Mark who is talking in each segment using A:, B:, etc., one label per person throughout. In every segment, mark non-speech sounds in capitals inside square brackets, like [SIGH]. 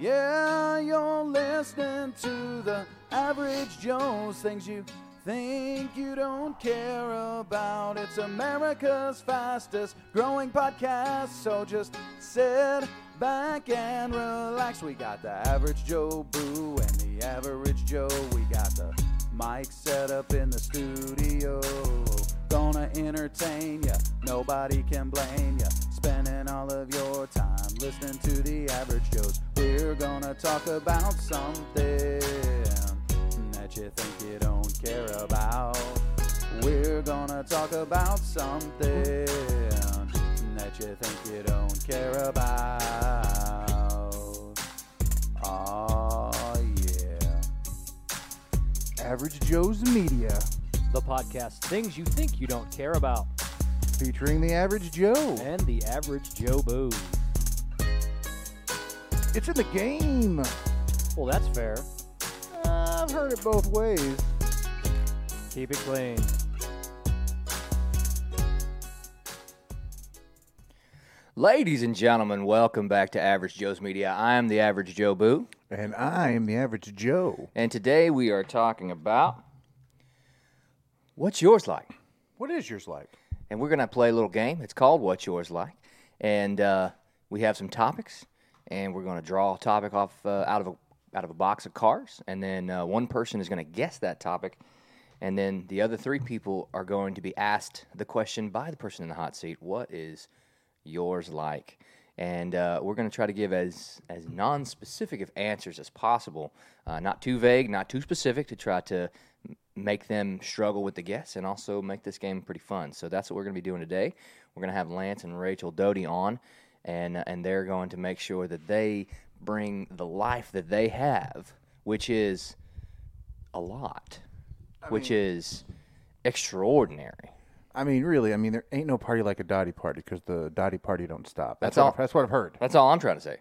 A: Yeah, you're listening to the average Joe's things you think you don't care about. It's America's fastest growing podcast, so just sit back and relax. We got the average Joe Boo and the average Joe. We got the mic set up in the studio. Gonna entertain ya, nobody can blame ya. Spending all of your time listening to the average Joes. We're gonna talk about something that you think you don't care about. We're gonna talk about something that you think you don't care about. Oh yeah.
B: Average Joe's Media,
C: the podcast Things You Think You Don't Care About,
B: featuring the Average Joe.
C: and the average Joe Boo.
B: It's in the game.
C: Well, that's fair.
B: I've heard it both ways.
C: Keep it clean.
D: Ladies and gentlemen, welcome back to Average Joe's Media. I am the Average Joe Boo,
B: And I am the Average Joe.
D: and today we are talking about what's yours like.
B: What is yours like?
D: And we're going to play a little game. It's called What's Yours Like. And uh, we have some topics, and we're going to draw a topic off uh, out of a out of a box of cars, and then uh, one person is going to guess that topic, and then the other three people are going to be asked the question by the person in the hot seat: What is yours like? And uh, we're going to try to give as as non-specific of answers as possible, uh, not too vague, not too specific, to try to m- make them struggle with the guess and also make this game pretty fun. So that's what we're going to be doing today. We're going to have Lance and Rachel Doty on, and uh, and they're going to make sure that they bring the life that they have, which is a lot, which is extraordinary.
B: I mean, really, I mean, there ain't no party like a Dottie party because the Dottie party don't stop. That's,
D: That's
B: what
D: all-
B: I've- that's what I've heard.
D: That's all I'm trying to say.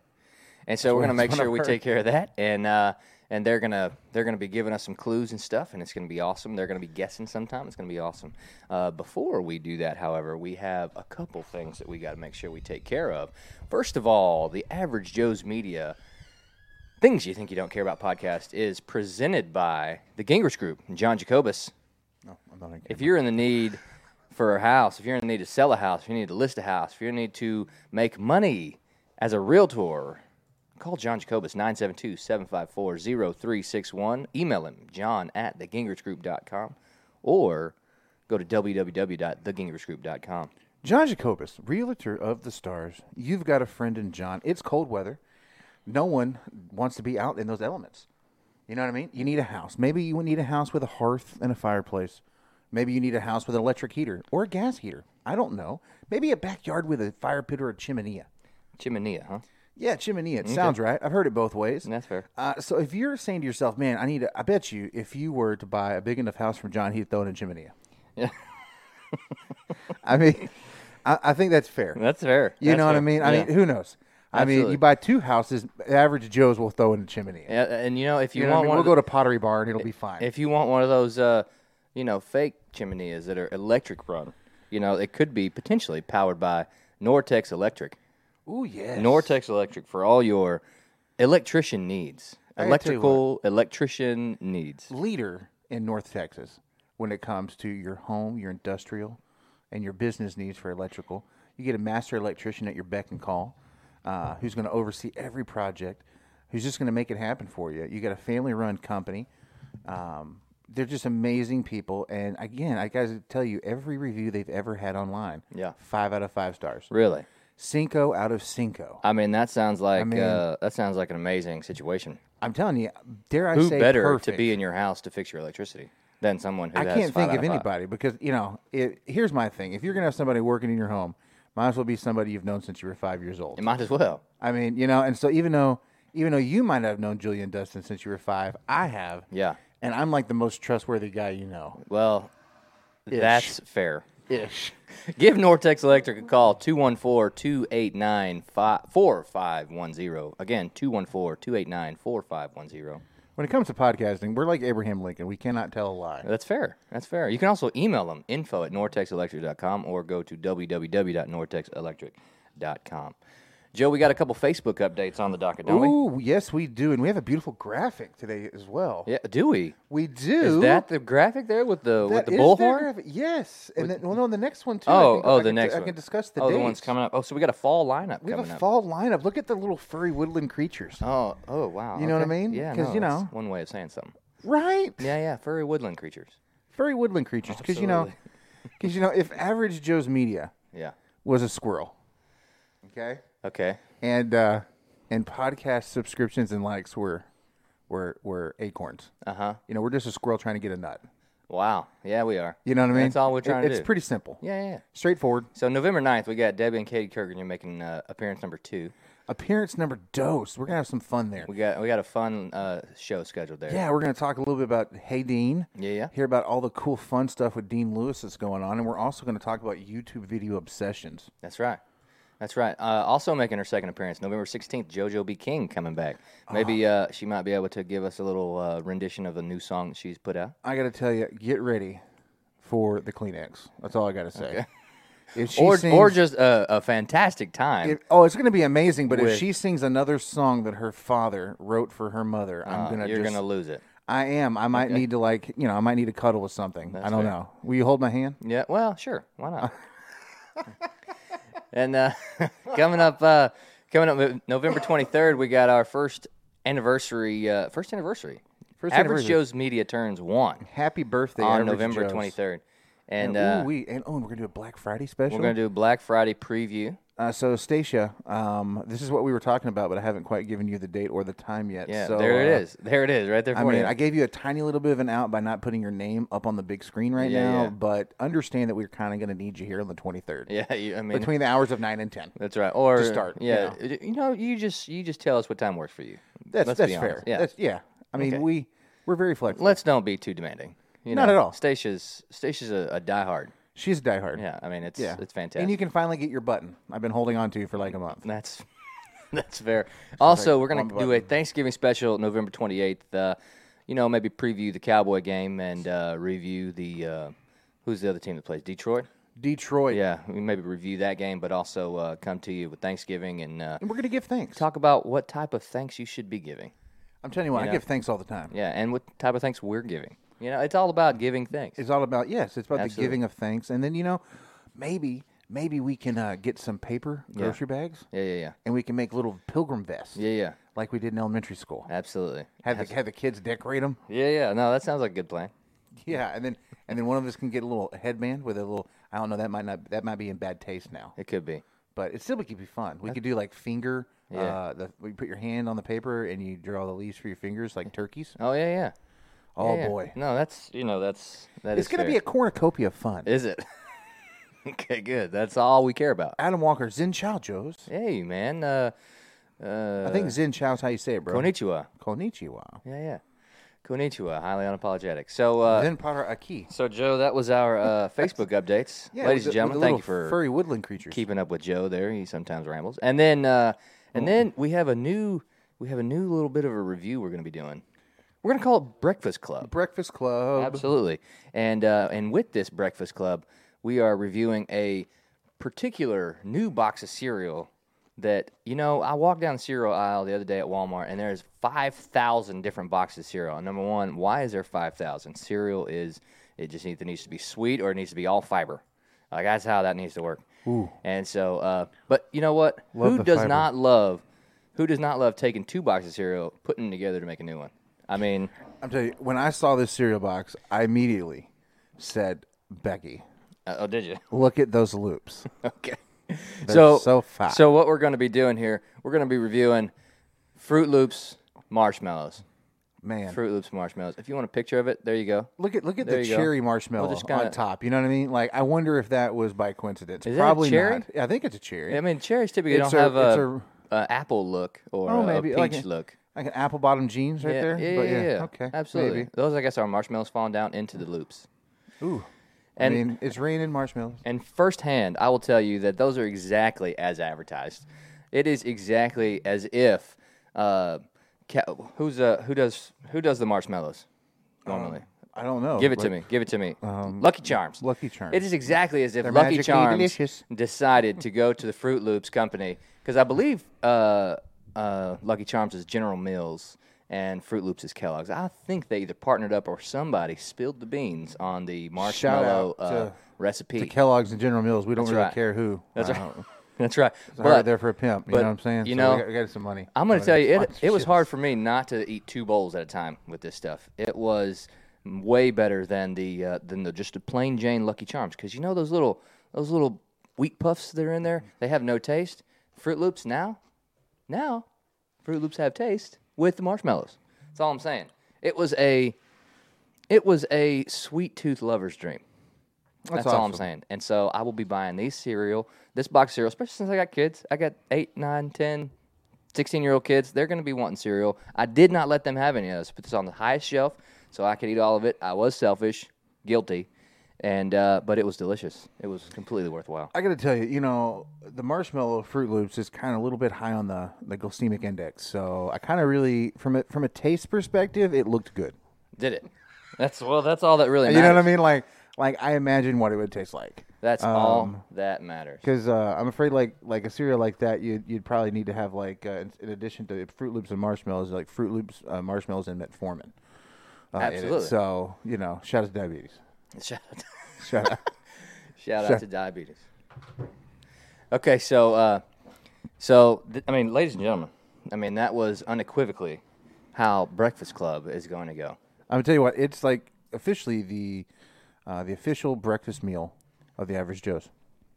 D: And so we're gonna make
B: what
D: sure
B: I've
D: we
B: heard.
D: take care of that, and uh, and they're gonna they're gonna be giving us some clues and stuff, and it's gonna be awesome. They're gonna be guessing sometime. It's gonna be awesome. Uh, before we do that, however, we have a couple things that we got to make sure we take care of. First of all, the average Joe's Media things you think you don't care about podcast is presented by the Gingrich Group and John Jacobus.
B: No, I'm not on
D: If you're in the need for a house, if you're in the need to sell a house, if you need to list a house, if you need to make money as a realtor, call John Jacobus, 972-754-0361. Email him, john at thegingrichgroup.com, or go to www.thegingrichgroup.com.
B: John Jacobus, Realtor of the Stars. You've got a friend in John. It's cold weather. No one wants to be out in those elements. You know what I mean? You need a house. Maybe you need a house with a hearth and a fireplace. Maybe you need a house with an electric heater or a gas heater. I don't know. Maybe a backyard with a fire pit or a chiminea.
D: Chiminea, huh?
B: Yeah, chiminea. It sounds right. I've heard it both ways.
D: That's fair.
B: Uh, so if you're saying to yourself, man, I need to, I bet you if you were to buy a big enough house from John, he'd throw in a chiminea.
D: Yeah.
B: [LAUGHS] I mean, I, I think that's fair.
D: That's fair.
B: You
D: That's
B: know what I
D: fair.
B: mean? I
D: Yeah.
B: mean, who knows? I mean,
D: Absolutely.
B: you buy two houses, average Joe's will throw in a chimney.
D: Yeah, and you know, if you,
B: You know what
D: want
B: I mean?
D: one
B: We'll
D: of
B: go
D: the-
B: to Pottery Barn, it'll be fine.
D: If you want one of those, uh, you know, fake chimneys that are electric run, you know, it could be potentially powered by Nortex Electric.
B: Ooh, yes.
D: Nortex Electric for all your electrician needs,
B: I gotta tell you what.
D: electrical electrician needs.
B: leader in North Texas when it comes to your home, your industrial, and your business needs for electrical. You get a master electrician at your beck and call uh, who's going to oversee every project, who's just going to make it happen for you. You got a family run company. Um, they're just amazing people. And again, I got to tell you, every review they've ever had online,
D: Yeah.
B: five out of five stars.
D: Really,
B: Cinco out of cinco.
D: I mean, that sounds like
B: mean-
D: uh, that sounds like an amazing situation.
B: I'm telling you, dare I
D: Who
B: say
D: better
B: perfect.
D: to be in your house to fix your electricity than someone who
B: I
D: has
B: can't
D: five
B: think
D: out
B: of
D: five?
B: anybody because you know. It, here's my thing: if you're gonna have somebody working in your home, might as well be somebody you've known since you were five years old.
D: It might as well.
B: I mean, you know, and so even though even though you might not have known Julian Dustin since you were five, I have.
D: Yeah.
B: And I'm like the most trustworthy guy you know.
D: Well, that's fair.
B: Ish.
D: Give Nortex Electric a call, 214 289 4510. Again, 214 289 4510.
B: When it comes to podcasting, we're like Abraham Lincoln. We cannot tell a lie.
D: That's fair. That's fair. You can also email them info at nortexelectric.com or go to www.nortexelectric.com. Joe, we got a couple Facebook updates on the docket, don't we?
B: Ooh, yes, we do, and we have a beautiful graphic today as well.
D: Yeah, do we?
B: We do.
D: Is that the graphic there with the with
B: That
D: the
B: is their
D: bullhorn?
B: graphic. Yes, and then well, no, the next one too. I
D: Oh,
B: think I
D: oh,
B: can
D: the
B: di-
D: next
B: I
D: one.
B: can discuss the
D: oh,
B: dates.
D: the one's coming up. Oh, so we got a fall lineup
B: We have
D: coming
B: a
D: up.
B: fall lineup. Look at the little furry woodland creatures.
D: Oh, oh, wow.
B: You know what I
D: okay.
B: mean?
D: Yeah,
B: 'Cause,
D: no,
B: you
D: that's
B: know.
D: one way of saying something.
B: Right?
D: Yeah, yeah, furry woodland creatures.
B: Furry woodland creatures. Because you know,
D: [LAUGHS]
B: because you know, if Average Joe's Media
D: Yeah.
B: was a squirrel, okay,
D: Okay.
B: and uh, and podcast subscriptions and likes were were were acorns.
D: Uh huh.
B: You know, we're just a squirrel trying to get a nut.
D: Wow. Yeah, we are.
B: You know what I mean?
D: That's all we're
B: It-
D: trying to
B: It's
D: do.
B: pretty simple.
D: Yeah, yeah. yeah.
B: Straightforward.
D: So November 9th, we got Debbie and Katie Kirkland making uh, appearance number two.
B: Appearance number dose. We're gonna have some fun there.
D: We got we got a fun uh, show scheduled there.
B: Yeah, we're going to talk a little bit about Hey Dean.
D: Yeah, yeah.
B: Hear about all the cool, fun stuff with Dean Lewis that's going on, and we're also going to talk about YouTube video obsessions.
D: That's right. That's right. Uh, also making her second appearance, November 16th, JoJo B. King coming back.
B: Ah.
D: Maybe uh, she might be able to give us a little uh, rendition of a new song that she's put out.
B: I got to tell you, get ready for the Kleenex. That's all I got to say. [LAUGHS] If she
D: Or,
B: sings,
D: or just a, a fantastic time.
B: if- oh, it's going to be amazing. But
D: With-
B: if she sings another song that her father wrote for her mother, I'm
D: Uh,
B: going to
D: you're
B: just.
D: going to lose it.
B: I am. I might need to like you know. I might need to cuddle with something. I don't
D: fair.
B: know. Will you hold my hand?
D: Yeah, well, sure. Why
B: [LAUGHS]
D: not? and uh, [LAUGHS] coming up, uh, coming up uh, November 23rd, we got our first anniversary. Uh, first anniversary.
B: First
D: Average
B: anniversary.
D: Joe's Media turns one
B: Happy birthday
D: on
B: Average
D: November
B: Joe's.
D: 23rd. And,
B: And,
D: uh,
B: ooh, we and oh, and we're gonna do a Black Friday special.
D: we're going to do a Black Friday preview.
B: Uh, so, Stacia, um, this is what we were talking about, but I haven't quite given you the date or the time yet.
D: Yeah,
B: so,
D: there it
B: uh,
D: is. There it is, right there for
B: I mean,
D: you.
B: I gave you a tiny little bit of an out by not putting your name up on the big screen right
D: Yeah,
B: now,
D: yeah.
B: but understand that we're kind of going to need you here on the 23rd.
D: [LAUGHS] yeah, you, I mean,
B: Between the hours of 9 and 10.
D: that's right. Or
B: start, you
D: Yeah, you know. you just you just tell us what time works for you.
B: That's,
D: Let's
B: that's
D: be
B: fair.
D: honest. Yeah,
B: That's, yeah. I mean,
D: Okay.
B: we, we're very flexible.
D: let's don't be too demanding. You
B: Not
D: know,
B: at all.
D: Stacia's Stacia's a, a diehard.
B: She's a diehard.
D: Yeah, I mean it's
B: Yeah.
D: it's fantastic.
B: And you can finally get your button. I've been holding on to you for like a month.
D: [LAUGHS] that's [LAUGHS]
B: [LAUGHS]
D: that's fair. Also, we're
B: on
D: gonna
B: the
D: do a Thanksgiving special November twenty eighth. Uh, you know, maybe preview the Cowboy game and uh, review the uh, who's the other team that plays Detroit.
B: Detroit.
D: Yeah, we maybe review that game, but also uh, come to you with Thanksgiving and uh,
B: And we're going to give thanks.
D: talk about what type of thanks you should be giving.
B: I'm telling you what, I
D: know.
B: give thanks all the time.
D: Yeah, and what type of thanks we're giving. You know, it's all about giving thanks.
B: It's all about yes, it's about
D: Absolutely.
B: the giving of thanks, and then you know, maybe maybe we can uh, get some paper grocery bags,
D: Yeah, yeah, yeah.
B: and we can make little pilgrim vests,
D: Yeah, yeah.
B: like we did in elementary school.
D: Absolutely.
B: Have the, have the kids decorate them,
D: Yeah, yeah. No, that sounds like a good plan.
B: yeah, and then and then one of us can get a little headband with a little. I don't know. That might not that might be in bad taste now,
D: It could be.
B: but it still could be fun. We could do like finger.
D: Yeah.
B: Uh, the, we put your hand on the paper and you draw the leaves for your fingers like turkeys.
D: Oh, yeah, yeah.
B: Oh
D: Yeah, Mm-hmm. yeah.
B: boy,
D: No, that's, you know, that's, that
B: it's gonna be a cornucopia of fun.
D: [LAUGHS] Is it? okay, good. That's all we care about.
B: Adam Walker, Zen Chow Joe's.
D: Hey, man. Uh, uh,
B: [LAUGHS] I think Zen Chow's how you say it, bro.
D: Konnichiwa.
B: Konnichiwa.
D: Yeah, yeah. Konnichiwa. Highly unapologetic. So, uh,
B: then Potter Aki.
D: so Joe, that was our
B: [LAUGHS]
D: uh, Facebook updates. Ladies and gentlemen, thank you for
B: furry woodland creatures.
D: keeping up with Joe there. He sometimes rambles. And then uh, and
B: Oh.
D: then we have a new we have a new little bit of a review we're going to be doing. We're going to call it Breakfast Club.
B: Breakfast Club.
D: Absolutely. And uh, and with this Breakfast Club, we are reviewing a particular new box of cereal that you know I walked down the cereal aisle the other day at Walmart and there's 5,000 different boxes of cereal. And number 1, why is there 5,000? Cereal is it just either needs to be sweet or it needs to be all fiber. Like that's how that needs to work. And so, uh, but you know what?
B: Love
D: who
B: the
D: does
B: fiber.
D: not love? Who does not love taking two boxes of cereal, putting them together to make a new one? I mean,
B: I'm telling you, when I saw this cereal box, I immediately said, Becky,
D: uh, oh, did you?
B: look at
D: [LAUGHS]
B: those loops.
D: Okay. so
B: so fat.
D: So what we're going to be doing here? We're going to be reviewing Fruit Loops marshmallows.
B: Man.
D: Fruit Loops marshmallows. If you want a picture of it, there you go.
B: Look at look at
D: There
B: the
D: you go.
B: cherry marshmallow
D: We'll just kinda-
B: on top. You know what I mean? Like I wonder if that was by coincidence.
D: Is that a
B: Probably
D: cherry?
B: not. Yeah, I think it's a cherry.
D: I mean, cherries typically
B: It's
D: don't
B: a-
D: have
B: it's
D: a, a apple look or
B: Oh,
D: a,
B: maybe,
D: a
B: like
D: peach
B: a-
D: look.
B: like an apple bottom jeans right
D: yeah,
B: there.
D: Yeah,
B: But
D: yeah, yeah.
B: Okay.
D: Absolutely.
B: Maybe.
D: Those, I guess, are marshmallows falling down into the loops.
B: Ooh.
D: And
B: I mean, it's raining marshmallows.
D: And firsthand, I will tell you that those are exactly as advertised. It is exactly as if uh, ca- who's uh, who does who does the marshmallows normally?
B: I don't know.
D: Give it to
B: but
D: me. Give it to me. Lucky Charms.
B: um, Lucky Charms.
D: It is exactly as if
B: They're
D: Lucky
B: magically
D: Charms
B: delicious.
D: decided to go to the Fruit Loops company because I believe uh, uh, Lucky Charms is General Mills and Fruit Loops is Kellogg's. I think they either partnered up or somebody spilled the beans on the marshmallow
B: out
D: uh,
B: to-
D: recipe.
B: The Kellogg's and General Mills. We don't
D: That's
B: really
D: right.
B: care who.
D: That's
B: I
D: right. [LAUGHS]
B: don't-
D: That's right.
B: I heard there for a pimp. You
D: but,
B: know what I'm saying?
D: you
B: So
D: know,
B: we got, we got some money.
D: I'm going to
B: Somebody
D: tell you,
B: get
D: it, it was
B: sponsorships.
D: hard for me not to eat two bowls at a time with this stuff. It was way better than the uh, than the just the plain Jane Lucky Charms because you know those little those little wheat puffs that are in there. They have no taste. Fruit Loops now, now, Fruit Loops have taste with the marshmallows. That's all I'm saying. It was a it was a sweet tooth lover's dream. That's, all I'm
B: awesome.
D: saying. And so I will be buying these cereal, this box of cereal, especially since I got kids. I got eight, nine, 10, 16 year old kids. They're going to be wanting cereal. I did not let them have any of this. Put this on the highest shelf so I could eat all of it. I was selfish, guilty, and uh, but it was delicious. It was completely worthwhile.
B: I got to tell you, you know, the marshmallow Fruit Loops is kind of a little bit high on the, the glycemic index. So I kind of really, from a, from a taste perspective, it looked good.
D: Did it? That's well. That's all that really.
B: You know what I
D: matters.
B: mean? Um, Like, like I imagine what it would taste like.
D: That's all that matters.
B: Because uh, I'm afraid, like like a cereal like that, you'd you'd probably need to have like uh, in, in addition to Fruit Loops and marshmallows, like Fruit Loops, uh, marshmallows, and metformin. Uh, in it.
D: Absolutely.
B: So you know, shout out to diabetes.
D: [LAUGHS] Shout out,
B: Shout out.
D: shout out to diabetes. Okay, so uh, so th- I mean, ladies and gentlemen, I mean that was unequivocally how Breakfast Club is going to go.
B: I'm gonna tell you what, it's like officially the uh, the official breakfast meal of the average Joe's.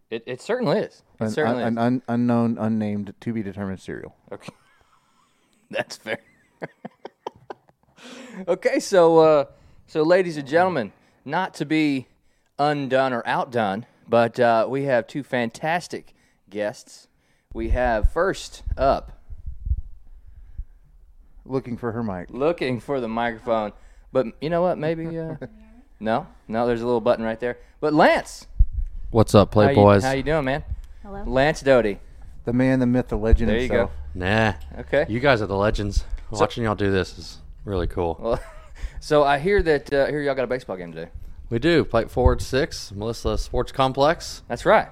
D: It, it certainly is. It
B: An,
D: certainly
B: an,
D: is.
B: un- unknown, unnamed, to be determined cereal.
D: [LAUGHS] Okay. That's fair. [LAUGHS] okay, so uh, so ladies and gentlemen, not to be undone or outdone, but uh, we have two fantastic guests. We have first up,
B: Looking for her mic.
D: looking for the microphone, but you know what? Maybe uh, no, no. There's a little button right there. But Lance,
E: What's up,
D: how you,
E: Playboys?
D: how you doing, man?
F: Hello.
D: Lance Doty.
B: The man, the myth, the legend
D: There you go.
B: himself.
E: nah.
D: Okay.
E: You guys are the legends. Watching y'all do this is really cool.
D: Well, [LAUGHS] so I hear that uh, here y'all got a baseball game today.
E: we do. Plate Forward 6, Melissa Sports Complex.
D: That's right.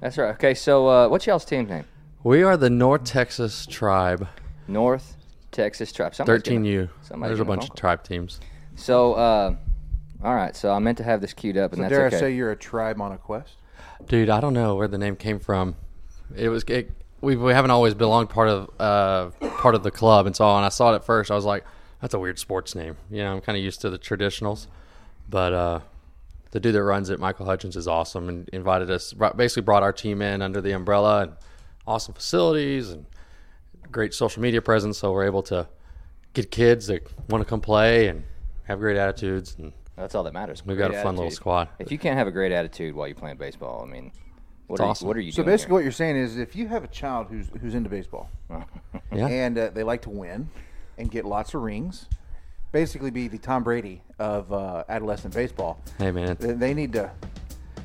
D: That's right. Okay, so uh, what's y'all's team's name?
E: We are the North Texas Tribe,
D: North Texas Tribe. Somebody's gonna-
E: 13U.
D: somebody's
E: There's a
D: gonna
E: bunch of
D: phone
E: tribe teams.
D: call. So, uh, all right. So I meant to have this queued up, and
B: So
D: that's
B: dare
D: okay.
B: I say you're a tribe on a quest?
E: Dude, I don't know where the name came from. It was it, we, we haven't always belonged part of uh, part of the club, and so when I saw it at first, I was like, "That's a weird sports name." You know, I'm kind of used to the traditionals, but uh, the dude that runs it, Michael Hutchins, is awesome and invited us. brought- Basically, brought our team in under the umbrella and awesome facilities and great social media presence. So we're able to get kids that want to come play and have great attitudes, and
D: that's all that matters.
E: we've got
D: Great
E: a fun little
D: attitude.
E: squad.
D: If you can't have a great attitude while you're playing baseball, I mean, what, are,
E: awesome.
D: you, what are you
B: So
D: doing?
B: basically, what you're saying is, if you have a child who's who's into baseball,
D: [LAUGHS]
E: Yeah.
B: and uh, they like to win and get lots of rings, basically be the Tom Brady of uh, adolescent baseball.
E: Hey man,
B: Then they need to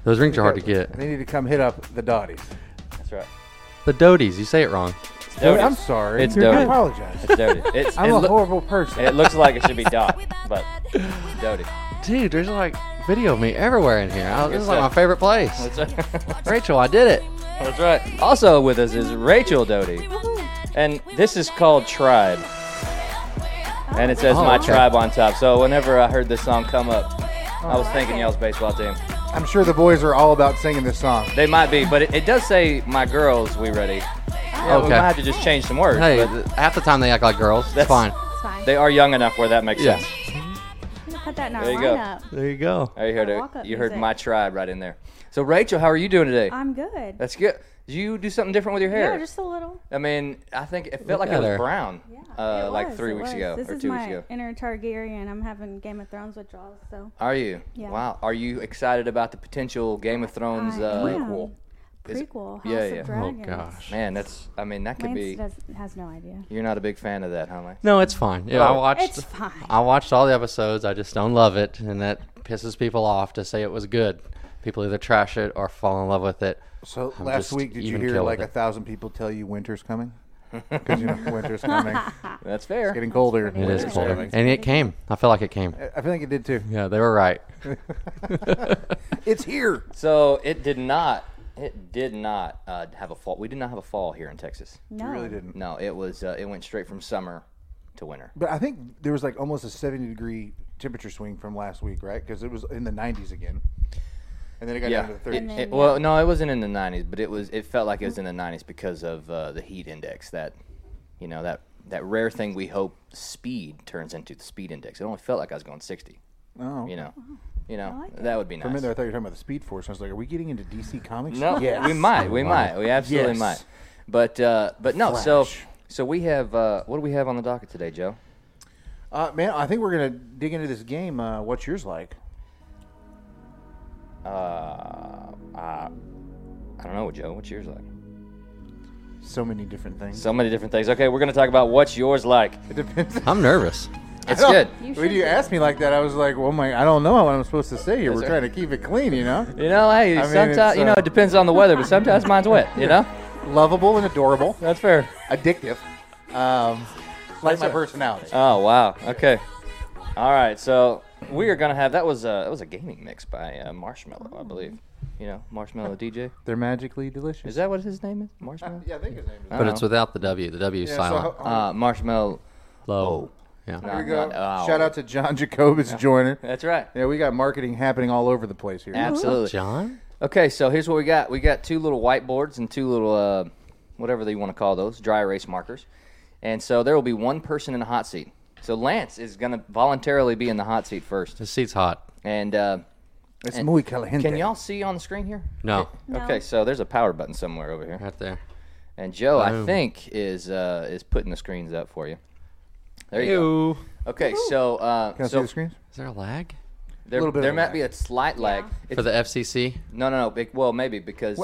E: those rings are hard to get.
B: They need to come hit up the Dotties.
D: here? That's right.
E: The Doties, you say it wrong.
D: Doty.
B: I'm sorry.
D: It's
B: I
D: Doty.
B: apologize.
D: It's Doty. It's,
B: I'm
D: it,
B: a
D: loo-
B: horrible person.
D: it looks like it should be Dot, but Doty.
E: Dude, there's like video of me everywhere in here. I, this is like
D: stuff.
E: my favorite place.
D: That's right.
E: [LAUGHS] Rachel, I did it.
D: That's right. Also with us is Rachel Doty, and this is called Tribe. And it says
E: Oh,
D: my
E: okay.
D: tribe on top. So whenever I heard this song come up, I
E: Oh,
D: was thinking y'all's baseball team.
B: I'm sure the boys are all about singing this song.
D: They might be, but it, it does say my girls. We ready? Yeah, We
E: Oh, Okay.
D: might have to just change some words.
E: Hey,
D: but
E: th- half the time they act like girls. It's
D: That's-
E: fine.
F: It's fine.
D: they are young enough where that makes
E: Yeah.
D: sense.
F: I'm gonna put that in our
D: There you go.
F: lineup.
E: There you go.
D: Oh, you heard
F: Our
D: it.
F: walk-up
D: You heard
F: music.
D: my tribe right in there. So Rachel, how are you doing today?
F: I'm good.
D: That's good. Did you do something different with your hair?
F: Yeah, just a little.
D: I mean, I think it felt like
E: at
D: it was
E: her.
D: brown,
F: Yeah,
D: uh,
F: it
D: like
F: was,
D: three
F: it
D: weeks
F: was.
D: ago
F: This
D: or
F: is
D: two
F: my
D: weeks ago.
F: Inner Targaryen. I'm having Game of Thrones withdrawals, so
D: Are you?
F: Yeah.
D: Wow. Are you excited about the potential Game of Thrones
F: I
D: uh,
F: am.
D: prequel? Is it-
F: prequel. House
D: Yeah, yeah.
F: of
E: Oh
F: Dragons.
E: gosh.
D: Man, that's. I mean, that could
F: Lance
D: be.
F: does, has no idea.
D: You're not a big fan of that, huh, Lance?
E: No, it's fine. Yeah, I
D: Oh.
E: watched.
F: It's fine.
E: I watched all the episodes. I just don't love it, and that pisses people off to say it was good. People either trash it or fall in love with it.
B: So
E: I'm
B: last
E: just
B: week, did you
E: even
B: hear
E: keel
B: like
E: with
B: a
E: it.
B: thousand people tell you winter's coming? because you know [LAUGHS] winter's coming.
D: [LAUGHS] That's fair.
B: Getting colder.
E: It is
B: Winter's
E: colder,
B: coming.
E: and it came. I feel like it came.
B: I feel like it did too.
E: Yeah, they were right.
B: It's here.
D: So it did not. It did not uh, have a fall. We did not have a fall here in Texas.
F: No.
B: You really didn't.
D: No, it was. Uh, it went straight from summer to winter.
B: But I think there was like almost a 70 degree temperature swing from last week, right? Because it was in the 90s again. And then it got
D: Yeah.
B: down to the
D: It,
B: 30s.
D: it- well, no, it wasn't in the '90s, but it was. It felt like it was in the '90s because of uh, the heat index. That, you know, that that rare thing we hope speed turns into the speed index. It only felt like I was going 60.
B: oh.
D: You know, you know
F: like
D: that would be
B: For a minute
D: nice.
B: there, I thought you were talking about the Speed Force. and I was like, are we getting into DC Comics?
D: No,
B: Yes.
D: we might, we might, we absolutely
B: Yes.
D: might. But uh, but no, so
B: Flash.
D: so we have. Uh, what do we have on the docket today, Joe?
B: Uh, man, I think we're going to dig into this game. Uh, what's yours like?
D: Uh, uh, I don't know, Joe. What's yours like?
B: So many different things.
D: So many different things. Okay, we're gonna talk about what's yours like.
B: it depends.
E: I'm nervous.
D: It's
B: [LAUGHS] I
D: good.
B: don't-
F: You
B: when
F: should
B: you
F: be.
B: asked me like that, I was like, well, my, I don't know what I'm supposed to say here. We're
D: That's right.
B: trying to keep it clean, you know?
D: You know, hey,
B: I mean,
D: sometimes
B: it's,
D: you know
B: uh,
D: it depends on the weather, but sometimes mine's wet. You
B: [LAUGHS]
D: know,
B: Lovable and adorable.
D: that's fair.
B: Addictive. Um, like my personality.
D: Oh wow. Okay. All right. So we are gonna have that was uh, that was a gaming mix by uh, Marshmallow, I believe. You know, Marshmallow DJ.
B: They're magically delicious.
D: Is that what his name is? Marshmallow.
B: Yeah, I think his name is.
E: But it's without the W. The W is
B: Yeah, so
E: silent.
B: ho-
D: Uh, Marshmallow.
E: Low. Yeah.
D: No,
B: Here we
D: no,
B: go.
D: no.
B: Shout out to John Jacobus joining.
D: That's right.
B: Yeah, we got marketing happening all over the place here.
D: Absolutely.
E: John?
D: Okay, so here's what we got. We got two little whiteboards and two little, uh, whatever they want to call those, dry erase markers. And so there will be one person in the hot seat. So Lance is going to voluntarily be in the hot seat first.
E: This seat's hot.
D: And uh,
B: It's muy caliente.
D: can y'all see on the screen here?
E: No.
F: No.
D: Okay, so there's a power button somewhere over here.
E: Right there.
D: And Joe, I
E: Boom.
D: think, is uh, is putting the screens up for you. There you go.
E: Ew.
D: Okay, so uh,
B: Can I see
D: so
B: the screens?
E: Is there a lag?
D: there,
B: Little bit
D: there
B: of
D: might
B: lag.
D: be a slight lag. It's
E: For the FCC?
D: No, no, no. bec- Well, maybe because.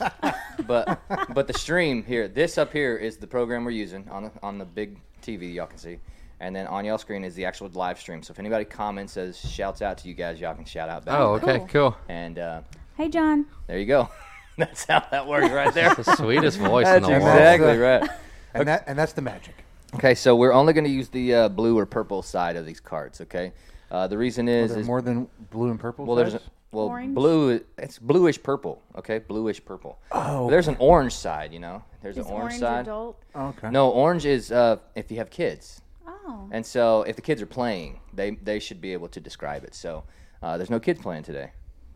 D: Uh, [LAUGHS]
B: [LAUGHS]
D: but but the stream here, this up here is the program we're using on the, on the big TV y'all can see, and then on y'all screen is the actual live stream. So if anybody comments, says shouts out to you guys, y'all can shout out back.
E: Oh, okay, cool.
D: And uh,
F: Hey, John.
D: there you go. [LAUGHS] That's how that works right there.
E: [LAUGHS] The sweetest voice in
D: That's
E: the world.
D: exactly right.
B: And that and that's the magic.
D: Okay, so we're only going to use the uh, blue or purple side of these cards. Okay, uh, the reason is,
B: Is there
D: is
B: more than blue and purple?
D: Well, there's a,
B: sides?
D: well
F: Orange?
D: blue. It's bluish purple. Okay, bluish purple. Oh, there's an orange side. You know, there's
F: Is
D: an orange,
F: orange
D: side.
F: adult?
B: Oh, okay.
D: No, orange is uh, if you have kids,
F: Oh.
D: and so if the kids are playing, they they should be able to describe it. So uh, there's no kids playing today,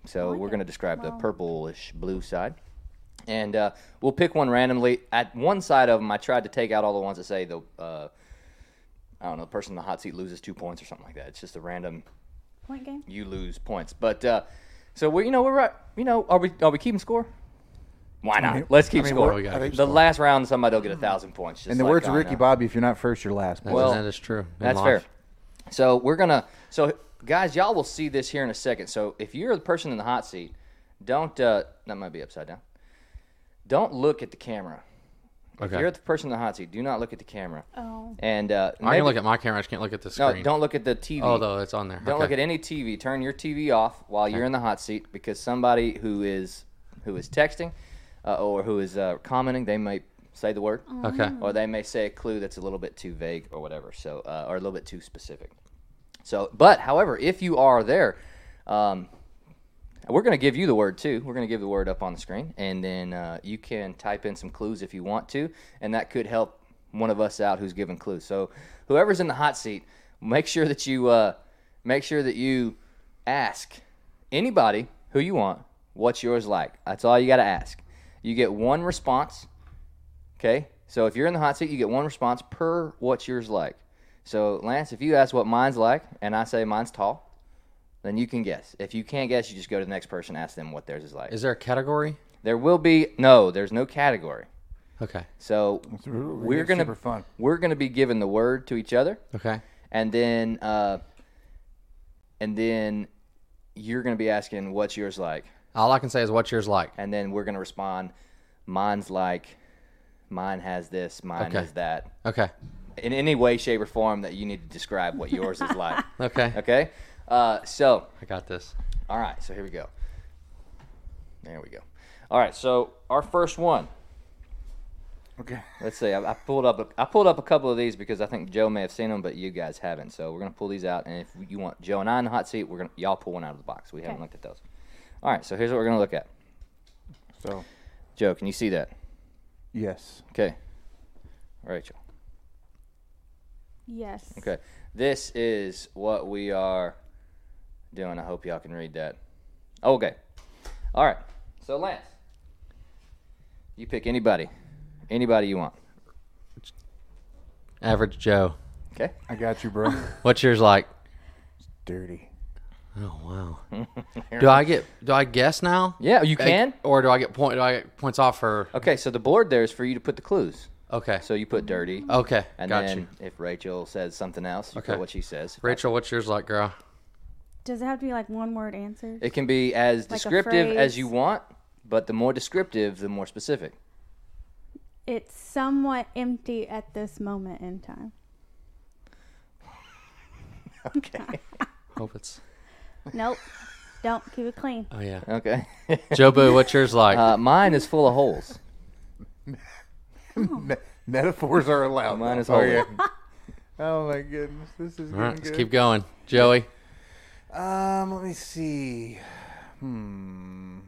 D: so we're going to describe the purplish blue side, and uh, we'll pick one randomly. At one side of them, I tried to take out all the ones that say the. Uh, I don't know. The person in the hot seat loses two points or something like that. It's just a random
F: Point game?
D: you lose points. But uh, so we, you know, we're right. You know, are we are we keeping score? Why not? Let's keep
B: I mean,
D: score.
B: we're-
E: We gotta
B: I think-
E: keep
D: The last round, somebody will get a thousand points. Just
B: in the
D: like
B: words of
D: on,
B: Ricky
D: uh,
B: Bobby, if you're not first, you're last. boy.
D: Well,
E: that is true. in
D: That's fair.
E: life.
D: So we're gonna. So guys, y'all will see this here in a second. So if you're the person in the hot seat, don't. Uh, that might be upside down. Don't look at the camera. If
E: Okay.
D: you're the person in the hot seat, do not look at the camera.
F: Oh.
D: And uh,
E: I
D: maybe-
E: can look at my camera. I just can't look at the
D: No,
E: screen.
D: don't look at the TV.
E: Oh, though, it's on there.
D: Don't
E: okay.
D: look at any TV. Turn your TV off while you're in the hot seat because somebody who is who is texting uh, or who is uh, commenting, they may say the word,
E: Okay.
D: or they may say a clue that's a little bit too vague or whatever, so uh, or a little bit too specific. So, but however, if you are there, um, we're going to give you the word too. We're going to give the word up on the screen, and then uh, you can type in some clues if you want to, and that could help one of us out who's giving clues. So, whoever's in the hot seat, make sure that you uh, make sure that you ask anybody who you want what's yours like. That's all you got to ask. You get one response. Okay, so if you're in the hot seat, you get one response per what's yours like. So, Lance, if you ask what mine's like, and I say mine's tall, then you can guess. If you can't guess, you just go to the next person, ask them what theirs is like.
E: Is there a category?
D: there will be no. There's no category.
E: Okay.
D: So we're gonna
B: super fun.
D: we're gonna be giving the word to each other,
E: Okay.
D: and then uh, and then you're gonna be asking what's yours like,
E: All I can say is what's yours like.
D: and then we're gonna respond. Mine's like, mine has this. Mine
E: Okay.
D: has that.
E: Okay.
D: In any way, shape, or form that you need to describe what yours is like.
E: Okay.
D: Okay. Uh, so
E: I got this.
D: All right, so here we go. There we go. All right, so our first one.
B: Okay.
D: Let's see. I, I pulled up. A, I pulled up a couple of these because I think Joe may have seen them, but you guys haven't. So we're gonna pull these out, and if you want Joe and I in the hot seat, we're gonna y'all pull one out of the box. We haven't
F: Okay.
D: looked at those. All right. So here's what we're gonna look at.
B: So,
D: Joe, can you see that?
B: yes.
D: Okay. Rachel.
F: Yes.
D: Okay. This is what we are doing. I hope y'all can read that. Okay. All right. So Lance, you pick anybody, anybody you want.
E: Average Joe.
D: Okay.
B: I got you, bro.
E: What's yours like?
B: [LAUGHS] Dirty.
E: Oh wow. do I get? Do I guess now?
D: Mm. Yeah, you
E: Like,
D: can.
E: Or do I get point? Do I get points off for?
D: Okay. So the board there is for you to put the clues.
E: Okay.
D: So you put dirty.
E: okay.
D: And
E: got
D: then
E: you.
D: if Rachel says something else, you
E: Oh, Okay.
D: put what she says.
E: Rachel, what's yours like, girl?
F: Does it have to be like one word answers?
D: It can be as
F: Like a
D: descriptive as
F: phrase.
D: you want, but the more descriptive, the more specific.
F: It's somewhat empty at this moment in time.
D: Okay.
E: Hope it's.
D: [LAUGHS]
F: Nope. Don't keep it clean.
E: Oh yeah.
D: okay.
E: Joe Boo, what's yours like?
D: [LAUGHS] uh, mine is full of holes.
B: [LAUGHS] Me- metaphors are allowed.
D: Mine is
B: Oh,
D: holy.
B: yeah.
D: [LAUGHS]
B: Oh my goodness, this is
E: All right, let's
B: good.
E: keep going. Joey,
B: Um, let me see. Hmm.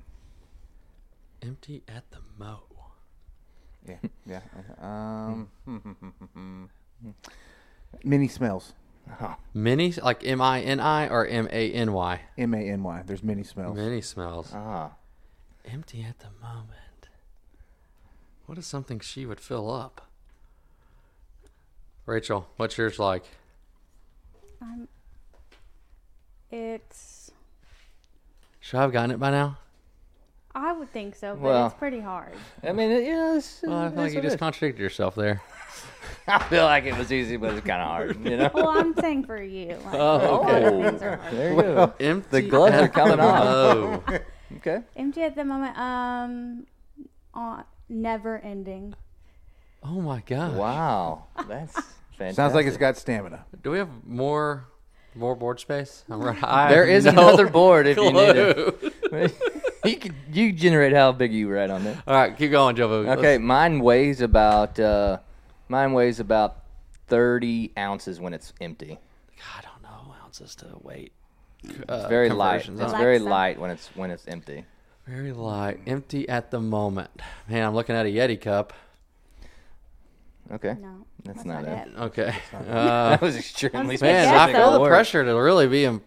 E: empty at the mo.
B: Yeah, yeah. Um, [LAUGHS] many smells.
E: Mini, like M I N I or M A N Y.
B: M A N Y. There's many smells.
E: Mini smells.
D: Ah.
E: Empty at the moment. What is something she would fill up? Rachel, what's yours like?
F: Um, it's.
E: Should I have gotten it by now?
F: I would think so, but
D: Well.
F: it's pretty hard.
D: I mean, it, yeah, it's,
E: Well, I feel like you just contradicted yourself there.
D: [LAUGHS] I feel like it was easy, but it's kind of hard, you know?
F: Well, I'm saying for you. Like, oh, things are hard.
D: There you go.
E: Empty
D: gloves
E: at
D: are coming
E: the
D: off.
E: mo.
D: Okay.
F: Empty at the moment. Um, on, never ending.
E: Oh my god!
D: Wow. That's fantastic.
B: Sounds like it's got stamina.
E: Do we have more more board space?
D: [LAUGHS]
E: I'm right. I
D: There
E: have
D: is
E: no
D: another board if [LAUGHS] you need it.
E: [LAUGHS] clue.
D: [LAUGHS] you, can, you generate how big you write
E: [LAUGHS]
D: on that.
E: All right, keep going, Joe. Boo.
D: Okay, mine weighs about uh, mine weighs about thirty ounces when it's empty.
E: I don't know ounces to weight. Uh,
D: It's very light.
E: conversions,
D: It's
E: huh?
D: very
F: Alexa.
D: light when it's when it's empty.
E: Very light, empty at the moment. Man, I'm looking at a Yeti cup.
D: Okay,
F: No,
D: That's not it.
E: Okay, [LAUGHS] uh,
D: [LAUGHS] that was extremely
F: gonna
D: specific.
E: man,
F: guess
E: I feel the
D: Lord.
E: pressure to really be im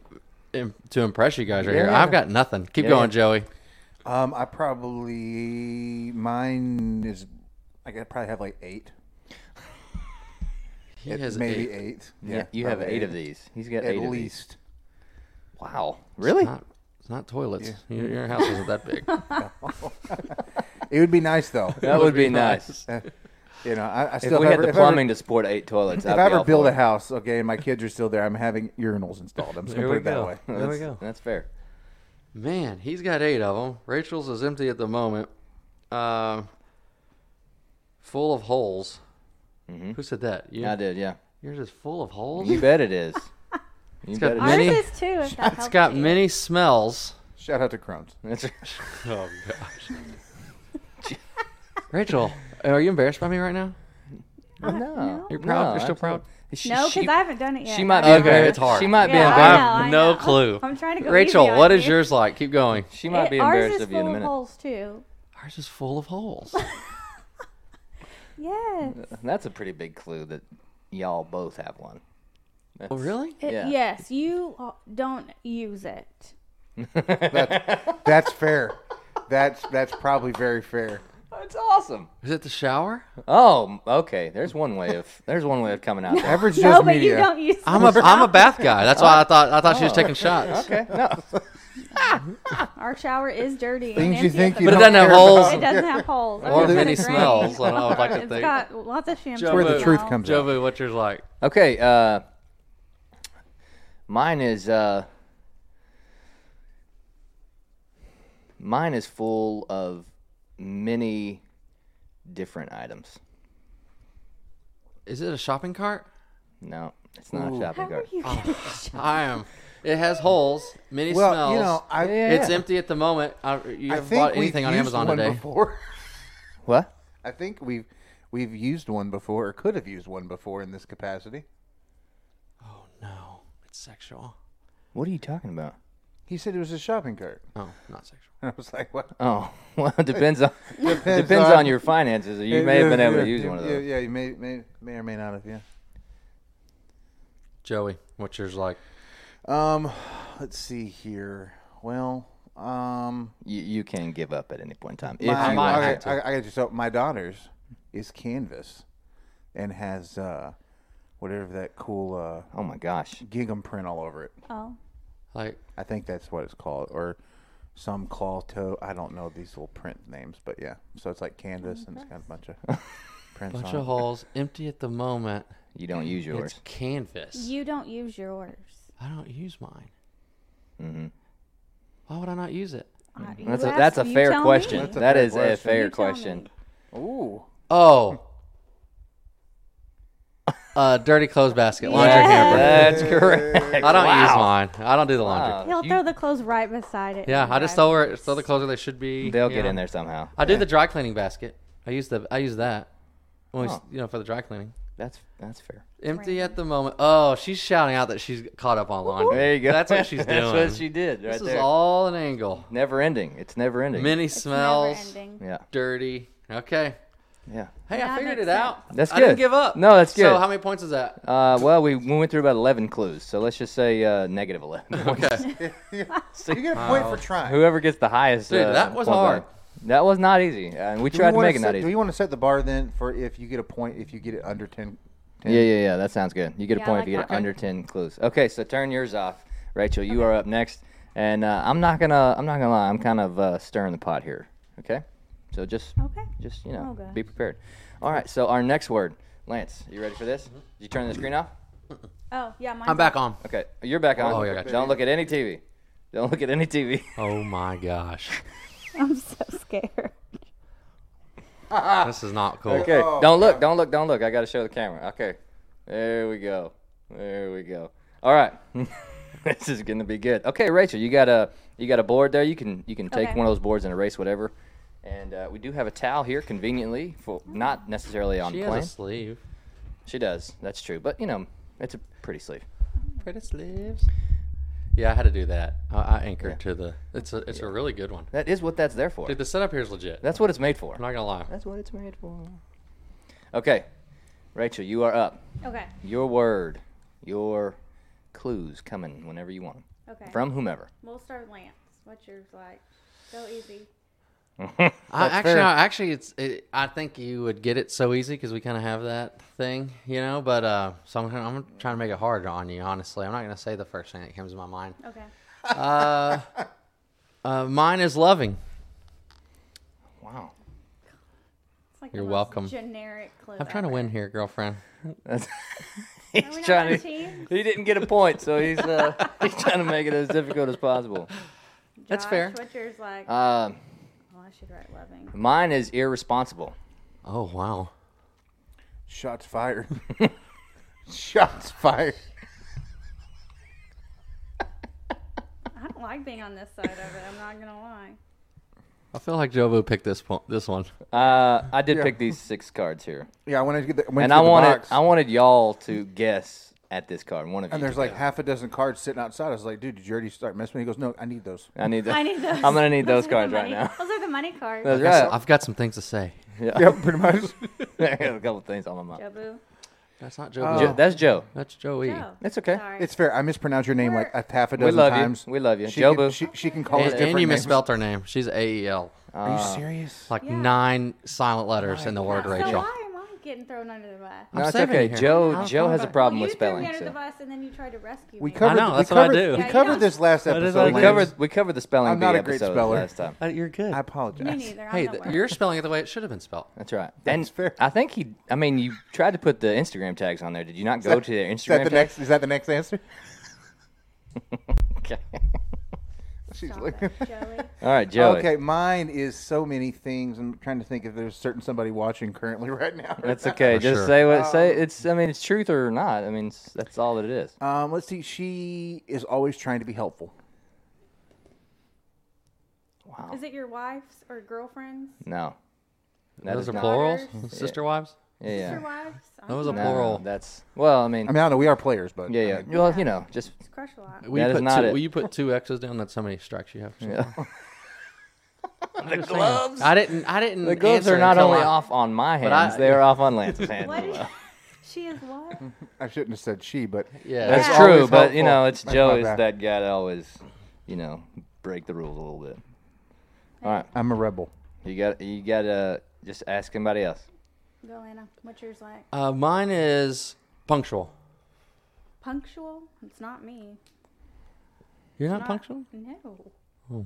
E: im- to impress you guys right here.
D: Yeah.
E: I've got nothing. Keep
D: Yeah.
E: going, Joey.
B: Um, I probably mine is. I could probably have like eight.
E: He
B: It-
E: has
B: maybe eight.
E: eight.
B: Yeah,
D: you have
B: probably
D: eight of these. He's got
B: at
D: eight
B: least.
D: Of these. Wow, really?
E: Not, it's not toilets. Your, your house isn't
D: [LAUGHS]
E: that big.
B: It would be nice though.
D: That would be nice. Uh,
B: you know, I, I
D: If
B: still
D: we
B: have
D: had the
B: if I ever-
D: plumbing to support eight toilets,
B: If
D: I'd
B: I
D: be
B: ever
D: all
B: build
D: for
B: a
D: it.
B: house, okay, and my kids are still there, I'm having urinals installed. I'm just gonna put it that way. [LAUGHS]
E: There we go.
D: That's fair.
E: Man, he's got eight of them. Rachel's is empty at the moment. Um, full of holes.
D: Mm-hmm.
E: Who said that? You,
D: I did, yeah.
E: Yours is full of
D: [LAUGHS]
E: holes.
D: You bet it is. You
E: got
D: bet it
E: iron-
D: is.
E: Many-
F: Ours is too. If that
E: It's
F: helps
E: got
F: you.
E: many smells.
B: Shout out to Crohn's.
D: That's right.
E: [LAUGHS] Oh gosh. Rachel, are you embarrassed by me right now?
D: No,
E: You're proud? You're still
D: absolutely.
E: proud?
D: She-
F: No,
D: she-
F: because I haven't done it yet.
D: She might be
E: Okay,
D: embarrassed.
E: it's hard.
D: She might be
F: Yeah, I
D: embarrassed.
F: know, I
E: no
F: know.
E: clue.
F: I'm trying to go.
E: Rachel,
F: easy on
E: what is
F: you.
E: yours like? Keep going.
D: She might
F: It-
D: be
F: ours
D: embarrassed
F: is
D: of you in a
F: full
D: minute.
F: holes too.
E: [LAUGHS] Ours is full of holes.
F: Yes.
D: That's a pretty big clue that y'all both have one.
E: [LAUGHS] oh, really?
F: It-
D: Yeah.
F: Yes, you uh, don't use it.
B: That's fair. That's that's probably very fair.
D: That's awesome.
E: Is it the shower?
D: Oh, okay. There's one way of there's one way of coming
E: [LAUGHS]
D: out there.
B: Average
F: No,
B: Joe's
F: but you
B: media.
F: don't use
E: I'm
F: it.
E: a I'm a bath guy. That's why I thought I thought she was taking [LAUGHS] shots.
D: Okay. No.
F: Our shower is dirty.
B: Things
F: and
B: you
F: empty
B: think
F: at
B: you
F: the
E: But it
B: don't
E: doesn't
B: care
E: have holes.
F: moment.
B: about.
F: It doesn't have holes. I'm
E: Or
F: just
E: many
F: gonna drink.
E: smells, I would like to
F: It's
E: think.
F: got lots of shampoo.
E: Where the
B: truth
F: now.
B: comes.
E: Jovu, what's yours like?
D: Okay. Uh, mine is uh, mine is full of many different items.
E: Is it a shopping cart?
D: No, it's not a shopping
F: How are
D: cart.
F: you?
E: Ah. I am. It has holes, many
B: Well,
E: smells.
B: you know, I,
E: it's empty at the moment. I, you
B: I think
E: haven't bought
B: we've [LAUGHS]
E: anything on
B: used
E: Amazon
B: one
E: today.
B: before.
D: What?
B: I think we've We've used one before, or could have used one before in this capacity.
E: No, it's sexual.
D: What are you talking about?
B: He said it was a shopping cart, [LAUGHS]
E: Oh, not sexual.
B: and I was like, "What?"
D: Oh, [LAUGHS] well, it depends
B: [LAUGHS]
D: on depends,
B: on-
D: on, your finances. You may have been able to use one of
B: Yeah,
D: those.
B: yeah, you may, may, may or may not have. Yeah.
E: Joey, what's yours like?
B: Um, let's see here. Well, um,
D: You, you can give up at any point in time if
B: my,
D: you
B: Um, I,
D: want
B: I,
D: to.
B: I, I got you. So my daughter's is canvas, and has uh, whatever that cool uh,
D: oh my gosh,
B: gingham print all over it.
F: Oh,
E: Like,
B: I think that's what it's called, or some claw toe. I don't know these little print names, but yeah. So it's like canvas, and it's got a bunch of [LAUGHS] prints
E: bunch
B: on
E: of
B: it.
E: holes, empty at the moment.
D: you don't use yours.
E: It's canvas.
F: you don't use yours.
E: I don't use mine.
D: Mm-hmm.
E: Why would I not use it?
F: Uh, you
D: That's a
F: ask-
D: that's a
F: you
D: fair
F: tell
D: question.
F: me.
B: That's a
D: That
B: fair
D: is a
B: question.
D: fair
F: You tell
D: question.
B: [LAUGHS]
F: me.
B: Ooh,
D: [LAUGHS]
E: Oh. uh, dirty clothes basket, laundry
F: Yeah.
D: [LAUGHS]
E: hamper.
F: [LAUGHS]
D: That's correct.
E: I don't use
D: Wow. Uh,
E: mine. I don't do the laundry.
D: Wow.
F: He'll
D: You-
F: throw the clothes right beside it.
E: Yeah,
F: and
E: I just
F: drive-
E: throw where throw the clothes where they should be.
D: They'll
E: you
D: get
E: know.
D: in there somehow.
E: I do the dry cleaning basket. I use the I use that. When we s
D: Huh.
E: you know, for the dry cleaning.
D: That's that's fair.
E: Empty at the moment. Oh, she's shouting out that she's caught up on laundry.
D: There you go.
E: That's
D: [LAUGHS]
E: what she's doing.
D: that's what she did. Right
E: this is
D: there.
E: all an angle.
D: never ending. It's never ending.
E: Many
F: It's never
E: smells.
F: ending.
D: yeah,
E: Dirty. Okay.
D: yeah.
E: Hey, I
F: That
E: figured
F: makes
E: it out.
D: That's
E: I didn't
D: good.
E: give up.
D: No, that's
E: So
D: good.
E: how many points is
D: [LAUGHS]
E: that?
D: Uh, well, we, we went through about eleven clues, so let's just say uh, negative eleven.
E: [LAUGHS] Okay.
B: you get a point for trying.
D: Whoever gets the highest.
E: Dude,
D: uh,
E: that was
D: point
E: hard.
D: back. That was not easy, and we
B: Do we
D: tried to
B: wanna
D: make it
B: set-
D: not
B: Do
D: easy.
B: you want to set the bar then for if you get a point if you get it under 10?
D: Yeah, yeah, yeah. That sounds good. You get
F: Yeah,
D: a
F: I
D: point
F: like
D: if you get
F: that.
D: under ten clues. Okay, so turn yours off, Rachel. You are up next, and uh, I'm not gonna I'm not gonna lie. I'm kind of uh, stirring the pot here. Okay, so just
F: Okay.
D: just you know
F: Okay.
D: be prepared. All right, so our next word, Lance. You ready for this?
E: Mm-hmm.
D: Did you turn the screen off?
F: Oh yeah, mine's
E: I'm
D: [LAUGHS]
E: back on.
D: Okay, you're back on.
E: Oh, yeah, I got you.
D: Don't look at any TV. Don't look at any TV. [LAUGHS]
E: Oh my gosh.
F: I'm so scared.
E: This is not cool.
D: Okay. don't look. Don't look. Don't look. I got to show the camera. Okay. There we go. There we go. All right. [LAUGHS] this is gonna be good. Okay, Rachel, you got a you got a board there. You can you can take
F: Okay.
D: one of those boards and erase whatever. And uh, we do have a towel here, conveniently for not necessarily on
E: She has
D: plan.
E: a sleeve.
D: She does. That's true. But you know, it's a pretty sleeve.
E: Pretty sleeves. Yeah, I had to do that. I, I anchored to the. It's a it's a really good one.
D: That is what that's there for.
E: Dude, the setup here is legit.
D: That's what it's made for.
E: I'm not gonna lie.
D: That's what it's made for. Okay, Rachel, you are up.
F: Okay.
D: Your word, your clues coming whenever you want 'em.
F: Okay.
D: from
B: [LAUGHS]
D: whomever.
F: We'll start Lance. What's yours like? So easy.
E: I, actually, I, actually, it's. It, I think you would get it so easy because we kind of have that thing, you know. But uh, so I'm, gonna- I'm trying to make it harder on you. Honestly, I'm not gonna say the first thing that comes to my mind.
F: Okay.
E: Uh, mine is loving.
D: Wow.
F: It's like
E: You're
F: the most
E: welcome.
F: Generic clue.
E: I'm trying to win here, girlfriend.
D: That's, [LAUGHS]
F: Are we
D: he's
F: not
D: trying to.
F: on team?
D: [LAUGHS] He didn't get a point, so he's uh,
F: [LAUGHS]
D: he's trying to make it as difficult as possible.
E: That's
F: Josh,
E: fair.
F: What's yours like?
D: Um,
F: oh, I should write loving.
D: mine is irresponsible.
E: Oh wow.
D: [LAUGHS]
B: Shots fired. [LAUGHS] Shots fired.
F: I don't like being on this side of it. I'm not gonna lie.
E: I feel like Jobu picked this po- this one.
D: Uh, I did pick these six cards here,
B: Yeah, I wanted to get the.
D: and
B: went through
D: I
B: the
D: wanted
B: box,
D: I wanted y'all to guess at this card. One of you.
B: and there's
D: to
B: like
D: guess.
B: half a dozen cards sitting outside. I was like, dude, did you already start messing with me? He goes, no, I need those.
D: I need. The,
F: [LAUGHS] I need those.
D: [LAUGHS] I'm gonna need those
F: are the
D: cards right
F: money- [LAUGHS]
D: now. [LAUGHS]
F: Those are the money cards.
D: That's
E: Yes,
D: right.
E: I've got some things to say.
B: Yep, pretty much.
D: [LAUGHS] I got a couple things on my mind.
F: Jobu.
E: That's not Jobu.
D: Jo- that's Oh. Joe.
E: that's E. Joey.
F: Joe.
D: It's okay.
F: Sorry.
B: It's fair. I mispronounced your name like a half a
D: We
B: dozen
D: love
B: times.
D: you. We love you,
B: She
D: Jobu.
B: Can, she, she can call us
E: And,
B: different
E: and you
B: names. Uh,
E: misspelled her name. She's A E L.
B: Are you serious?
E: Like
F: Yeah.
E: nine silent letters in the word
F: so
E: Rachel.
F: why am I getting thrown under the bus?
E: I'm
D: No, it's
E: saving
D: okay.
E: you here.
D: Joe Joe has a problem
F: well,
D: with
F: you
D: spelling.
F: threw me under
D: so.
F: the bus, and then you tried to rescue
B: We
F: me.
B: covered.
E: know, that's
B: we
E: what I
B: covered,
E: do.
B: We
E: Yeah,
F: you
B: covered
F: don't-
B: this last
E: That is
B: episode.
E: what I
D: We
E: do.
B: Lance.
D: covered we covered the spelling
B: I'm
D: bee
B: not a great
D: episode
B: speller.
D: last time.
E: Uh, you're good.
B: I
F: Me
B: apologize.
F: neither. I'm
E: hey,
F: not
E: th-
F: one.
E: you're spelling it the way it should have been spelled.
D: That's right. and I think he. I mean, you tried to put the Instagram tags on there. Did you not go to their Instagram?
B: Is that the
D: tag?
B: next? Is that the next answer?
D: [LAUGHS] Okay.
B: [LAUGHS] She's
F: Stop
B: looking.
D: [LAUGHS]
F: it, Joey.
D: All right, Joey.
B: Okay, mine is so many things. I'm trying to think if there's certain somebody watching currently [LAUGHS] right now.
D: That's okay.
E: For
D: Just
E: sure.
D: say what say. It's. I mean, it's truth or not. I mean, it's, that's all that it is.
B: Um, let's see. She is always trying to be helpful.
D: Wow.
F: Is it your wife's or girlfriend's?
D: No. That
E: Those
D: is
E: are
D: not-
E: plurals.
F: Daughters.
E: Sister wives.
D: Yeah.
F: Sister wives.
E: That was a
D: No,
E: plural.
D: that's well. I mean,
B: I mean, I know we are players, but
D: yeah, yeah.
B: I mean,
D: Well, you know,
B: [LAUGHS]
D: just
F: It's crush a lot.
E: Will you
D: That is
E: put
D: not
E: two,
D: it.
E: Will you put two X's down? That's how many strikes you have.
D: yeah. the
E: Just saying. I didn't. I didn't.
D: The gloves are
E: answer
D: not
E: until
D: only
E: I-
D: off on my
E: But I-
D: hands; they are off
E: [LAUGHS]
D: on Lance's hands.
F: What?
D: as
F: Is,
D: well.
F: she is
D: [LAUGHS]
F: what?
B: I shouldn't have said she, but
E: Yeah.
D: That's
F: Yeah.
D: true,
B: always
D: but you
B: helpful.
D: know, it's
B: That's
D: Joe
B: my
D: is
B: bad.
D: that guy that always, you know, break the rules a little bit. All right,
B: I'm a rebel.
D: you got you got to just ask somebody else.
F: Go, Anna. What's yours like?
E: Uh, mine is punctual.
F: Punctual? It's not me.
E: You're not
F: Not-
E: punctual.
F: No.
E: Oh.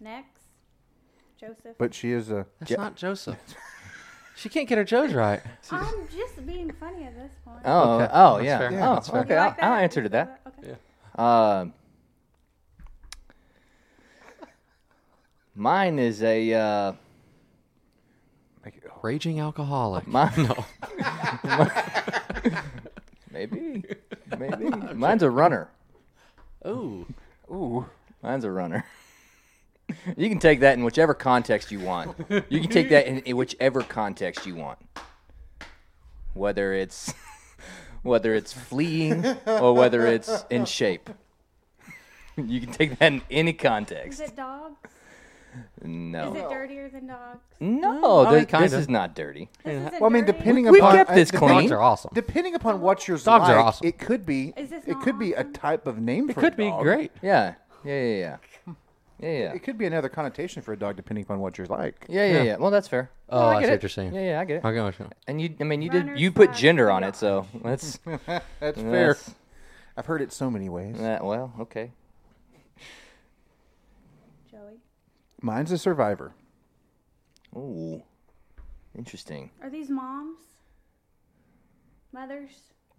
F: Next, Joseph.
B: But she is a.
E: That's
D: Jo-
E: not [LAUGHS] Joseph. she can't get her Joes right.
F: I'm just being funny at this point.
D: Oh,
E: Okay.
D: oh
E: That's
D: yeah.
E: fair.
B: Yeah,
D: oh,
B: that's fair.
D: okay.
F: You
D: I'll,
F: like
D: I'll answer to
F: [LAUGHS]
D: that.
F: Okay.
D: Um, mine is a uh, [LAUGHS]
B: Like, oh,
E: Raging alcoholic. [LAUGHS]
D: mine. No. maybe, maybe. Mine's a runner.
E: Ooh.
D: Ooh, mine's a runner. [LAUGHS] you can take that in whichever context you want. You can take that in, in whichever context you want. Whether it's [LAUGHS] whether it's fleeing or whether it's in shape. You can take that in any
F: Is
D: context.
F: it dogs?
D: No.
F: Is it dirtier than dogs?
D: No,
E: I
D: thi-
E: mean,
D: this,
E: Oh, kinda.
D: is not dirty.
F: This isn't
B: well, I mean,
F: dirty?
B: depending
D: We
B: upon
D: kept this
B: depending-
D: clean.
E: Dogs are awesome.
B: Depending upon what you're
E: Dogs are
B: like,
E: awesome.
B: it could be.
F: Is this
B: it
F: not
B: could be a
F: awesome?
B: type of name
E: It
B: for a
E: could be
B: dog.
E: great.
D: Yeah. Yeah, yeah, yeah. Yeah, yeah.
B: It could be another connotation for a dog, depending upon what you're like.
D: Yeah, yeah, yeah. Well, that's fair.
E: Oh,
D: No,
E: I
D: get
E: see
D: it.
E: what you're saying.
D: Yeah, yeah, I get it.
E: I'll go with you.
D: And you I mean, you did
F: Runner
D: you put
F: slash
D: gender on it, so let's
B: That's fair.
D: that's-
B: I've heard it so many ways.
D: That, Eh, well, okay.
F: Joey.
B: Mine's a survivor.
D: Ooh, interesting.
F: Are these moms? Mothers?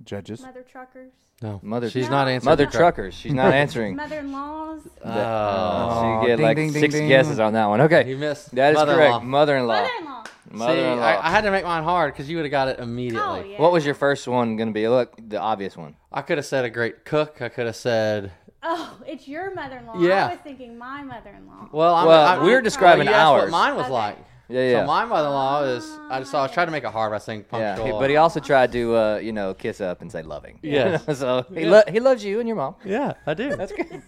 B: Judges.
F: Mother truckers?
E: No,
D: Mother-
E: She's
D: No.
E: not answering.
D: Mother
E: the cra-
D: truckers, she's
E: [LAUGHS]
D: not answering. uh,
F: Mother in laws?
D: So
E: Oh,
D: you get
B: ding,
D: like
B: ding, ding,
D: six
B: ding.
D: guesses on that one. Okay,
E: you missed.
D: that is
E: mother-in-law.
D: correct. Mother-in-law.
F: Mother in law.
E: See,
D: Mother-in-law.
E: I, I had to make mine hard because you would have got it immediately.
F: Oh, yeah.
D: What was your first one gonna be? Look, the obvious one.
E: I could have said a great cook. I could have said,
F: Oh, it's your mother in law.
E: Yeah.
F: I was thinking my mother in law.
E: well, I'm,
D: Well,
E: I'm,
D: we were
E: I'm-
D: describing
E: you asked
D: ours.
E: What mine was
F: Okay.
E: like.
D: Yeah, yeah.
E: So my mother-in-law is. I just. I was trying to make it hard by saying
D: yeah,
E: punctual.
D: but he also tried to, uh, you know, kiss up and say loving.
E: Yes.
D: [LAUGHS] so he,
E: Yeah.
D: lo- he loves you and your mom.
E: yeah, I do. That's good.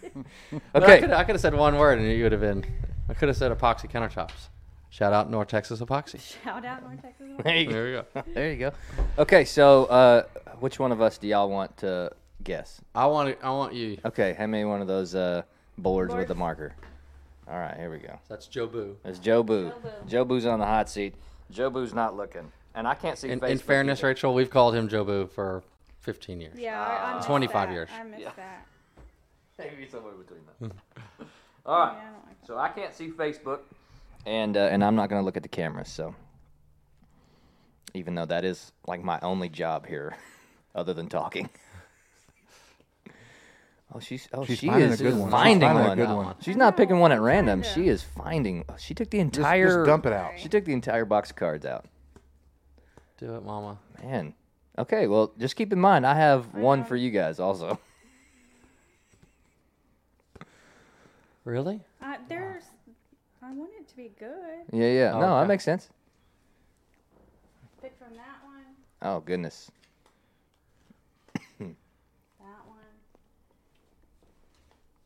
E: I
D: Okay.
E: could. I could have said one word, and you would have been. I could have said epoxy countertops. Shout out North Texas Epoxy.
F: [LAUGHS] Shout out North Texas.
D: [LAUGHS] There you go.
E: There you go.
D: There you go. Okay, so uh, which one of us do y'all want to guess?
E: I want. it- I want you.
D: Okay, hand me one of those uh, boards with
F: Boards.
D: the marker. All right, here we go.
E: That's Joe Boo.
D: It's Joe Boo.
F: Boo.
D: Joe Boo's on the hot seat. Joe Boo's not looking, and I can't see.
E: In,
D: Facebook
E: in fairness,
D: either.
E: Rachel, we've called him Joe Boo for 15 years.
F: Yeah, I, I missed
E: 25
F: that.
E: years.
F: I
D: [LAUGHS]
F: missed that.
D: maybe somewhere between them. [LAUGHS] All right,
F: Yeah, I don't like
D: so I can't see Facebook, and uh, and I'm not going to look at the camera. So, even though that is like my only job here, [LAUGHS] other than talking. [LAUGHS] Oh, she's oh
B: She's
D: she
B: finding
D: is
B: a good one. She's
D: finding,
B: finding a
D: one.
B: good one.
D: She's not picking one at random.
F: Kinda.
D: She is finding. She took the
B: Just,
D: entire.
B: just dump it out.
D: She took the entire box of cards out.
E: Do it, Mama.
D: Man. Okay, well, just keep in mind, I have one
F: know.
D: for you guys also. [LAUGHS]
E: Really?
F: that. Uh, there's. I want it to be good.
D: Yeah, yeah.
E: Oh,
D: no, that
E: okay.
D: makes sense.
F: Pick from that one,
D: Oh, goodness.
F: that one.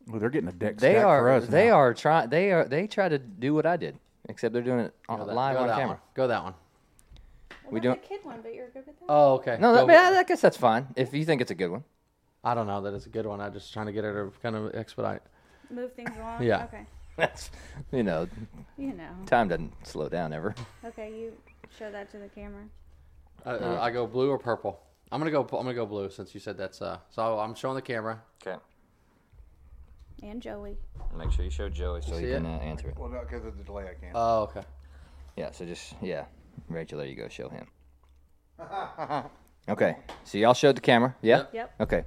B: Well, they're getting a deck
D: They
B: stack
D: are
B: for us.
D: they
B: now.
D: are trying they are they try to do what I did, except they're doing it on,
E: Go that-
D: live
E: go
D: on
E: that
D: camera.
E: one. Go that one.
F: Well,
D: We
F: that's
D: don't-
F: a kid one, but you're good with that.
E: Oh, okay.
D: No, that,
E: Go-
D: yeah, I guess that's fine if you think it's a good one. [LAUGHS]
E: I don't know. That is a good one. I'm just trying to get her to kind of expedite.
F: Move things along.
E: Yeah.
F: Okay.
D: That's you know,
F: You know.
D: time doesn't slow down ever.
F: Okay, you show that to the camera.
E: I, Uh, I go blue or purple. I'm gonna go. I'm gonna go blue since you said that's. Uh, so I'm showing the camera.
D: Okay,
F: And Joey.
D: make sure you show Joey so
E: See
D: he can
E: it?
D: uh, answer it.
B: Well, not because of the delay, I can't.
E: Oh, okay.
D: Yeah, so just yeah, Rachel, there you go. Show him. [LAUGHS] okay, so y'all showed the camera. Yeah.
E: Yep.
F: Yep.
D: Okay.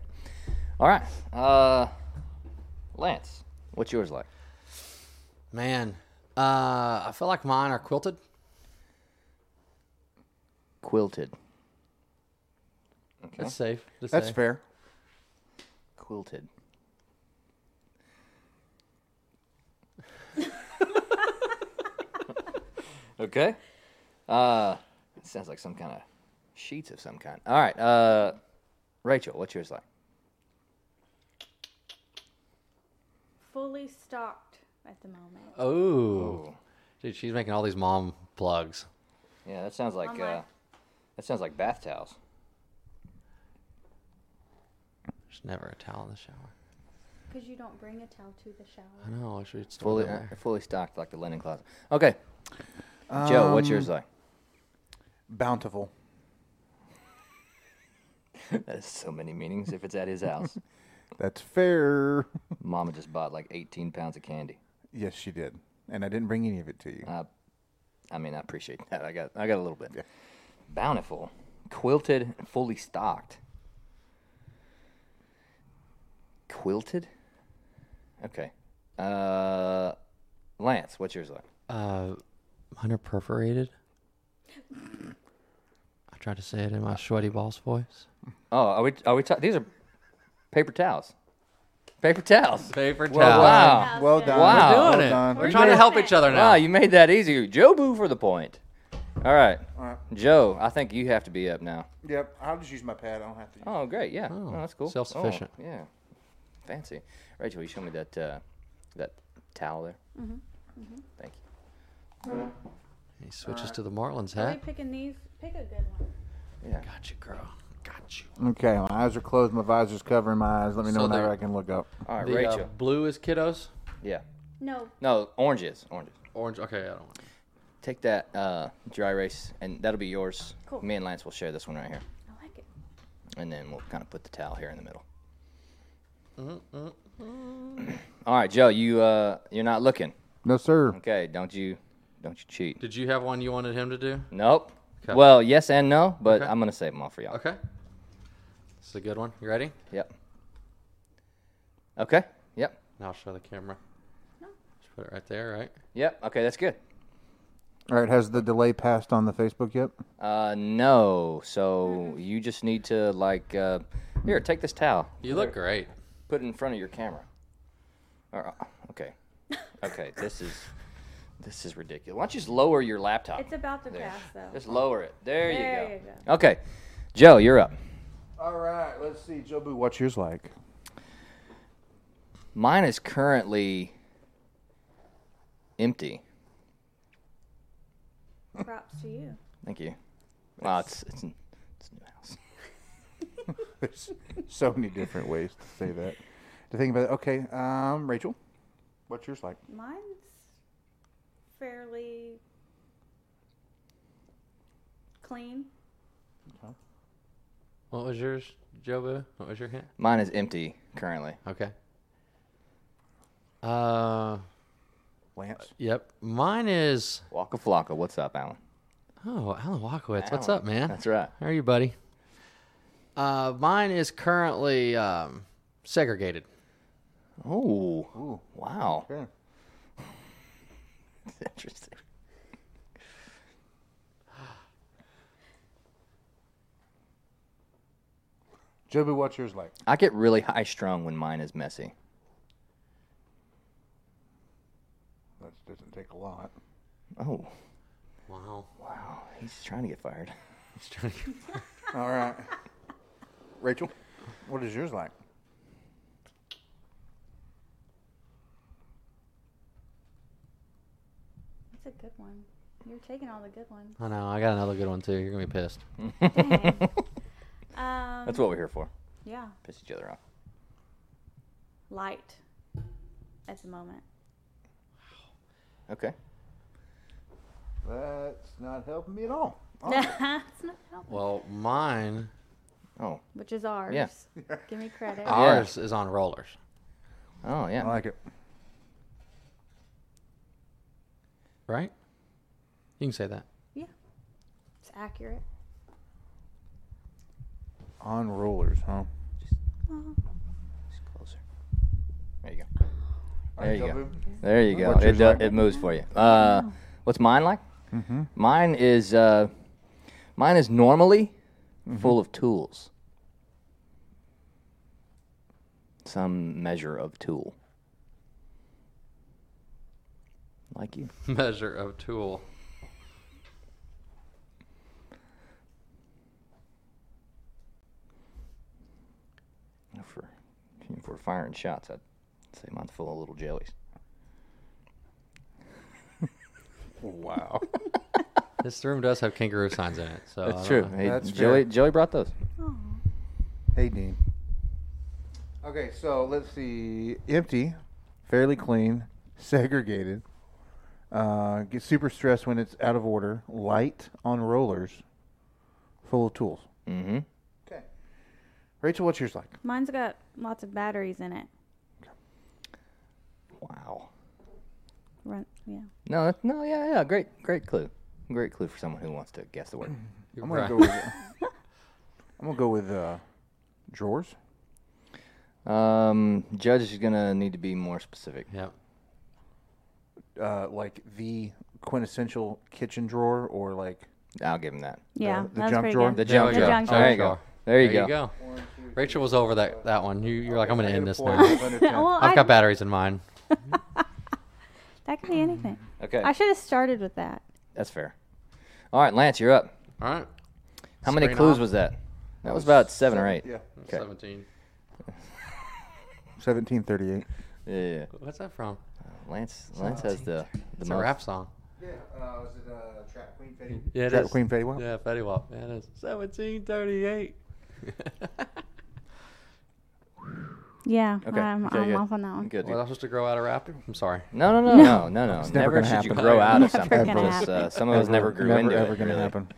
D: All right. Uh, Lance, what's yours like?
E: Man, uh, I feel like mine are quilted.
D: Quilted.
E: That's safe. to
B: That's
E: say.
B: fair.
D: Quilted. [LAUGHS] Okay. Uh, it sounds like some kind of sheets of some kind. All right. Uh, Rachel, what's yours like?
F: Fully stocked at the moment.
E: Oh, dude, she's making all these mom plugs.
D: Yeah, that sounds like
F: I'm
D: uh,
F: like-
D: that sounds like bath towels.
E: There's never a towel in the shower.
F: Because you don't bring a towel to the
E: I
F: shower.
E: know. I should store
D: Fully
E: them
D: uh,
E: there.
D: fully stocked like the linen closet. Okay. Joe, what's yours like?
B: Bountiful.
D: That has so many meanings if it's at his [LAUGHS] house.
B: That's fair. [LAUGHS]
D: Mama just bought like 18 pounds of candy.
B: yes, she did. And I didn't bring any of it to you.
D: I mean, I appreciate that. I got I got a little bit. Bountiful, quilted, and fully stocked. Quilted? Okay. Uh Lance, what's yours like?
E: Uh, mine are perforated. I tried to say it in my sweaty boss voice.
D: Oh, are we are we ta- these are paper towels. Paper towels.
E: Paper towel.
D: Ah, Well, wow.
B: well
F: Sounds good.
B: done.
D: Wow.
B: Well
E: Doing it.
B: done.
E: We're trying to help each other now.
D: Wow, Ah, you made that easy. Joe Boo for the point. All right. Joe, I think you have to be up now.
B: Yep. I'll just use my pad. I don't have to.
D: Oh, great. Yeah. Oh,
E: Oh,
D: that's cool.
E: self-sufficient.
D: Oh, yeah. Fancy. Rachel, will you show me that uh, that towel there? Mm-hmm. Thank you.
E: he switches to the Marlins
F: Are we
E: hat.
F: picking these? Pick a good one.
E: Got you, girl. Got you.
B: Okay. My eyes are closed. My visor's covering my eyes. Let me know
E: So
B: whenever
E: they're-
B: I can look up.
D: All right,
E: The
D: Rachel.
E: uh, blue is kiddos.
D: yeah.
F: No.
D: No, oranges. Oranges.
E: Orange. Okay, I don't. Want
D: Take that uh, dry erase, and that'll be yours.
F: Cool.
D: Me and Lance will share this one right here,
F: I like it.
D: and then we'll kind of put the towel here in the middle.
E: Mm-hmm.
D: All right, Joe. You uh, you're not looking.
B: No, sir.
D: Okay. Don't you don't you cheat.
E: Did you have one you wanted him to do?
D: Nope.
E: Okay.
D: Well, yes and no, but
E: Okay.
D: I'm gonna save them all for y'all.
E: Okay. This is a good one. You ready?
D: Yep. Okay. Yep.
E: Now I'll show the camera. Just put it right there, right?
D: Yep. Okay, that's good.
B: All right. Has the delay passed on the Facebook yet?
D: Uh, no. So you just need to like, uh, here, take this towel,
E: You look great.
D: put it in front of your camera. Or, uh, okay. Okay. this is this is ridiculous. Why don't you just lower your laptop?
F: It's about to pass, though.
D: just lower it. There,
F: There
D: you
F: you
D: go.
F: go.
D: Okay, Joe, you're up.
B: All right. Let's see. Joe Boo, what's yours like? [LAUGHS]
D: Mine is currently empty.
F: Props to you.
D: Thank you. Wow, it's it's, an, it's a new house.
B: There's so many different ways to say that. To think about it. Okay. Um, Rachel, what's yours like?
F: Mine's fairly clean.
E: What was yours, Jobu? What was your hint?
D: Mine is empty currently.
E: Okay. Uh,
B: Lance.
E: yep. Mine is.
D: Waka Flocka, what's up, Alan?
E: Oh, Alan Walkowitz. What's
D: Alan,
E: up, man?
D: that's right.
E: How are you, buddy? Uh, mine is currently um, segregated.
D: Oh, wow. [LAUGHS]
B: Okay.
D: That's interesting.
B: Joe Boo, what's yours like?
D: I get really high strung when mine is messy.
B: That doesn't take a lot.
D: Oh,
E: Wow.
D: wow. He's trying to get fired.
E: He's trying to get-
B: All right. [LAUGHS] Rachel, what is yours like?
F: That's a good one. You're taking all the good
D: [LAUGHS]
F: ones.
E: I know. I got another good one too. You're gonna be pissed.
F: Dang. um,
D: That's what we're here for.
F: yeah,
D: Piss each other off.
F: light at the moment.
D: Okay.
B: That's not helping me at all.
F: [LAUGHS] That's not helping.
E: Well, mine.
D: Oh,
F: Which is ours. [LAUGHS] Give me credit.
E: Oh,
D: Uh-huh.
E: Ours is on rollers.
D: oh, yeah.
B: I like it.
E: right? You can say that.
F: yeah, it's accurate.
B: On rollers, huh?
D: Just closer. There you go. There you go.
B: Boo.
D: There you go.
B: What's
D: It,
B: yours
D: do,
B: like? Mm-hmm.
D: it moves for you. Uh, what's mine like? Mine is uh, mine is normally
B: Mm-hmm.
D: full of tools. Some measure of tool. Like you.
E: Measure of tool.
D: if we're firing shots, I'd say mine's full of little jellies.
B: Wow.
E: This room does have kangaroo signs in it. So Oh, I
D: That's
E: don't
D: true.
E: know.
D: Hey,
B: That's
D: Joey,
B: fair.
D: Joey brought those.
B: hey, Dean. Okay, so let's see. Empty, fairly clean, [LAUGHS] segregated. Uh, get super stressed when it's out of order. Light on rollers, full of tools.
D: Mm-hmm.
B: Okay. Rachel, what's yours like?
F: Mine's got lots of batteries in it.
D: Wow.
F: Run, yeah.
D: No, that- no, yeah, yeah. Great, great clue. Great clue for someone who wants to guess [CLEARS THROAT] the word.
B: I'm gonna
E: Right.
B: go with. I'm gonna go with uh, drawers.
D: Um, judge is gonna need to be more specific.
E: Yep.
B: Uh, like the quintessential kitchen drawer, or like
D: I'll give him that.
F: Yeah,
B: the
F: that's
B: junk
F: pretty
B: drawer?
F: good.
D: The
E: There
D: junk
E: we
F: The
D: drawer.
F: junk
D: Oh, there
F: drawer.
D: you go. There you go.
E: Rachel was over that, that one. You, you're like, I'm going to end this
B: Four
E: now.
B: under ten.
F: [LAUGHS] well, I,
E: I've got batteries in mine.
F: that could be anything.
D: Okay,
F: I should have started with that.
D: that's fair. All right, Lance, you're up.
E: All right.
D: How many
E: Screen
D: clues
E: off.
D: was that? That was about seven or eight.
B: Yeah,
D: Okay.
E: 17.
B: seventeen thirty-eight.
D: Yeah, yeah, yeah.
E: What's that from?
D: Lance, Lance has the the
E: It's
D: most.
E: a rap song.
B: Yeah, uh, was it uh, Trap Queen Fetty?
E: Yeah, it
B: Trap
E: is.
B: Queen Fetty Wap?
E: Yeah, Fetty Wap. Yeah, it is.
D: [LAUGHS]
E: 1738.
F: Yeah,
D: Okay,
F: I'm,
D: okay,
F: I'm
D: good.
F: off on that one.
D: Good.
E: Was I supposed to grow out a raptor? I'm sorry.
D: No, no, no, no, no, no.
B: It's
D: never
B: never gonna
D: should you
B: happen.
D: grow out of
F: Never
D: something.
F: gonna
D: because, uh,
F: happen.
D: some of us never grew
B: never,
D: into
B: ever
D: it.
B: gonna
D: really.
B: happen.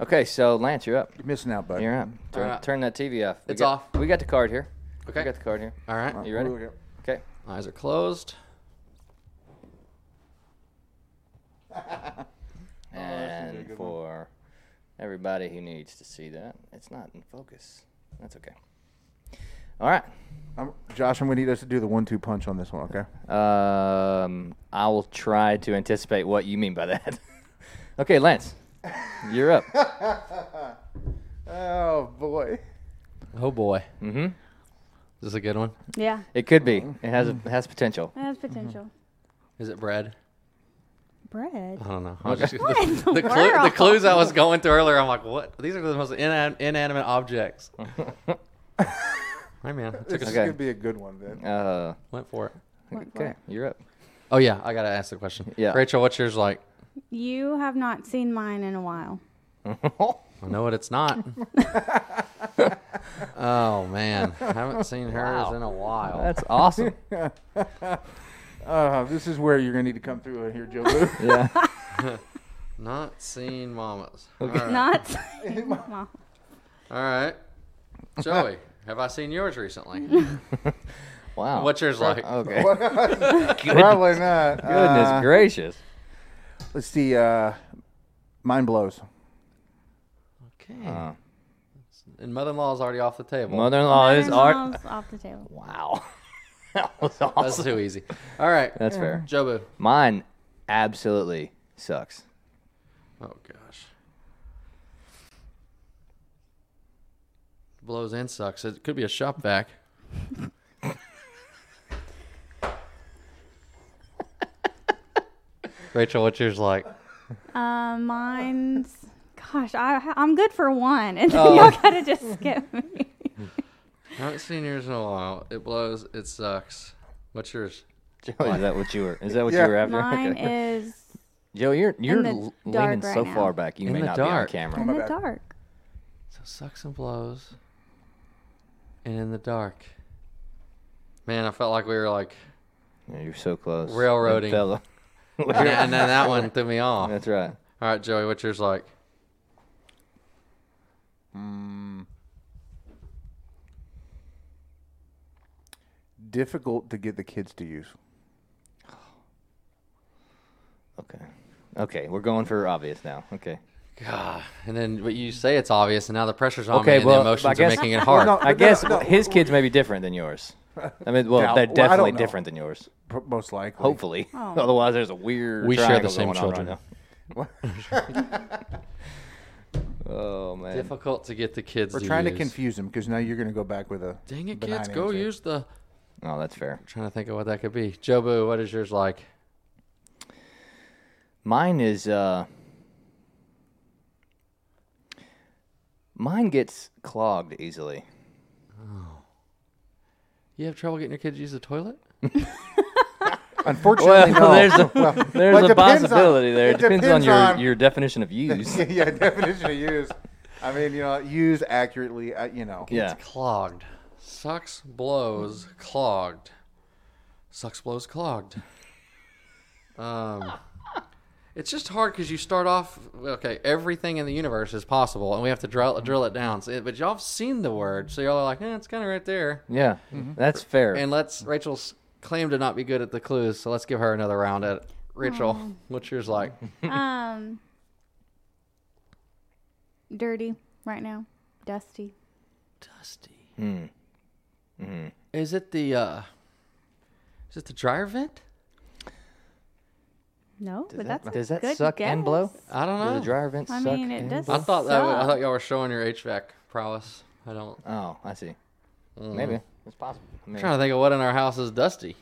D: Okay, so Lance, you're up.
B: You're missing out, bud.
D: You're up. Turn,
E: Alright.
D: turn that TV off. We
E: It's
D: got-
E: off.
D: We got the card here.
E: Okay.
D: We got the card here.
E: All right.
D: You ready?
B: Look
D: Okay.
E: Eyes are closed. Oh,
D: and for everybody who needs to see that, it's not in focus. That's okay. All right.
B: I'm, Josh, I'm gonna need us to do the one-two punch on this one. Okay.
D: Um, I will try to anticipate what you mean by that. [LAUGHS] okay, Lance, you're
B: [LAUGHS]
D: up.
B: Oh boy.
E: Oh, boy.
D: Mm-hmm.
E: Is this a good one?
F: Yeah,
D: It could be.
B: Mm-hmm.
D: It has a, it has potential.
F: that has potential.
E: Is it bread?
F: Mm-hmm. [LAUGHS] Bread.
E: I don't know. I was just-
F: What [LAUGHS] in the
E: the, clue, the
F: world?
E: clues I was going through earlier, I'm like, what? These are the most inan-
D: [LAUGHS]
E: inanimate objects. Hey man, I took a
B: This
E: s-
B: is
D: Okay.
B: gonna be a good one, then.
D: Uh,
E: went for it.
F: What-
D: okay,
F: what?
D: you're up.
E: Oh yeah, I gotta ask the question.
D: Yeah.
E: Rachel, what's yours like?
F: You have not seen mine in a while.
E: I know what it's not. [LAUGHS] oh man, I haven't seen hers in a
D: [LAUGHS]
E: while.
D: That's awesome.
B: Uh, this is where you're gonna need to come through here,
D: [LAUGHS]
B: Joe. Boo.
D: yeah.
E: Not seen
D: [LAUGHS]
E: mamas. All right.
F: Not seen mine.
E: All right. Joey, have I seen yours recently?
D: Wow.
E: What's yours like?
D: Okay.
B: Probably
D: [LAUGHS]
B: not.
D: Goodness
B: Uh,
D: gracious.
B: Let's see. Uh, mine blows.
E: Okay.
D: Uh,
E: and mother-in-law's already off the table.
D: Mother-in-law oh, is art.
F: Mother-in-law's off the table.
D: Wow. [LAUGHS] that was
E: That's
D: awesome.
E: too easy. All
D: [LAUGHS]
E: right.
D: That's fair.
E: Jobu.
D: Mine absolutely sucks.
E: Oh gosh. Blows and sucks. It could be a shop vac. [LAUGHS] Rachel, what's yours like?
F: Uh, mine's. Gosh, I, I'm good for one, [LAUGHS] and then y'all gotta just [LAUGHS] skip me.
E: haven't seen yours in a while. It blows. It sucks. What's yours?
D: Joey, is that what you were? Is that what
B: Yeah.
D: you were after?
F: Mine
D: Okay.
F: is
D: Joe, you're you're
F: the
D: l-
F: dark
D: leaning
F: right
D: so
F: now.
D: far back, you
E: In
D: may
E: the
D: not
E: dark.
D: be on
F: in
D: camera.
B: my
F: the
B: bad.
F: dark.
E: So sucks and blows. And in the dark. Man, I felt like we were like,
D: Yeah, you're so close.
E: Railroading. [LAUGHS]
D: Fellow. [LAUGHS]
E: and then that one threw me off.
D: That's right.
E: All right, Joey, what's yours like?
B: Difficult to get the kids to use.
D: Okay. Okay, we're going for obvious now. Okay.
E: God. And then, but you say it's obvious, and now the pressure's on
D: Okay,
E: me, and
D: well,
E: the emotions
D: I guess-
E: are
B: [LAUGHS]
E: making it hard.
B: no,
D: I guess
B: no,
D: his kids may be different than yours. I mean, well, they're
B: Now- well, I don't
D: definitely
B: know.
D: different than yours.
B: P- most likely.
D: Hopefully.
F: Oh.
D: [LAUGHS] Otherwise, there's a weird.
E: We share the
D: triangle
E: same
D: going on right
E: children.
D: [LAUGHS] now. oh man.
E: Difficult to get the kids.
B: We're trying to confuse them because now you're going to go back with a.
E: Dang it,
B: benign
E: kids! Go
B: answer.
E: use the.
D: Oh, that's fair.
E: trying to think of what that could be. Jobu, what is yours like?
D: Mine is uh Mine gets clogged easily.
E: You have trouble getting your kids to use the toilet?
D: [LAUGHS]
B: Unfortunately,
D: Well,
B: no.
D: there's a-
B: Well,
D: There's
B: well, it
D: a
B: depends on-
D: possibility there. It depends, on your,
B: on-
D: your definition
B: [LAUGHS]
D: of use.
B: yeah, definition of use. I mean, you know, use accurately. Uh, you know,
D: yeah.
E: It's clogged. Sucks, blows, clogged. Sucks, blows, clogged. Um, it's just hard because you start off okay. Everything in the universe is possible, and we have to drill drill it down. So, but y'all have seen the word, so y'all are like, eh, it's kind of right there.
D: Yeah.
B: Mm-hmm.
D: That's fair.
E: And let's Rachel's claimed to not be good at the clues, so let's give her another round at it. Rachel. What's yours like?
F: um, dirty right now, dusty.
E: Dusty. Is it the uh, is it the dryer vent?
F: No, but
D: that-
F: that's a
D: does that
F: good
D: suck and
F: guess.
D: blow?
E: I don't know.
D: Does the dryer vent
F: I
D: suck?
F: mean, it
D: in?
F: does.
E: I thought that was, I
F: suck.
E: thought y'all were showing your HVAC prowess. I don't. I'm
D: Oh, I see.
E: Mm-hmm.
D: Maybe. It's possible. I mean,
E: trying
D: [LAUGHS]
E: to think of what in our house is dusty.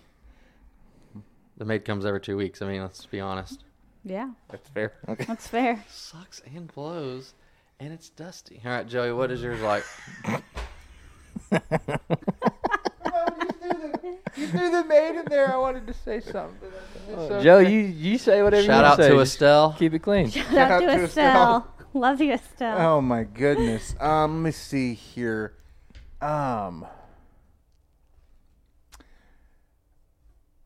E: The maid comes every two weeks. I mean, let's be honest.
F: yeah,
E: That's fair.
F: that's
E: [LAUGHS]
F: fair.
E: Sucks and blows, and it's dusty. All right, Joey, what is yours like?
B: you threw the maid in there. I wanted to say something.
D: Joe, you, you say whatever
E: Shout
D: you
E: out
D: want say.
E: to
D: Just
E: Estelle.
D: Keep it
F: [LAUGHS]
D: clean.
F: Shout
B: out
F: out to
B: to
F: Estelle.
B: Estelle.
F: Love you, Estelle.
B: Oh my goodness. Um, let me see here. Um,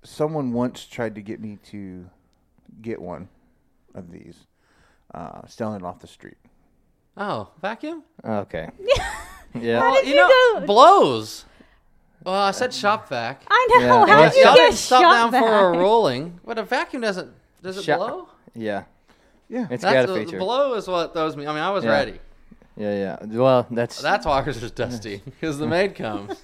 B: someone once tried to get me to get one of these, uh, selling off the street.
E: Oh, vacuum.
D: Okay.
F: [LAUGHS]
D: yeah.
F: How did you,
E: you know,
F: [LAUGHS] go?
E: blows. Well, I said shop vac.
F: I know.
D: Yeah,
F: how
D: yeah.
F: did Oh, you
E: Y'all
F: get
E: didn't
F: shut
E: stop down for a
F: back?
E: rolling, but a vacuum doesn't. Does it
D: Shop-
E: blow?
D: Yeah.
B: Yeah.
D: It's
E: That's
D: got a
E: the- the
D: feature.
E: blow is what throws me. I mean, I was
D: Yeah.
E: ready.
D: Yeah, yeah. Well, that's
E: That's why ours
D: [LAUGHS]
E: is dusty because the maid comes.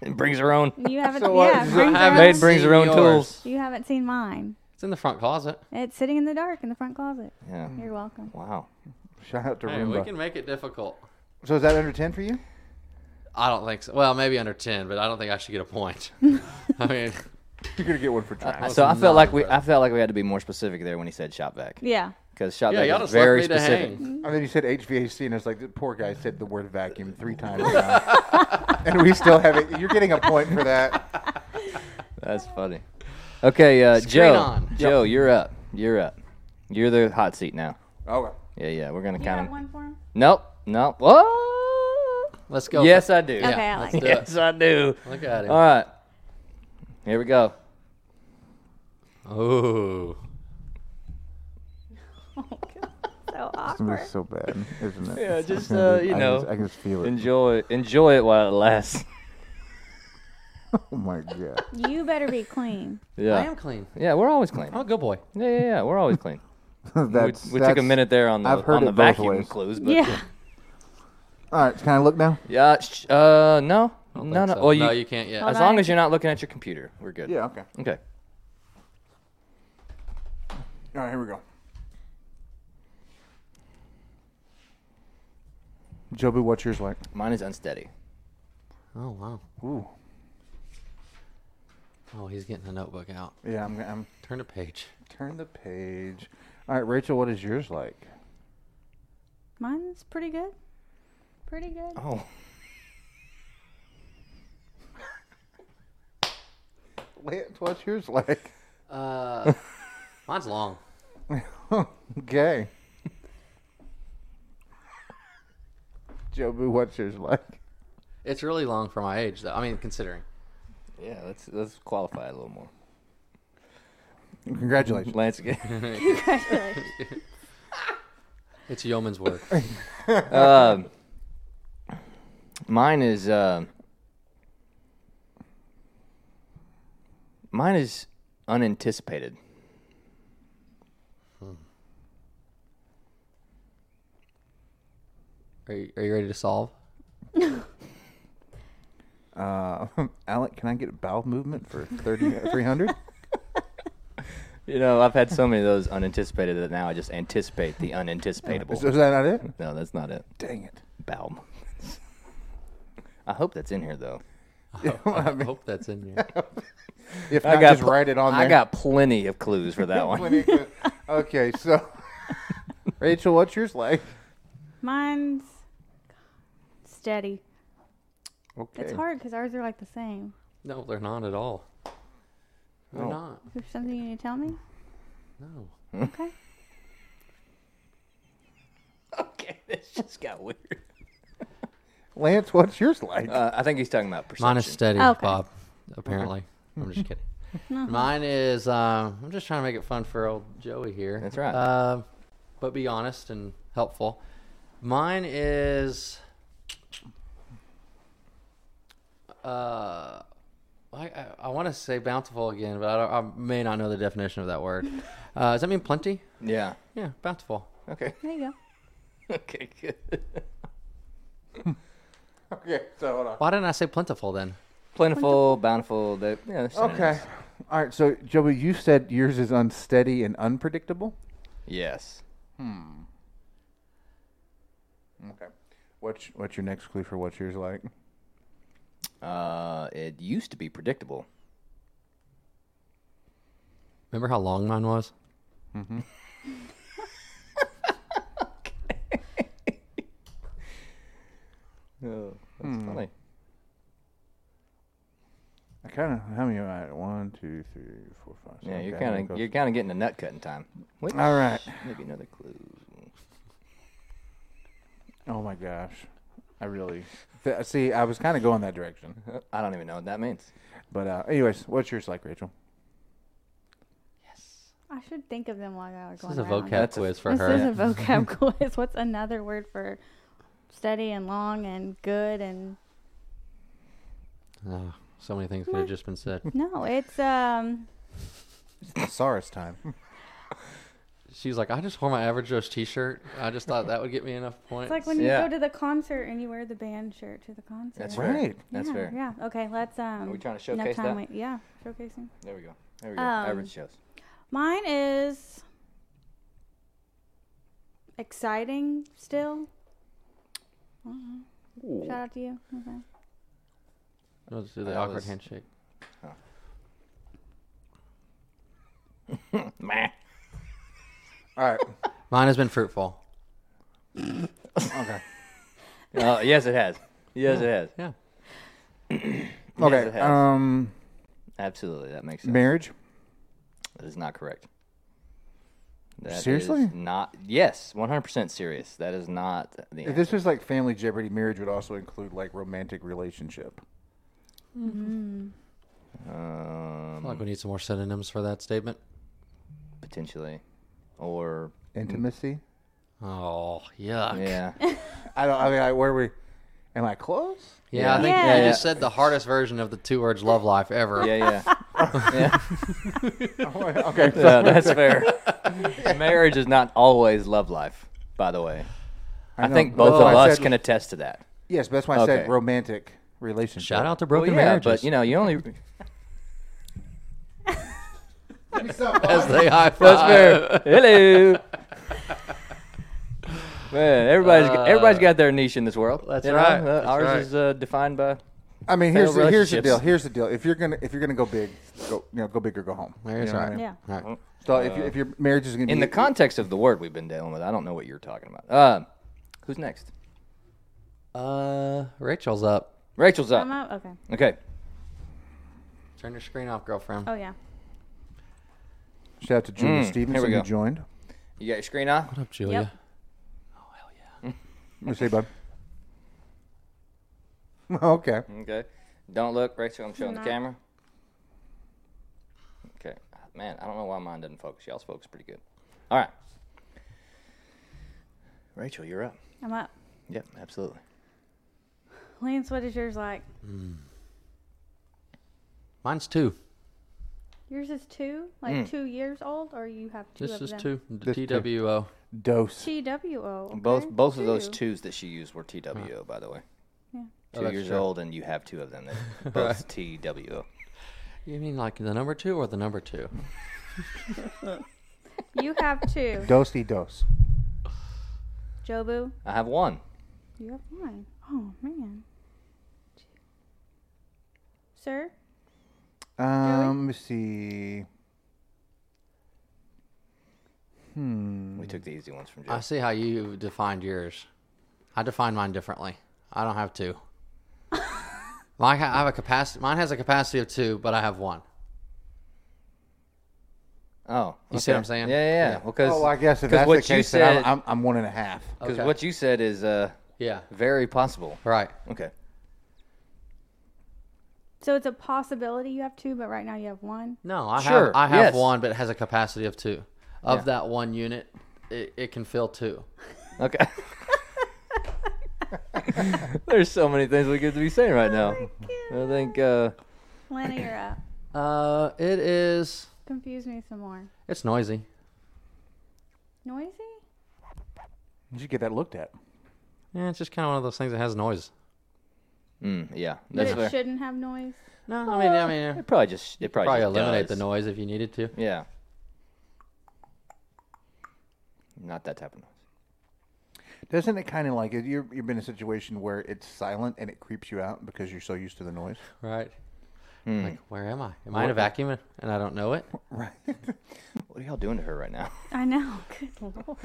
D: it brings her own.
F: [LAUGHS] You haven't.
B: So what?
F: yeah,
B: So
F: [LAUGHS] brings
E: I
F: her
E: haven't
D: Maid
F: own-
D: brings her own
E: seen
D: tools.
F: You haven't seen mine.
E: It's in the front closet.
F: It's sitting in the dark in the front closet.
D: Yeah.
F: You're welcome.
D: Wow.
B: Shout out to
E: Hey, we
B: Roomba.
E: can make it difficult.
B: So is that under ten for you?
E: I don't think so. Well, maybe under ten, but I don't think I should get a
F: [LAUGHS]
E: point. [LAUGHS] I mean,
B: You're gonna get one for trying.
D: So I
E: was
D: felt
E: not
D: like we I
E: impressed.
D: felt like we had to be more specific there when he said shop vac
F: Yeah.
D: because shop
E: yeah,
D: vac
E: y'all
D: is
E: just
D: very
E: left me
D: specific.
E: to hang.
B: And then you said HVAC, and it's like the poor guy said the word vacuum three times, now. [LAUGHS] and we still have it. You're getting a point for that.
D: That's funny. Okay, uh,
E: Screen
D: Joe.
E: on.
D: Joe, you're up. You're up. You're the hot seat now.
B: Oh,
D: Yeah, yeah. We're gonna
F: You got
D: count.
F: one for him?
D: Nope. Nope. Whoa.
E: Let's go.
D: Yes, I do.
E: Yeah,
F: Okay, I
E: let's
F: like
E: do
D: Yes, I do.
E: it. Look at him.
D: All right. Here we go. Uh,
E: Oh,
F: So awkward.
B: so bad, isn't it?
D: Yeah, It's just, gonna be- uh, you I know. just- I can
B: just feel
D: Enjoy. Enjoy it while it
B: [LAUGHS]
D: lasts.
B: Oh my god.
F: You better be clean.
E: I am
D: Yeah.
E: clean.
D: Yeah, we're always clean.
E: I'm a good boy.
D: Yeah, yeah, yeah. We're always clean. [LAUGHS] We,
B: that's,
D: we took a minute there on the
B: I've heard
D: on
B: it
D: the
B: both
D: vacuum
B: ways.
D: clues, but
F: Yeah.
B: All right, can I look now?
D: Yeah, sh- uh, no, no,
E: I
D: no.
E: think so.
D: Well,
E: no,
D: you,
E: you can't yet.
F: Hold
D: as
F: on.
D: long as you're not looking at your computer, we're good.
B: Yeah, okay.
D: Okay.
B: All right, here we go. Jobu, what's yours like?
D: Mine is unsteady.
E: Oh wow.
B: Ooh.
E: Oh, he's getting the notebook out.
B: Yeah, I'm. I'm
E: Turn a page.
B: turn the page. All right, Rachel, what is yours like?
F: Mine's pretty good. Pretty good.
D: Oh.
B: Lance, what's yours like?
E: Uh, [LAUGHS] mine's long.
B: okay. Jobu, what's yours like?
E: It's really long for my age, though. I mean, considering.
D: Yeah, let's let's qualify it a little more.
B: Congratulations.
D: Lance again.
F: Congratulations.
E: It's yeoman's [LAUGHS] work.
D: um, mine is um. mine is unanticipated.
E: Are you, are you ready to solve?
B: Uh, [LAUGHS] Alec, can I get a bowel movement for uh, 30, [LAUGHS] 300?
D: You know, I've had so many of those unanticipated that now I just anticipate the unanticipatable.
B: Is, is that not it?
D: no, that's not it.
B: Dang it.
D: Baum. I hope that's in here though.
E: [LAUGHS] I hope that's in [LAUGHS] here.
B: If
D: I
B: not,
D: got
B: just
D: pl-
B: write it on there.
D: I got plenty of clues for
B: [LAUGHS]
D: that one.
B: Plenty of- okay, so [LAUGHS] Rachel, what's yours like?
F: Mine's steady.
B: Okay.
F: It's hard because ours are like the same.
E: No, they're not at all. They're
D: Oh.
E: not.
F: Is there something you need to tell me?
E: No.
F: Okay.
D: Okay, this just got weird.
B: Lance, what's yours like?
D: Uh, I think he's talking about perception.
E: Mine is steady,
F: Okay.
E: Bob. Apparently, I'm just
F: [LAUGHS]
E: kidding. Mine is. Uh, I'm just trying to make it fun for old Joey here.
D: That's right.
E: Uh, but be honest and helpful. Mine is. Uh, I I, I want to say bountiful again, but I, don't, I may not know the definition of that
F: [LAUGHS]
E: word. Uh, does that mean plenty?
D: Yeah.
E: Yeah, bountiful.
D: Okay. [LAUGHS]
F: There you go.
D: Okay. Good.
B: okay, so hold on.
E: Why didn't I say plentiful then?
D: Plentiful, bountiful. The, yeah, they're synonyms.
B: Okay. All right, so Joey, you said yours is unsteady and unpredictable.
D: Yes.
B: Okay. What's what's your next clue for what yours like?
D: Uh, it used to be predictable.
E: Remember how long mine was?
D: Oh, that's funny.
B: I kind of how many am I? at? One, two, three, four, five.
D: Yeah, you're
B: okay,
D: kind
B: I'm gonna
D: of
B: go-
D: you're kind of getting a nut cutting time. Which
B: All right.
D: Maybe another clue.
B: Oh my gosh, I really th- see. I was kind of going that direction,
D: I don't even know what that means.
B: but uh, anyways, what's yours like, Rachel?
F: I should think of them while I was
E: This
F: going
E: is a
F: around.
E: vocab
D: That's a-
E: quiz for
F: This
E: her.
F: is a vocab quiz. What's another word for steady and long and good and
E: Oh, so many things could have just been said.
F: no? It's um.
B: Thesaurus time.
E: She's like, I just wore my average Joe's T-shirt. I just thought that would get me enough points.
F: [LAUGHS] It's like when you
D: Yeah.
F: go to the concert and you wear the band shirt to the concert.
D: That's
B: Right.
D: Fair. That's
F: yeah,
D: fair.
F: Yeah. Okay. Let's um.
D: we trying to
F: no
D: showcase
F: time
D: that?
F: wait- yeah. Showcasing.
D: There we go. There we go.
F: Um,
D: Average
F: [LAUGHS]
D: shows. [LAUGHS]
F: Mine is exciting still. Shout out to you. Okay.
E: Let's do the
D: That
E: awkward
D: was-
E: handshake.
D: Meh.
B: All right.
E: Mine has been fruitful.
B: Okay.
D: Uh, yes, it has. Yes, it has.
E: Yeah.
B: Okay.
D: it has.
B: um,
D: Absolutely, that makes sense.
B: marriage.
D: That is not correct. That is
B: Seriously?
D: not yes, one hundred percent serious. That is not the
B: If
D: answer.
B: this was like Family Jeopardy, marriage would also include like romantic relationship.
E: I
D: um,
E: feel like we need some more synonyms for that statement.
D: potentially, or
B: Intimacy.
E: Oh, yuck. Yeah,
F: [LAUGHS]
D: yeah,
B: I don't. I mean, like, where we? Am I close?
E: I think
F: Yeah.
E: you just said the hardest version of the two words love life ever.
D: yeah, yeah.
B: okay.
D: No,
E: [LAUGHS]
D: that's fair. Marriage is not always love life. By the way, I,
B: know.
D: think both
B: That's why
D: of
B: I
D: us
B: said-
D: can attest to that.
B: Yes, but that's why I
D: Okay.
B: said romantic relationship.
E: Shout out to
D: Well,
E: broken
D: yeah,
E: marriages.
D: but you know, you only
E: [LAUGHS] as they high
D: That's
E: five.
D: fair. Hello. Man, everybody's got- everybody's got their niche in this world.
E: That's
D: you know?
E: right,
D: Uh,
E: that's
D: ours
E: right.
D: is uh, defined by
B: I mean, here's
D: Failed
B: the, here's the
D: relationships.
B: deal. Here's the deal. If you're gonna if you're gonna go big, go you know go big or go home.
E: There is
B: You know what
E: right.
B: I mean?
F: Yeah.
E: [LAUGHS] All right.
B: So if, you, if your marriage is gonna be
D: in the context of the word we've been dealing with. I don't know what you're talking about. Uh, who's next?
E: Uh, Rachel's up.
D: Rachel's
F: I'm
D: up.
F: out. Okay.
D: Okay.
E: Turn your screen off, girlfriend.
F: Oh yeah.
B: shout out to Julia
D: Mm, here
B: Stevenson
D: we
B: who
D: go.
B: joined.
D: You got your screen off?
E: What up, Julia?
F: Oh. Yep.
B: What do you say, bud? [LAUGHS] okay.
D: Okay. Don't look, Rachel. I'm showing the
F: Not-
D: camera. Okay. Man, I don't know why mine doesn't focus. Y'all's focus pretty good. All right. Rachel, you're up.
F: I'm up.
D: Yep, absolutely.
F: Lance, what is yours like?
E: Mine's two.
F: Yours is two, like two years old, or you have two
E: This
F: of
E: is
F: them?
E: two.
B: two.
E: T W O.
B: Dose.
F: T W O. Okay.
D: Both both of those
F: Two.
D: twos that she used were TWO, by the way.
F: Yeah.
E: Oh,
D: Two
E: that's
D: years
E: true.
D: old, and you have two of
E: [LAUGHS]
D: them that both TWO.
E: You mean like the number two or the number two?
F: You have two.
B: Dosey dose.
F: Jobu,
D: I have one.
F: you have one. Oh man. Sir,
B: Um, let me see.
D: We took the easy ones from Joe.
E: Mm. I see how [LAUGHS] you defined yours. I define mine differently. I don't have two. Mine ha- I have a capacity. Mine has a capacity of two, but I have one.
D: Oh,
E: You see what
D: okay.
E: I'm saying?
D: Yeah, yeah.
E: Yeah.
D: yeah. Well, cause,
B: Oh,
D: [LAUGHS]
B: I guess if
D: 'cause
B: that's
D: what
B: the
D: you
B: case,
D: said,
B: then I'm, I'm, I'm one and a half.
D: because
E: Okay.
D: what you said is uh,
E: Yeah.
D: very possible.
E: Right.
D: Okay.
F: So it's a possibility you have two, but right now you have one.
E: No, I
D: Sure,
E: have I have
D: yes.
E: one, but it has a capacity of two. Of
D: Yeah.
E: that one unit, it, it can fill two.
D: Okay. There's so many things we get to be saying right now. I think uh,
F: Lena, you're up.
E: Uh, it is.
F: Confuse me some more.
E: It's noisy.
F: Noisy?
B: Did you get that looked at?
E: Yeah, it's just kind of one of those things that has noise.
D: mm, yeah,
F: But
D: that's
F: it
D: fair.
F: shouldn't have noise.
E: No, I mean, I mean,
D: It probably just it probably,
E: Uh, probably
D: just
E: eliminate
D: does.
E: the noise if you needed to.
D: Yeah. Not that type of noise.
B: Doesn't it kind of like you're, you've been in a situation where it's silent and it creeps you out because you're so used to the noise?
E: Right. Like, where am I? Am I in a vacuum and- and I don't know it?
B: [LAUGHS] Right.
D: What are y'all doing to her right now?
F: I know. [LAUGHS] Good lord.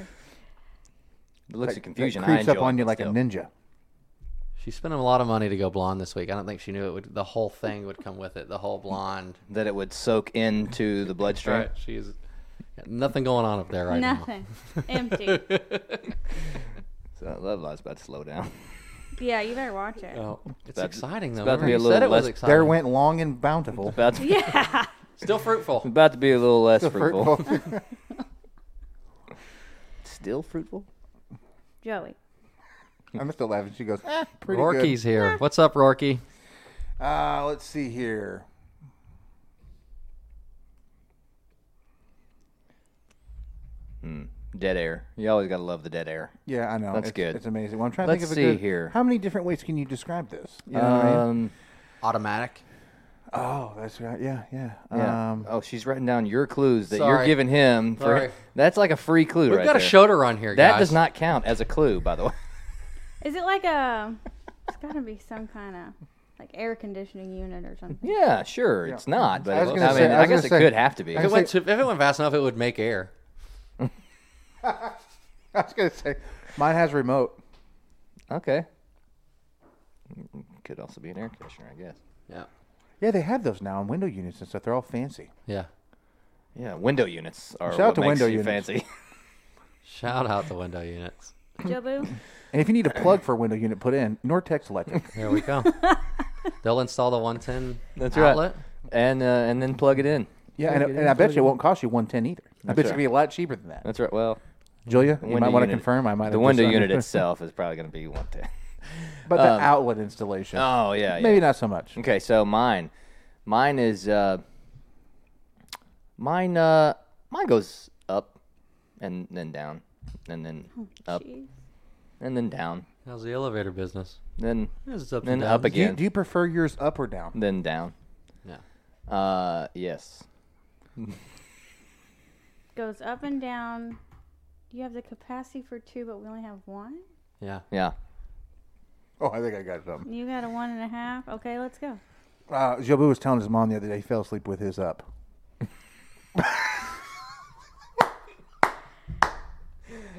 D: The looks of confusion.
B: It
D: I
B: creeps
D: enjoy
B: up on you
D: it
B: like
D: still.
B: a ninja.
E: She spent a lot of money to go blonde this week. I don't think she knew it would. The whole thing would come with it. The whole blonde.
D: That it would soak into the bloodstream.
E: Right. She's got nothing going on up there right now.
F: Nothing. Empty.
D: [LAUGHS] So Love Live's about to slow down. [LAUGHS]
F: Yeah, you better watch
D: Uh.
F: it.
E: Oh, it's
D: About-
E: exciting though.
D: about to
E: Remember
D: be a
E: you
D: little
E: said it was
D: less-
E: exciting.
B: There went long and
D: [LAUGHS]
B: bountiful.
D: About to,
F: Yeah.
D: [LAUGHS]
E: Still fruitful.
D: about to be a little less fruitful.
B: Fruitful.
D: Still fruitful?
F: Joey.
B: [LAUGHS] I'm still laughing. She goes, "Eh, pretty good."
E: Rorke's here. What's up, Rorke?
B: Uh, let's see here.
D: Dead air. You always gotta love the dead air.
B: Yeah, I know.
D: That's
B: it's,
D: good.
B: It's amazing. Well, I'm trying
D: Let's
B: to think of
D: see
B: a good,
D: here.
B: How many different ways can you describe this? You know what I mean?
D: Um,
E: Automatic.
B: Oh, that's right. Yeah, yeah.
D: yeah.
B: Um, [LAUGHS]
D: oh, she's writing down your clues that you're
E: Sorry.
D: giving him. For
E: Sorry.
D: That's like a free clue
E: We've
D: right
E: got
D: there.
E: a shoulder on here,
D: that
E: guys.
D: does not count as a clue, by the way. [LAUGHS]
F: Is it like a. It's got to be some kind of like air conditioning unit or something.
D: [LAUGHS] Yeah, sure, it's not. But
B: I
D: I,
B: was
D: I
B: gonna
D: mean,
B: say- I
D: I, guess
B: was gonna
D: it
B: say-
D: could have to be.
E: If it, went to, if it went fast enough, it would make air.
B: I was gonna say, mine has remote.
D: Okay. Could also be an air conditioner, I guess.
E: Yeah.
B: Yeah, they have those now in window units and stuff. They're all fancy.
E: Yeah.
D: Yeah, window units are
B: Shout
D: what
B: out to
D: makes
B: window
D: you
B: units.
D: fancy. [LAUGHS]
E: Shout out the window units.
F: Jobu?
B: And if you need a plug for a window unit, put in
D: [LAUGHS]
B: Nortex Electric.
E: There we go. They'll install the 110
D: That's right.
E: outlet.
D: and uh, and then plug it in.
B: yeah, and,
D: Plug it in,
B: and I bet
D: plug
B: you it won't cost you one ten either. I
D: That's
B: bet you
D: right.
B: it'll be a lot cheaper than that.
D: That's right. Well,
B: Julia, you
D: window
B: might want to
D: unit-
B: confirm. I might
D: the
B: have
D: window
B: just- [LAUGHS]
D: unit itself is probably going to be one ten.
B: but the
D: um,
B: outlet installation.
D: Oh yeah, yeah.
B: Maybe not so much.
D: Okay, so mine, mine is uh, mine. Uh, mine goes up, and then down, and then up,
F: Jeez.
D: and then down,
E: How's the elevator business?
D: then
E: It's up
D: then
E: and
D: up
E: down.
B: Do you,
D: again,
B: do you prefer yours up or down?
D: then down.
E: Yeah.
D: Uh, yes.
F: Goes up and down. You have the capacity for two, but we only have one?
E: Yeah.
D: Yeah.
B: Oh, I think I got something.
F: You got a one and a half? Okay, let's go.
B: Uh, Jobu was telling his mom the other day he fell asleep with his up.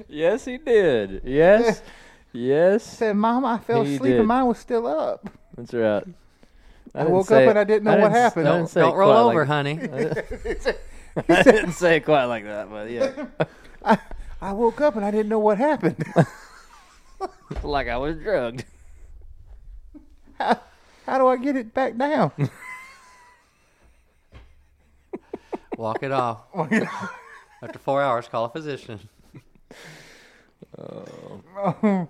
D: Yes, he did. Yes. [LAUGHS] yes.
B: Said, "Mom, I fell
D: He
B: asleep
D: did.
B: and mine was still up."
D: That's right.
B: I
D: didn't
B: woke
D: say
B: up
D: it-
B: and I didn't know what
D: s-
B: happened.
D: I
B: Don't-
D: didn't say
E: Don't
D: it
E: roll
D: quite
E: over,
D: like- [LAUGHS]
E: honey.
D: I didn't say it quite like that, but yeah,
B: I, I woke up and I didn't know what happened.
D: [LAUGHS]
B: [LAUGHS]
D: like I was drugged.
B: How do I get it back down?
E: [LAUGHS] [LAUGHS] Walk it off. After four hours, call a physician. Oh.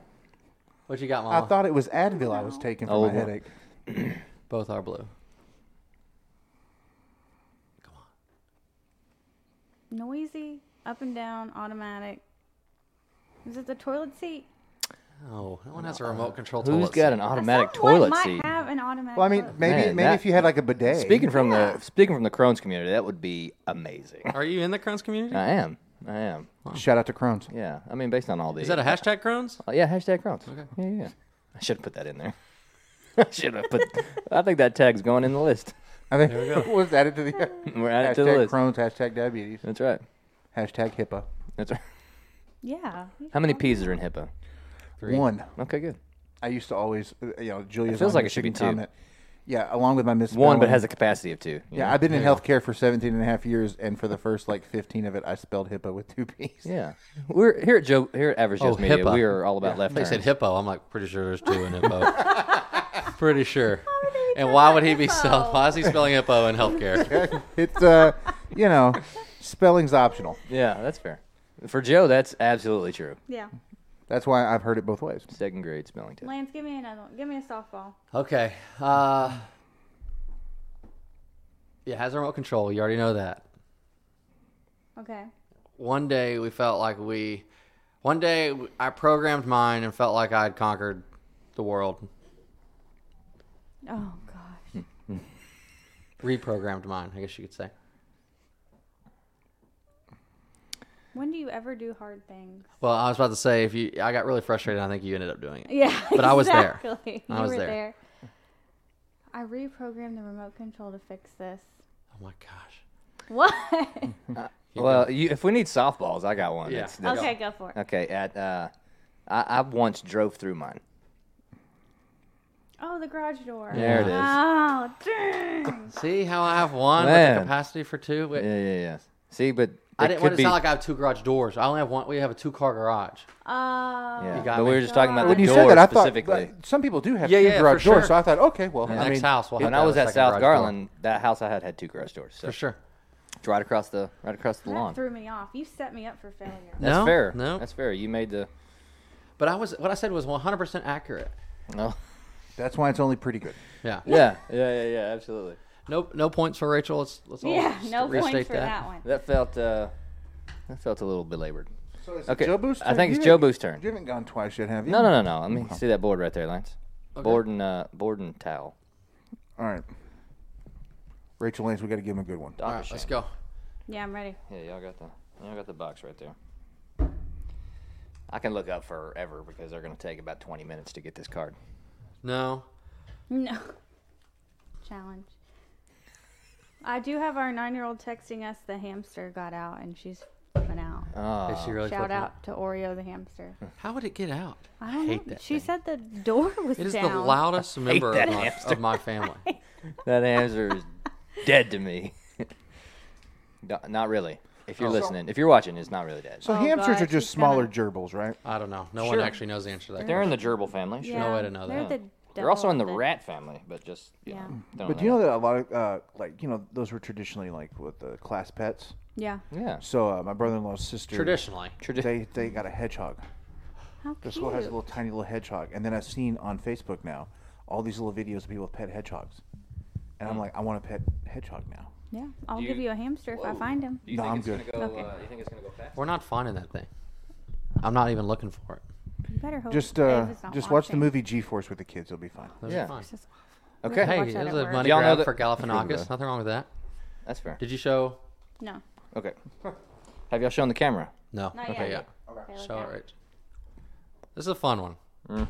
E: what you got,
B: [LAUGHS] I
E: Mama?
B: thought it was Advil I was taking for
D: Old
B: my
D: one.
B: headache.
E: Both are blue.
F: Noisy, up and down, automatic. Is it the toilet seat?
E: Oh, no one has a remote control toilet
D: Who's got
E: seat.
D: an automatic
F: Someone
D: toilet
F: might
D: seat?
F: have an automatic.
B: Well, I mean,
F: toilet
B: maybe
D: Man,
B: maybe
D: that-
B: if you had like a bidet.
D: Speaking from the speaking from the Crohn's community, that would be amazing.
E: Are you in the Crohn's community?
D: I am. I am.
B: shout out to Crohn's.
D: Yeah. I mean, based on all the
E: Is that a hashtag Crohn's?
D: Uh, yeah, hashtag Crohn's. Okay. Yeah, yeah. I should have put that in there. [LAUGHS] I should have put. I think that tag's going in the list.
B: I think it [LAUGHS] was added
D: [LAUGHS]
B: to the
D: We're added
B: hashtag
D: to the list.
B: Crohn's, hashtag diabetes,
D: That's right.
B: hashtag HIPAA.
D: That's right.
F: Yeah.
D: How many P's are in HIPAA?
B: One.
D: Okay, good.
B: I used to always, uh, you know, Julia's
D: feels like
B: on here,
D: it should be
B: she can
D: two.
B: comment. Yeah, along with my misspelling.
D: One, but has a capacity of two. you
B: Yeah,
D: know?
B: I've been in healthcare for 17 and a half years, and for the first like 15 of it, I spelled hippo with two P's.
D: Yeah, we're here at Joe here at Average Joe's
E: Oh,
D: Media.
E: HIPAA.
D: We are all about left
E: They
D: turns.
E: said hippo. I'm like pretty sure there's two in hippo. pretty sure. And why would he be selling? Why is he spelling hippo in healthcare?
B: [LAUGHS] it's uh, you know, spelling's optional.
D: yeah, that's fair. For Joe, that's absolutely true.
F: Yeah.
B: That's why I've heard it both ways.
D: Second grade spelling test.
F: Lance, give me another one. Give me a softball.
E: okay. Uh, yeah, has a remote control. You already know that.
F: Okay.
E: one day we felt like we one day i programmed mine and felt like i had conquered the world
F: Oh gosh.
E: reprogrammed mine i guess you could say
F: When do you ever do hard things?
E: well i was about to say if you i got really frustrated i think you ended up doing it
F: [LAUGHS] Yeah.
E: But I was there.
F: exactly.
E: I
F: You
E: was
F: were
E: there.
F: I reprogrammed the remote control to fix this.
E: oh my gosh
F: [LAUGHS] What?
D: Well, you, if we need softballs, I got one.
E: Yeah.
D: That's- that's-
F: okay, go for it.
D: Okay. At uh, I, I once drove through mine.
F: Oh, the garage door.
D: There it is.
F: Oh, dang.
E: see how i have one with
D: Man.
E: the capacity for two Wait,
D: Yeah, yeah, yeah. See, but
E: i
D: it
E: didn't
D: could
E: want it to
D: be,
E: sound like i have two garage doors i only have one we have a two car garage
F: Oh.
D: yeah.
E: You got
D: but we
E: me.
D: were just talking about
B: When
D: the
B: you
D: door
B: said that, I thought
D: specifically.
B: but some people do have
E: Yeah,
B: two
E: yeah,
B: garage
E: for
B: doors,
E: sure.
B: so I thought, okay, well, I
E: next
B: mean,
E: house will have
D: when
E: to
D: I
E: have
D: was
E: a
D: at
E: second
D: South
E: garage door.
D: Garland, that house I had had two garage doors. So
E: for sure
D: it's right across the right across the
F: That
D: lawn.
F: threw me off. You set me up for failure.
D: That's
E: no,
D: fair.
E: no
D: that's fair. You made the
E: but i was what i said was 100% accurate
D: no.
B: that's why it's only pretty good.
E: yeah
D: [LAUGHS] yeah, yeah, yeah, yeah. Absolutely.
E: no no points for rachel let's let's all
F: yeah,
E: Oh, just
F: no
E: restate
F: points for that one.
D: That felt uh, that felt a little belabored.
B: So it's
D: Okay,
B: Joe Boo's
D: I
B: turn.
D: think
B: You
D: it's Joe
B: haven't-
D: Boo's turn.
B: You haven't gone twice yet, have you?
D: No, no, no, no. Let me see that board right there, Lance. Board and uh, board and towel.
B: All right. Rachel Lance, we got to give him a good one.
E: all right let's go
F: Yeah, I'm ready.
D: Yeah, y'all got the y'all got the box right there. I can look up forever because they're gonna take about twenty minutes to get this card.
E: no
F: No. [LAUGHS] Challenge. I do have our nine year old texting us the hamster got out and she's flipping out.
E: Is
D: Ah,
E: she really
F: Uh, Shout
E: flipping it?
F: out to Oreo
E: [LAUGHS]
F: the hamster.
E: How would it get out?
F: I don't
E: hate
F: know.
E: that.
F: She said the door [LAUGHS] was
E: it is
F: down.
E: the loudest member
D: that
E: of my,
D: hamster.
E: of my family.
F: [LAUGHS]
D: That answer is dead to me. [LAUGHS] No- not really. If you're listening, if you're watching, it's not really dead.
B: So
F: Oh,
B: hamsters
F: God,
B: are just
F: she's got
B: smaller
F: it.
B: gerbils, right?
E: I don't know. No one
D: Sure.
E: actually knows the answer to that.
D: They're in the gerbil family. Sure.
F: yeah,
E: no way to know
F: they're
E: that.
F: The
D: They're also in the
F: devil
D: rat family, but just you
F: Yeah.
D: know, don't
B: Mm. But do you know that a lot of uh, like you know those were traditionally like with the class pets.
F: that- Yeah.
D: Yeah.
B: So uh, my brother-in-law's sister
E: Traditionally,
D: Tradi-
B: they they got a hedgehog.
F: How
B: The
F: cute.
B: school has a little tiny little hedgehog, and then I've seen on Facebook now all these little videos of people with pet hedgehogs, and I'm like, I want a pet hedgehog now.
F: yeah, I'll
D: Do
F: give
D: you-
F: you a hamster if I find him.
D: Do you
B: No,
D: think
B: I'm
D: it's
B: good.
D: gonna go?
F: Okay.
D: Uh, you think it's gonna go fast?
E: we're not finding that thing. I'm not even looking for it.
F: You better hope
B: Just uh,
F: Ava's Oh, not
B: just watch the movie
F: watching.
B: G-Force with the kids; it'll be fine.
E: Those
D: Yeah.
E: Are fine.
F: Just-
D: Okay.
F: Watch
E: Hey,
F: that
E: there's
F: at
E: a
F: work.
E: money
D: Y'all know
E: grab
D: that-
E: for Galifianakis.
D: [LAUGHS] that.
E: Nothing wrong with that.
D: That's fair.
E: Did you show?
F: No.
D: Okay. Have y'all shown the camera?
E: No.
F: Not
E: okay,
F: yet.
E: yeah.
F: They look
E: Show it.
F: out.
E: Rach. This is a fun one.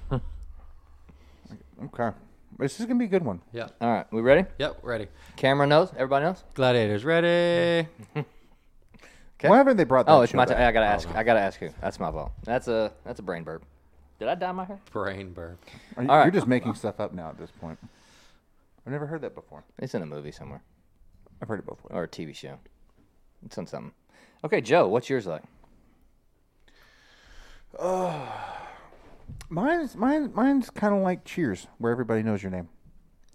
B: Okay, this is gonna be a good one.
E: Yeah.
D: All right. We ready?
E: Yep. Ready.
D: Camera knows. Everybody knows.
E: Gladiators ready.
D: Okay.
B: Why haven't they brought that?
D: oh, it's
B: show
D: my turn.
B: back?
D: I gotta ask. I gotta ask who. That's my fault. That's a that's a brain burp. Did I dye my hair?
E: Brain
D: [LAUGHS]
E: burp.
B: Are you,
D: All right.
B: You're just making stuff up now at this point. I've never heard that before.
D: It's in a movie somewhere
B: I've heard it both ways.
D: or a TV show. It's on something. Okay, Joe, what's yours like?
B: Mine's mine, mine's kind of like Cheers, where everybody knows your name.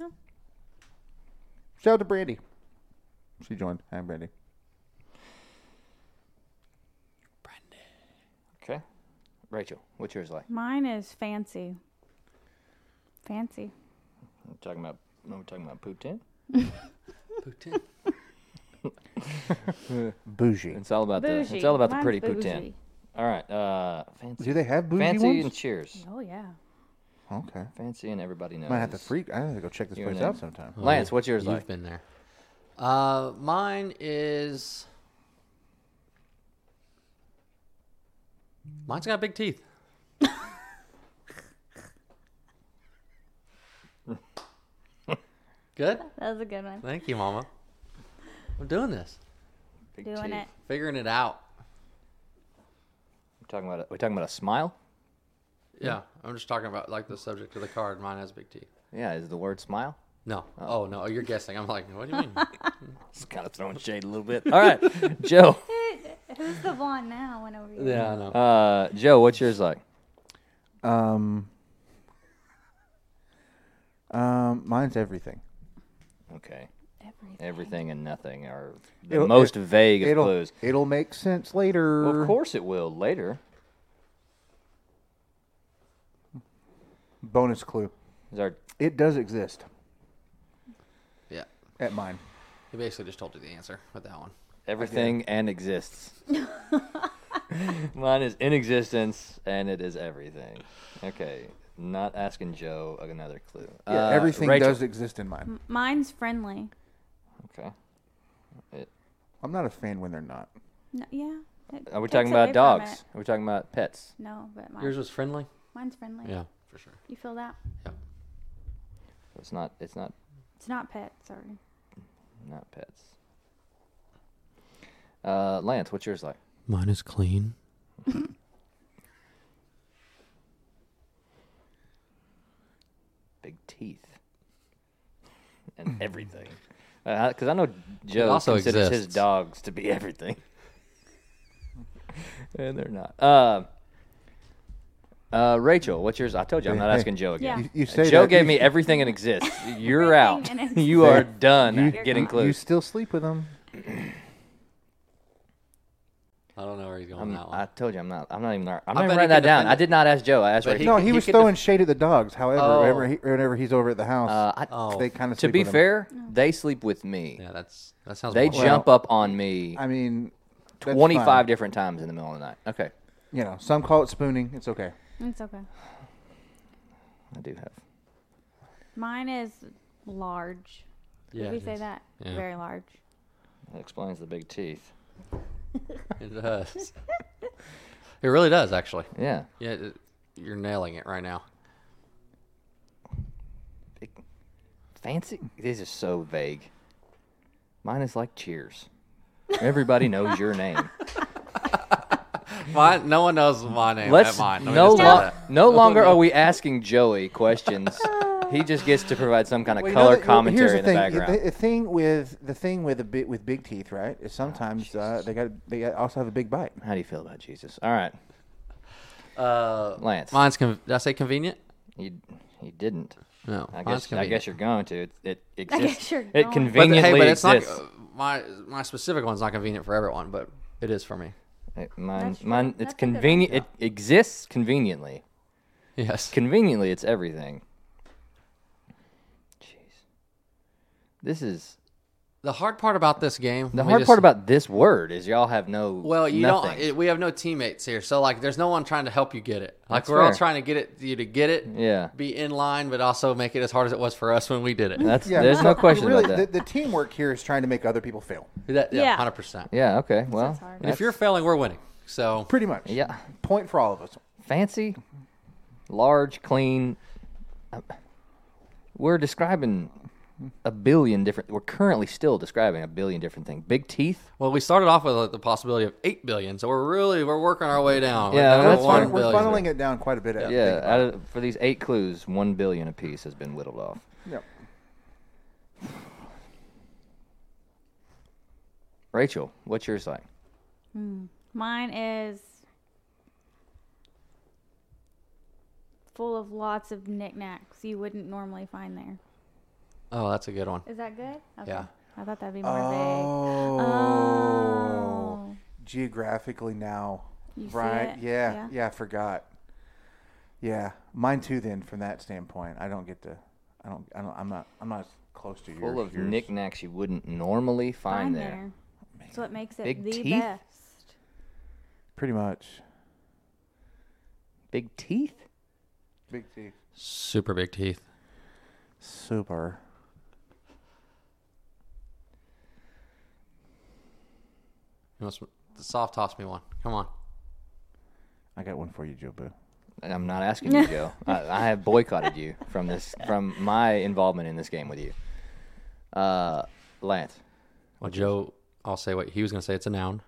D: Oh.
F: No.
B: Shout out to Brandy. She joined. Hi, Brandy.
D: Okay. Rachel, what's yours like?
F: Mine is fancy. Fancy.
D: I'm talking about. No, we're talking about poop tin.
E: Putin.
B: Bougie.
D: It's all about the.
F: Bougie.
D: It's all about the
F: Mine's
D: pretty poop
F: bougie.
D: tin. All right. Uh, fancy.
B: Do they have bougie
D: Fancy and
B: ones?
D: cheers.
F: Oh yeah.
B: Okay.
D: Fancy and everybody knows.
B: Might have to freak. I have to go check this
D: Your
B: place
D: name.
B: out sometime.
D: Lance, what's yours
E: Oh, You've
D: like?
E: been there. Uh, mine is. Mine's got big [LAUGHS] teeth. Good.
F: That was a good one.
E: Thank you, Mama. I'm doing this,
D: Big
F: Doing
D: teeth.
F: it.
E: figuring it out.
D: We're talking about. A, we're talking about a smile.
E: Yeah, I'm just talking about like the subject of the card. Mine has big teeth.
D: Yeah, is the word smile?
E: No. Oh no, you're guessing. I'm like, what do you mean?
D: Just kind of throwing shade a little bit. All right, [LAUGHS] Joe.
F: Who's the blonde now? Went over
E: [LAUGHS]
F: you.
E: yeah, I know.
D: Uh, Joe, what's yours like?
B: Um, um, mine's everything.
D: Okay,
F: Everything.
D: everything and nothing are the
B: It'll-
D: most vague of
B: It'll
D: clues.
B: it'll make sense later.
D: Well, of course it will later.
B: Bonus clue:
D: Is our
B: It does exist
E: yeah.
B: at mine.
E: He basically just told you the answer with that one.
D: everything and
B: [LAUGHS]
D: exists. Mine is in existence and it is everything. Okay, not asking Joe another clue.
B: Yeah,
D: Uh,
B: everything
D: Rachel.
B: does exist in mine.
F: Mine's friendly.
D: Okay. It,
B: I'm not a fan when they're not.
F: No, yeah. it
D: are we
F: takes
D: talking
F: away
D: about
F: from
D: dogs?
F: it.
D: Are we talking about pets?
F: No, but mine,
E: Yours was friendly.
F: mine's friendly.
E: Yeah, for sure.
F: You feel that?
E: Yep.
D: It's not. It's not.
F: It's not pet. Sorry.
D: Not pets. Uh, Lance, what's yours like?
E: Mine is clean.
D: Big teeth
B: [LAUGHS]
D: and everything. Because I know Joe
E: also
D: considers his
E: exists.
D: dogs to be everything, [LAUGHS] and they're not. Uh, uh, Rachel, what's yours? I told you I'm
B: Hey,
D: not
B: hey.
D: asking Joe again.
F: Yeah.
B: You, you say
D: Uh, Joe
B: that,
D: gave
B: you-
D: me everything and exists. You're [LAUGHS] out.
F: Everything and
D: You are
B: exists.
D: done
B: You-
D: getting
B: you- You
D: clues.
B: still sleep with them.
E: I don't know where he's going
D: I'm-
E: with that one.
D: Um, I told you I'm not. I'm not even. I'm
E: I
D: not even
E: bet he
D: writing that
E: can
D: down.
E: defend
D: I
E: it.
D: did not ask Joe. I asked
E: But
D: Rachel.
B: No,
E: he-
B: he,
E: he
B: was
E: could
B: throwing shade at the dogs. However,
E: Oh.
B: whenever, he, whenever he's over at the house,
D: Uh, I,
E: Oh.
B: they kind of
D: to be
B: with him.
D: fair, they sleep with me.
E: yeah, that's that sounds.
D: They
E: more-
D: jump up on me
B: I mean, that's
D: 25
B: fine.
D: different times in the middle of the night. Okay,
B: You know, some call it spooning. It's okay.
F: It's okay.
D: I do have.
F: Mine is large. Did
E: Yeah,
F: we
E: it
F: say
E: is.
F: that?
E: Yeah.
F: Very large.
D: That explains the big teeth.
E: [LAUGHS] It does. it really does, actually.
D: Yeah,
E: Yeah, it, you're nailing it right now.
D: big, fancy. These are so vague. Mine is like Cheers. Everybody knows your
E: [LAUGHS]
D: name.
E: Mine, no one knows my name.
D: Let's
E: at mine. Let me
D: no
E: just tell you
D: lo-
E: that.
D: no longer are we asking Joey questions. he just gets to provide some kind of
B: Well, you know
D: color
B: that- well,
D: commentary in the
B: thing.
D: background.
B: The, the thing with the thing with a bit with big teeth, right? Is sometimes
D: Oh,
B: uh, they got they got- also have a big bite.
D: How do you feel about Jesus? All right,
E: Uh,
D: Lance.
E: mine's. Con- did I say convenient?
D: You you didn't.
E: No,
D: I
E: mine's
D: guess I guess you're going to. It, it exists.
F: you're
D: it
F: going.
E: But th-
D: conveniently
E: hey, but it's not
D: exists.
E: uh, my my specific one's not convenient for everyone, but it is for me. [LAUGHS]
D: It- mine,
F: That's true.
D: mine, it's
F: That's a good one.
D: convenient. It exists conveniently.
E: Yes.
D: Conveniently, it's everything. Jeez, this is
E: the hard part about this game.
D: the hard part about this word is y'all have no.
E: Well, you
D: nothing.
E: don't. It, we have no teammates here, so like, there's no one trying to help you get it. Like,
D: That's
E: we're all
D: fair.
E: trying to get it you to get it. [LAUGHS]
D: Yeah.
E: Be in line, but also make it as hard as it was for us when we did it.
D: That's there's no question
B: really,
D: about that.
B: The, the teamwork here is trying to make other people fail.
E: That- yeah,
F: Yeah.
E: hundred percent.
D: yeah. Okay. Well,
F: hard.
E: And if you're failing, we're winning. So
B: Pretty much.
D: yeah,
B: Point for all of us.
D: fancy, large, clean. um, We're describing a billion different. We're currently still describing a billion different things. Big teeth.
E: Well, we started off with uh, the possibility of eight billion, so we're really we're working our way down. We're
D: Yeah,
E: down to
D: that's
B: That's
E: one
B: fine. We're
E: billion.
B: funneling it down quite a bit. I think.
D: Yeah. Out of, for these eight clues, one billion apiece has been whittled off.
B: Yep.
D: Rachel, what's yours like?
F: Mine is full of lots of knickknacks you wouldn't normally find there.
E: Oh, that's a good one.
F: Is that good? Okay.
E: Yeah.
F: I thought that'd be more
B: Oh.
F: vague. Oh.
B: Geographically now.
F: You see
B: right.
F: it?
B: Yeah, yeah.
F: Yeah.
B: I forgot. Yeah. Mine too then from that standpoint. I don't get to I don't I don't I'm not I'm not as close to your
D: Full of
B: yours.
D: knickknacks you wouldn't normally find
F: Find
D: there.
F: there. So it makes it
D: Big
F: the
D: teeth?
F: best.
B: pretty much.
D: Big teeth?
B: Big teeth.
E: Super big teeth.
B: Super.
E: You want some- soft toss me one. Come on.
B: I got one for you, Joe Boo.
D: And I'm not asking
F: [LAUGHS]
D: you, Joe. I, I have boycotted you from this, from my involvement in this game with you. Uh, Lance,
E: Well, Joe, I'll say what he was going to say. It's a noun.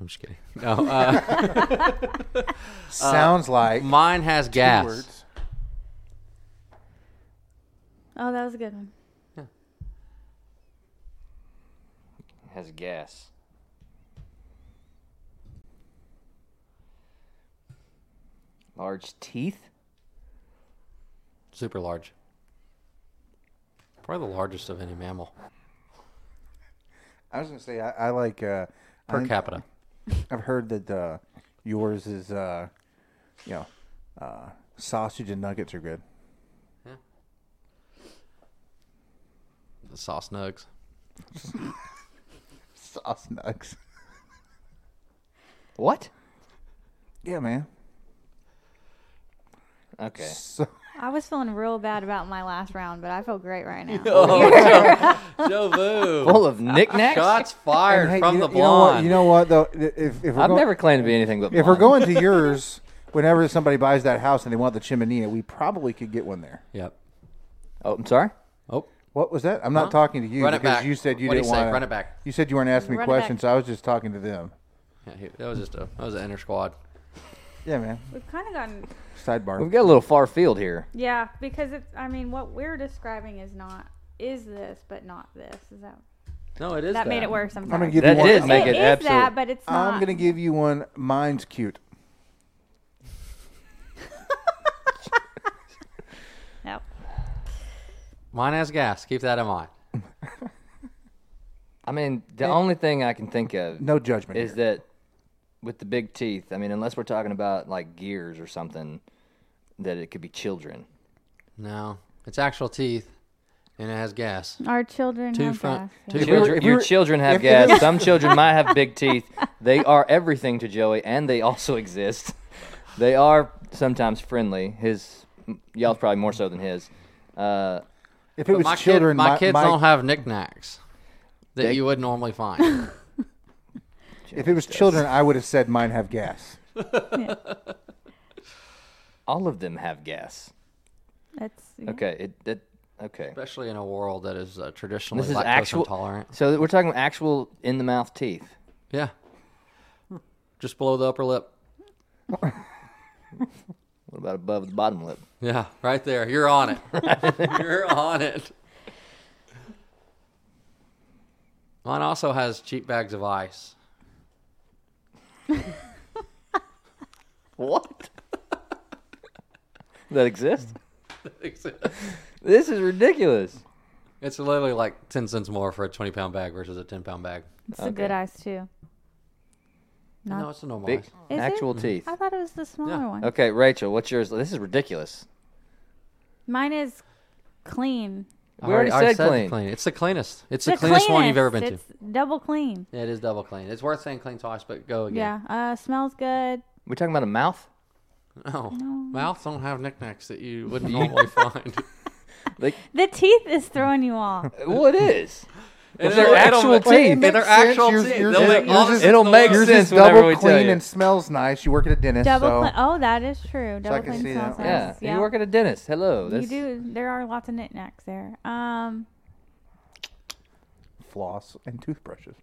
E: I'm just kidding. No, uh,
B: Sounds like
E: mine has Uh, gas.
B: words.
F: Oh, that was a good one.
D: has a guess. Large teeth?
E: Super large. Probably the largest of any mammal
B: I was gonna say I, I like uh, I
E: per
B: think-
E: capita.
B: I've heard that uh, yours is uh, you know uh, sausage and nuggets are good.
E: The sauce nugs.
B: Sauce nugs.
D: What?
B: Yeah, man.
D: Okay.
B: So,
F: I was feeling real bad about my last round, but I feel great right now.
E: Joe Boo.
D: Full of knickknacks?
E: Shots fired
B: Hey,
E: from
B: you,
E: the
B: you know what?
E: blonde.
B: You know what though? If, if we're
D: I've
B: going,
D: never claimed to be anything but
B: if we're
D: blind.
B: going to yours, whenever somebody buys that house and they want the chiminea, we probably could get one there.
E: Yep.
D: Oh, I'm sorry?
E: Oh,
B: What was that? I'm not
E: Huh?
B: talking to you
E: Run it
B: because
E: back.
B: you said you
E: What'd he
B: didn't
E: say?
B: want
E: Run it back.
B: You said you weren't asking me
F: Run it back.
B: questions, so I was just talking to them.
E: yeah, he, that was just a that was an inner squad.
B: Yeah, man.
F: We've kind of gotten
B: Sidebar.
D: We've got a little far field here.
F: yeah, because it's. I mean, what we're describing is not is this, but not this. Is that
E: No, it is
F: that made it worse? I'm
B: I'm
F: sorry.
B: gonna give
D: That
B: you one.
D: is make
F: it
D: it
F: is
D: absolute.
F: that, but it's not.
B: I'm gonna give you one. Mine's cute.
F: No.
E: Mine has gas. Keep that in mind.
D: I mean, the only thing I can think of
B: No judgment.
D: is
B: here.
D: that with the big teeth, I mean, unless we're talking about like gears or something, that it could be children.
E: No, it's actual teeth, and it has gas.
F: Our children
E: Two
F: have
E: front,
F: gas.
E: two
D: Children,
E: front.
B: if we
D: your
B: were-
D: children have
B: if it
D: gas. Some children might have big teeth. They are everything to Joey, and they also [LAUGHS] exist. They are sometimes friendly. His, y'all's probably more so than his. Uh,
B: if it was
E: my
B: children,
E: kid, my, kids
B: my,
E: don't have knickknacks that you would normally [LAUGHS] find.
B: If it was children, I would have said mine have gas.
D: all of them have gas.
F: That's yeah.
D: Okay, it that okay.
E: Especially in a world that is uh, traditionally
D: This is
E: lactose
D: actual.
E: intolerant.
D: So we're talking actual in the mouth teeth.
E: Yeah, just below the upper lip.
D: What about above the bottom lip?
E: Yeah, right there. You're on
D: [LAUGHS]
E: it. You're on it. Mine also has cheap bags
D: [LAUGHS]
E: of ice.
D: What? [LAUGHS] that exists?
E: It's
D: This is ridiculous.
E: it's literally like ten cents more for a twenty pound bag versus a ten pound bag.
F: It's the good eyes too.
E: no, it's a normal
D: Big
E: ice.
F: Is it?
D: actual teeth.
F: I thought it was the smaller
E: Yeah.
F: one.
D: Okay, Rachel, what's yours? This is ridiculous.
F: Mine is clean.
E: I
D: We already
E: I
D: said
E: the
D: clean.
E: It's the cleanest. It's the, cleanest, one you've ever been
F: it's Double clean.
E: to. Yeah, it is double clean. It's worth saying clean twice, but go
F: Yeah.
E: again.
F: Uh, smells good.
D: We're talking about a mouth?
E: No. Mouths don't have knickknacks that you wouldn't
D: [LAUGHS]
E: normally find.
F: The teeth is throwing you off.
B: [LAUGHS]
D: Well, it [LAUGHS] is.
E: And
D: they're
E: it'll-
D: actual
E: it'll-
D: teeth. Wait, it
E: They're
B: makes sense.
E: actual
B: Yours-
E: teeth.
B: yours
E: They'll
B: is-
E: make
B: yours
E: all
B: is-
E: the
D: it'll make
E: sense.
B: Yours
D: sense
B: is
D: whenever
B: double
D: we tell
B: clean
D: you.
B: and smells nice. You work at a dentist,
F: Double
B: so
F: clean. Oh, that is true. Double
B: I can
F: clean
B: see
F: smells
B: that.
D: Yeah.
F: nice.
D: You work at a dentist. Hello.
F: You
D: That's,
F: do. There are lots of knickknacks there. Um,
B: floss and toothbrushes.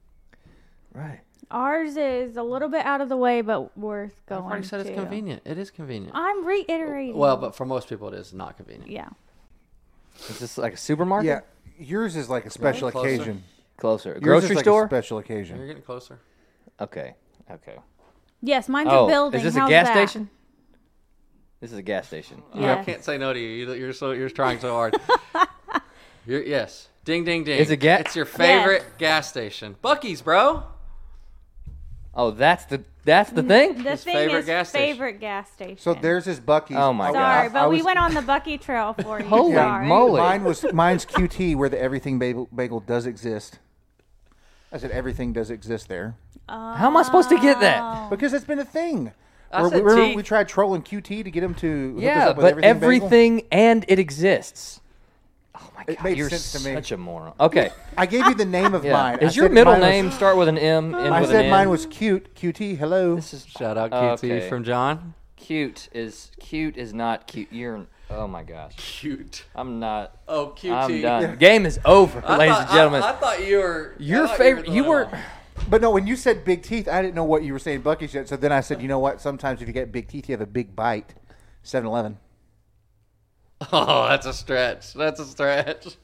D: Right.
F: ours is a little bit out of the way, but worth
E: I've
F: going.
E: already said it's
F: to.
E: convenient. It is convenient.
F: I'm reiterating.
E: Well, but for most people, it is not convenient.
F: yeah.
D: Is this like a supermarket?
B: Yeah, yours is like a special
E: Closer.
B: occasion.
D: Closer. A
B: Yours is
D: grocery
B: like a
D: store?
B: special
E: You're
B: occasion.
E: getting closer.
D: okay. Okay.
F: Yes, mine's
D: Oh,
F: a building.
D: is this a
F: How's
D: gas
F: that?
D: station? This is a gas station.
E: I
F: Yes.
E: can't say no to you. You- You're so you're trying
D: [LAUGHS]
E: so hard. You're, yes. Ding ding ding.
D: It's a ga-
E: It's your favorite gas station, Bucky's, bro.
D: Oh, that's the that's the thing?
F: [LAUGHS] The
E: His
F: thing
E: favorite
F: is
E: gas station.
F: favorite gas station.
B: So there's his Bucky's.
D: Oh my
B: I-
F: Sorry,
D: I-
F: but we went on the Bucky Trail
E: [LAUGHS]
F: for you.
D: Holy
F: Sorry.
D: moly.
B: Mine was mine's QT, where the everything bagel, bagel does exist. I said everything does exist there
D: How am I supposed to get that?
F: Oh.
B: because it's been a thing.
E: I
B: Where-
E: said
B: remember
E: tea.
B: we tried trolling QT to get him to hook us
D: Yeah,
B: up with
D: but
B: everything, Bagel?
D: everything and it exists. Oh my
B: It
D: god,
B: made
D: you're
B: sense to me.
D: such a moron. Okay.
B: I gave you the name
D: [LAUGHS]
B: of
D: Yeah.
B: mine. I
D: Does your
B: said
D: middle
B: mine was-
D: name start with an M? End
B: I
D: with an
B: said
D: N?
B: mine was cute. QT, hello.
D: This is
E: Shout out QT
D: Okay.
E: from John.
D: cute. Is cute is not cute. You're oh my gosh.
E: Cute.
D: I'm not.
E: Oh, QT.
D: I'm done. Game is over,
E: I
D: ladies
E: thought-
D: and gentlemen.
E: I, I thought you were I
D: your
E: thought
D: favorite. You
E: the one
D: were.
E: [LAUGHS] that-
B: But no, when you said big teeth, I didn't know what you were saying, Bucky said. So then I said, you know what? Sometimes if you get big teeth, you have a big bite. 7 Eleven.
D: [LAUGHS]
E: Oh, that's a stretch. That's a stretch.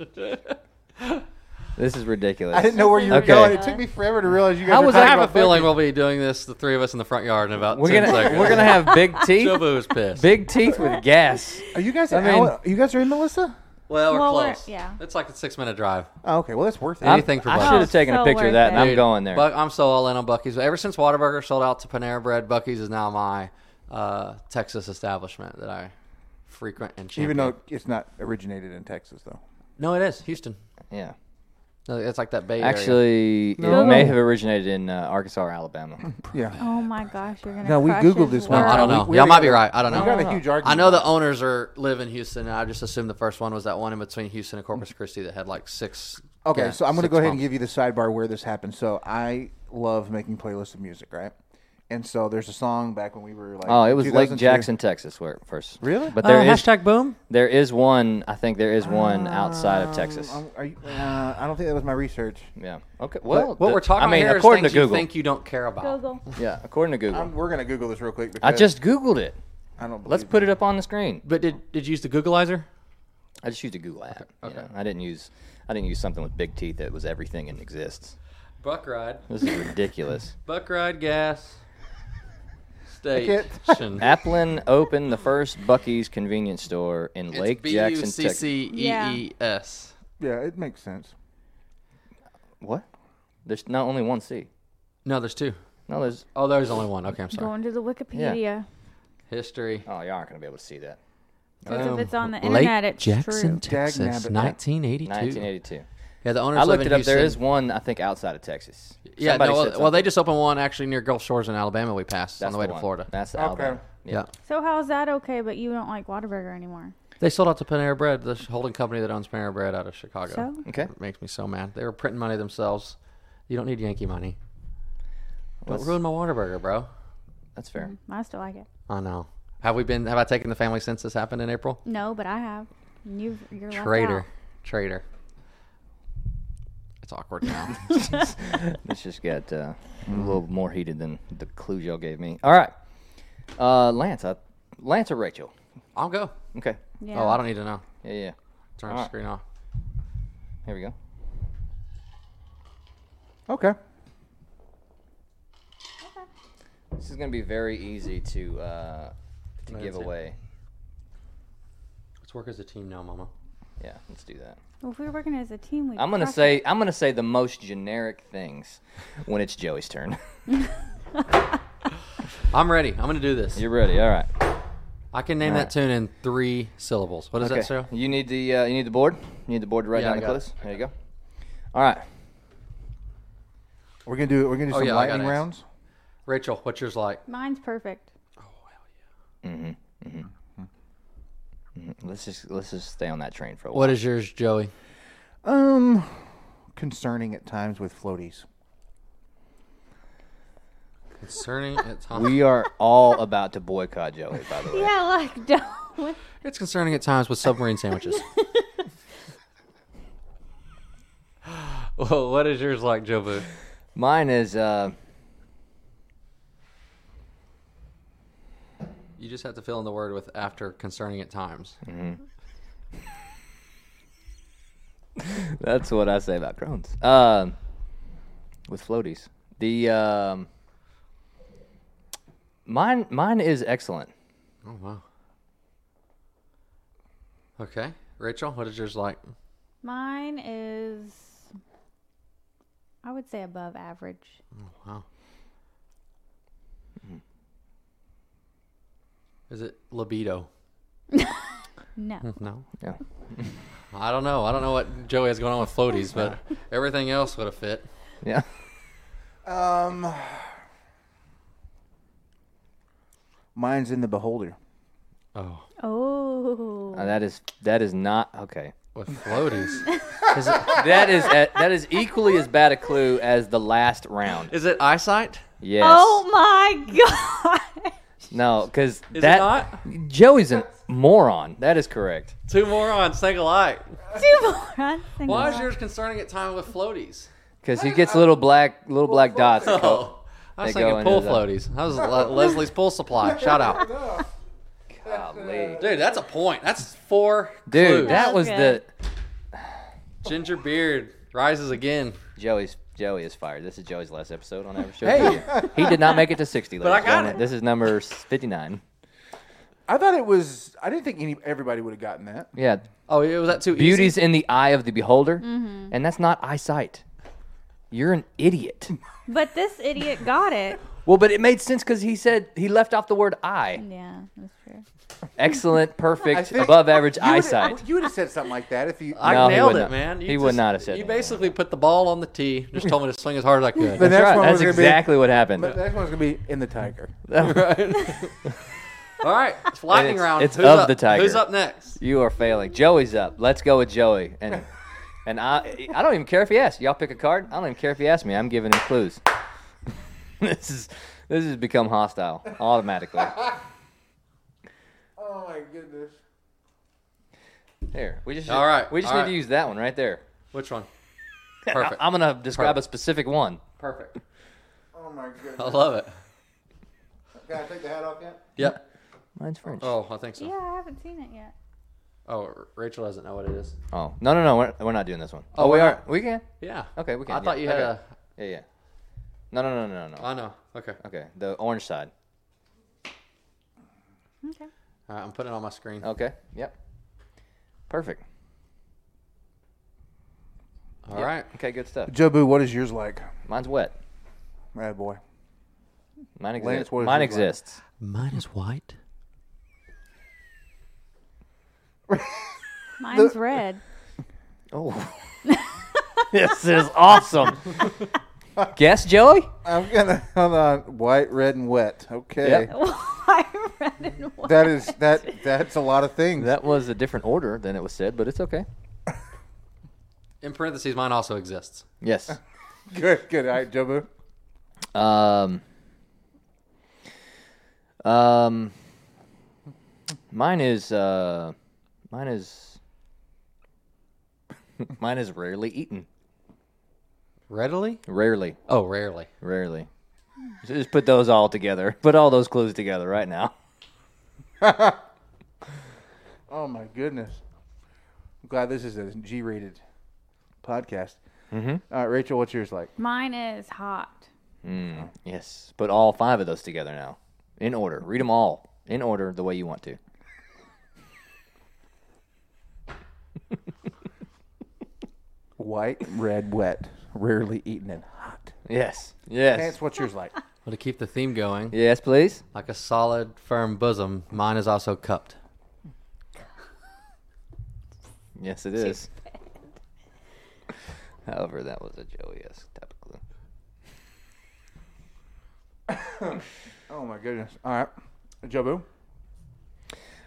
D: This is ridiculous.
B: I didn't know where you were
D: Okay.
B: going. It took me forever to realize you guys
E: I
B: were
E: was. I
B: talking
E: have a
B: about
E: feeling
B: Bucky.
E: we'll be doing this, the three of us in the front yard, in about
D: We're
E: 10
D: gonna
E: seconds.
D: we're gonna have
E: [LAUGHS]
D: big teeth,
E: Joe Boo is pissed.
D: big teeth with gas.
B: Are you guys?
D: I
B: I
D: mean-
B: you guys are in Melissa?
E: well, we're
F: Well, we're-
E: close.
F: yeah.
E: It's like a six minute drive.
B: Oh, okay. Well, that's worth it.
D: I'm-
E: Anything for
D: I
E: Bucky.
D: should have taken a
F: So
D: picture of
F: worth
D: that, and
F: it.
D: I'm going there.
E: Buck, I'm so all in on Bucky's. Ever since Whataburger sold out to Panera Bread, Bucky's is now my uh, Texas establishment that I frequent and champion.
B: Even though it's not originated in Texas, though.
E: no, it is Houston.
D: yeah,
E: No, It's like that Bay Area.
D: actually, it may have originated in uh, Arkansas or
E: [LAUGHS]
D: Alabama.
B: Yeah.
F: Oh my gosh, you're gonna.
B: No, we
F: crush
B: Googled
F: his
B: this
E: No,
B: one.
F: world.
E: I don't know.
B: We- we
E: Y'all might
B: already
E: be
B: got
E: right. I don't
B: We
E: know.
B: got a huge argument.
E: I know the
B: about
E: owners are live in Houston, and I just assumed the first one was that one in between Houston and Corpus Christi that had like six.
B: it. Mm-hmm. Okay, so I'm going to go ahead and give you the sidebar where this happened. So I love making playlists of music, right? And so there's a song back when we were like.
D: Oh, it was Lake
B: 2002.
D: Jackson, Texas, where it first.
B: Really?
D: But Uh,
E: Uh,
D: there is
E: boom.
D: there is one. I think there is
E: Um,
D: one outside of Texas.
B: Um, are you, uh, I don't think that was my research.
D: yeah. Okay. Well,
E: What
D: the-
E: we're talking
D: I mean,
E: about here is
D: according
E: things
D: to Google.
E: you think you don't care about.
F: Google.
D: yeah, according to Google.
B: Um, we're going to Google this real quick.
D: I
B: Because
D: just Googled it.
B: I don't believe
D: Let's put it up on the screen.
E: But did did you use the Googleizer?
D: I just used a Google app. Okay. I didn't use I didn't use something with big teeth that was everything and exists.
E: Buck ride,
D: This is
E: [LAUGHS]
D: ridiculous.
E: buck ride gas.
B: can't-
D: [LAUGHS]
E: Station.
D: Applin opened the first Bucky's convenience store in Lake Jackson, Texas.
E: B-U-C-C-E-E-S.
B: Yeah, it makes sense.
D: What? There's not only one C.
E: No, there's two.
D: No, there's.
E: Oh, there's only one. Okay, I'm sorry.
F: Going to the Wikipedia.
E: History.
D: Oh, y'all aren't gonna be able to see that.
F: Because
E: Um,
F: if it's on the
E: Lake
F: internet, it's
E: Jackson,
F: true.
B: Dag
E: Texas,
B: nabbit.
E: 1982.
D: 1982.
E: Yeah, the owners
D: I
E: live
D: looked
E: in
D: it up. There
E: Houston.
D: is one, I think, outside of Texas.
E: Yeah,
D: Somebody
E: no,
D: said
E: well, well, they
D: something.
E: just opened one actually near Gulf Shores in Alabama. We passed
D: That's
E: on the way to
D: one.
E: Florida.
D: That's the
B: Okay.
D: Alabama.
E: yeah.
F: So how is that okay? But you don't like Whataburger anymore.
E: they sold out to Panera Bread, the sh- holding company that owns Panera Bread out of Chicago.
F: So?
D: Okay.
E: It makes me so mad. They were printing money themselves. You don't need Yankee money. Don't ruin my Whataburger, bro.
D: That's fair.
F: I still like it.
E: I know. Have we been? Have I taken the family since this happened in April?
F: No, but I have. And You've, you're left
E: Traitor.
F: out.
E: Traitor. It's awkward
F: [LAUGHS]
E: now.
D: [LAUGHS] This just got uh, a
E: Mm.
D: little more heated than the clues y'all gave me. All right, uh, Lance, I, Lance or Rachel?
E: I'll go.
D: Okay,
F: Yeah.
E: Oh, I don't need to know.
D: yeah, yeah.
E: Turn
D: All
E: the
D: right.
E: screen off.
D: Here we go.
B: Okay.
D: This is gonna be very easy to uh, to
E: Right,
D: give
E: that's it.
D: away.
E: Let's work as a team now, Mama.
D: Yeah, let's do that.
F: Well, if we were working as a team, we.
D: I'm gonna say I'm gonna say the most generic things when it's Joey's turn. [LAUGHS]
E: I'm ready. I'm gonna do this.
D: You're ready. All right.
E: I can name
D: Alright.
E: that tune in three syllables. What is that, Sarah?
D: You need the uh, you need the board. You need the board to write
E: Yeah,
D: down
E: I
D: the
E: got
D: clues. There you go. All right.
B: We're gonna do. We're gonna do
E: Oh,
B: some
E: yeah, I got
B: lightning
E: it.
B: rounds.
E: Rachel, what's yours like?
F: Mine's perfect.
D: Let's just let's just stay on that train for a while.
E: What is yours, Joey?
B: Um, concerning at times with floaties.
E: Concerning [LAUGHS] at times.
D: We are all about to boycott Joey, by
E: [LAUGHS]
D: the way.
F: Yeah, like [LAUGHS] don't.
E: it's concerning at times with submarine
F: [LAUGHS]
E: sandwiches. [LAUGHS] well, what is yours like, Joe Boo?
D: Mine is uh,
E: You just have to fill in the word with after concerning at times.
D: that's what I say about Crohn's. Um, with floaties. The um, mine mine is excellent.
E: Oh wow. Okay, Rachel, what is yours like?
F: Mine is. I would say above average.
E: Wow. Is it libido?
F: No.
E: No.
D: Yeah.
E: I don't know. I don't know what Joey has going on with
D: [LAUGHS]
E: floaties, but everything else would have fit.
D: Yeah.
B: Um, mine's in the beholder.
E: Oh,
F: Oh.
D: Uh, that is that is not okay.
E: with floaties.
D: Is it- that is a- that is equally as bad a clue as the last round.
E: Is it eyesight?
D: Yes.
F: Oh my god.
D: No, because
E: Is
D: that
E: it not?
D: Joey's a moron. That is correct.
E: Two morons think alike.
F: [LAUGHS] Two morons. and
E: Why is
F: one.
E: yours concerning at time with floaties?
D: Because he gets little black little black dots. that go-
E: Oh, [LAUGHS] I was
D: They go
E: thinking pool
D: into the-
E: floaties. That was Le- Leslie's pool supply. Shout out,
D: Golly.
E: dude. That's a point. Point. That's four.
D: Dude,
E: clues.
D: that
F: That was
D: was
F: good.
D: the
E: ginger beard Rises again.
D: Joey's Joey is fired. This is Joey's last episode on average. Show. Hey, he did not make it to sixty. [LAUGHS] But
E: I got it.
D: This is number fifty nine.
B: I thought it was. I didn't think any everybody would have gotten that.
D: Yeah,
E: Oh, it was that too
D: beauty's
E: easy?
D: in the eye of the beholder, and that's not eyesight. You're an idiot.
F: But this idiot got it.
D: [LAUGHS] Well, but it made sense because he said he left off the word "eye."
F: Yeah, that's true.
D: Excellent,
B: I
D: perfect,
B: think-
D: above average [LAUGHS]
B: you would've-
D: eyesight.
B: You would have said something like that if
D: [LAUGHS]
B: you.
E: I
D: No, he
E: nailed
D: would
E: it,
D: not.
E: man.
D: He would not have said
E: You
D: that.
E: basically put the ball on the tee. Just told me to swing as hard as I [LAUGHS] could.
B: the
D: That's,
B: next
D: right.
B: one
D: That's
B: was gonna be-
D: exactly what happened. [LAUGHS]
B: but the next one's gonna be in the tiger.
E: All right, it's lightning
D: It's-
E: round.
D: it's
E: Who's
D: of
E: up?
D: the tiger.
E: Who's up next?
D: You are failing. Joey's up. Let's go with Joey. And and I I don't even care if he asks. Y'all pick a card. I don't even care if he asks me. I'm giving him clues. [LAUGHS] this is this has become hostile automatically.
B: Oh my goodness.
D: Here, we just
E: All right,
D: We just
E: all
D: need
E: right.
D: to use that one right there.
E: Which one?
D: I,
E: Perfect.
D: am gonna describe
E: Perfect.
D: a specific one.
E: Perfect.
B: Oh my
E: I
B: goodness.
E: love it.
B: Can I take the hat off yet?
E: Yep.
D: Mine's French. Oh,
E: Oh, I think so.
F: Yeah, I haven't seen it yet.
E: Oh, Rachel doesn't know what it is.
D: Oh. no no no, we're, we're not doing this one.
E: Oh,
D: Oh, we
E: we're
D: are.
E: not?
D: We can.
E: Yeah.
D: Okay, we can.
E: I thought
D: yeah.
E: you had
D: okay. Yeah yeah. No no no no no,
E: a.
D: no.
E: I know. Okay.
D: Okay, the orange side.
F: Okay.
E: All right, I'm putting it on my screen.
D: Okay. Yep. Perfect.
E: All right.
D: Okay, good stuff.
B: Jobu, what is yours like?
D: Mine's wet.
B: Oh boy.
D: Mine
B: Lance,
D: exists.
B: what
D: Mine
B: is yours like?
D: exists.
E: Mine is white.
F: Mine's red. [LAUGHS]
D: Oh. [LAUGHS] this is [LAUGHS] awesome. Guess, Joey?
B: I'm gonna hold on. White, red, and wet. Okay.
D: Yep.
F: Why red and white?
B: That is that. That's a lot of things.
D: That was a different order than it was said, but it's okay.
E: In parentheses, mine also exists.
D: Yes.
B: good, good. All right, Jobu.
D: [LAUGHS] Um, um, mine is uh, mine is [LAUGHS] mine is rarely eaten.
E: Readily?
D: Rarely,
E: Oh, rarely.
D: rarely. Just put those all together. Put all those clues together right now.
B: Oh my goodness. I'm glad this is a G-rated podcast. Mm-hmm. All right, Rachel, what's yours like?
F: Mine is hot.
D: Yes. Put all five of those together now, in order. Read them all in order, the way you want to.
B: White, red, wet. Rarely eaten and hot.
D: Yes. Yes.
B: Lance, what's yours [LAUGHS] like?
E: Well, to keep the theme going,
D: Yes, please.
E: like a solid, firm bosom, mine is also cupped.
D: Yes, it is. However, that was a Joey esque type of clue.
B: Oh my goodness. All right, Jobu.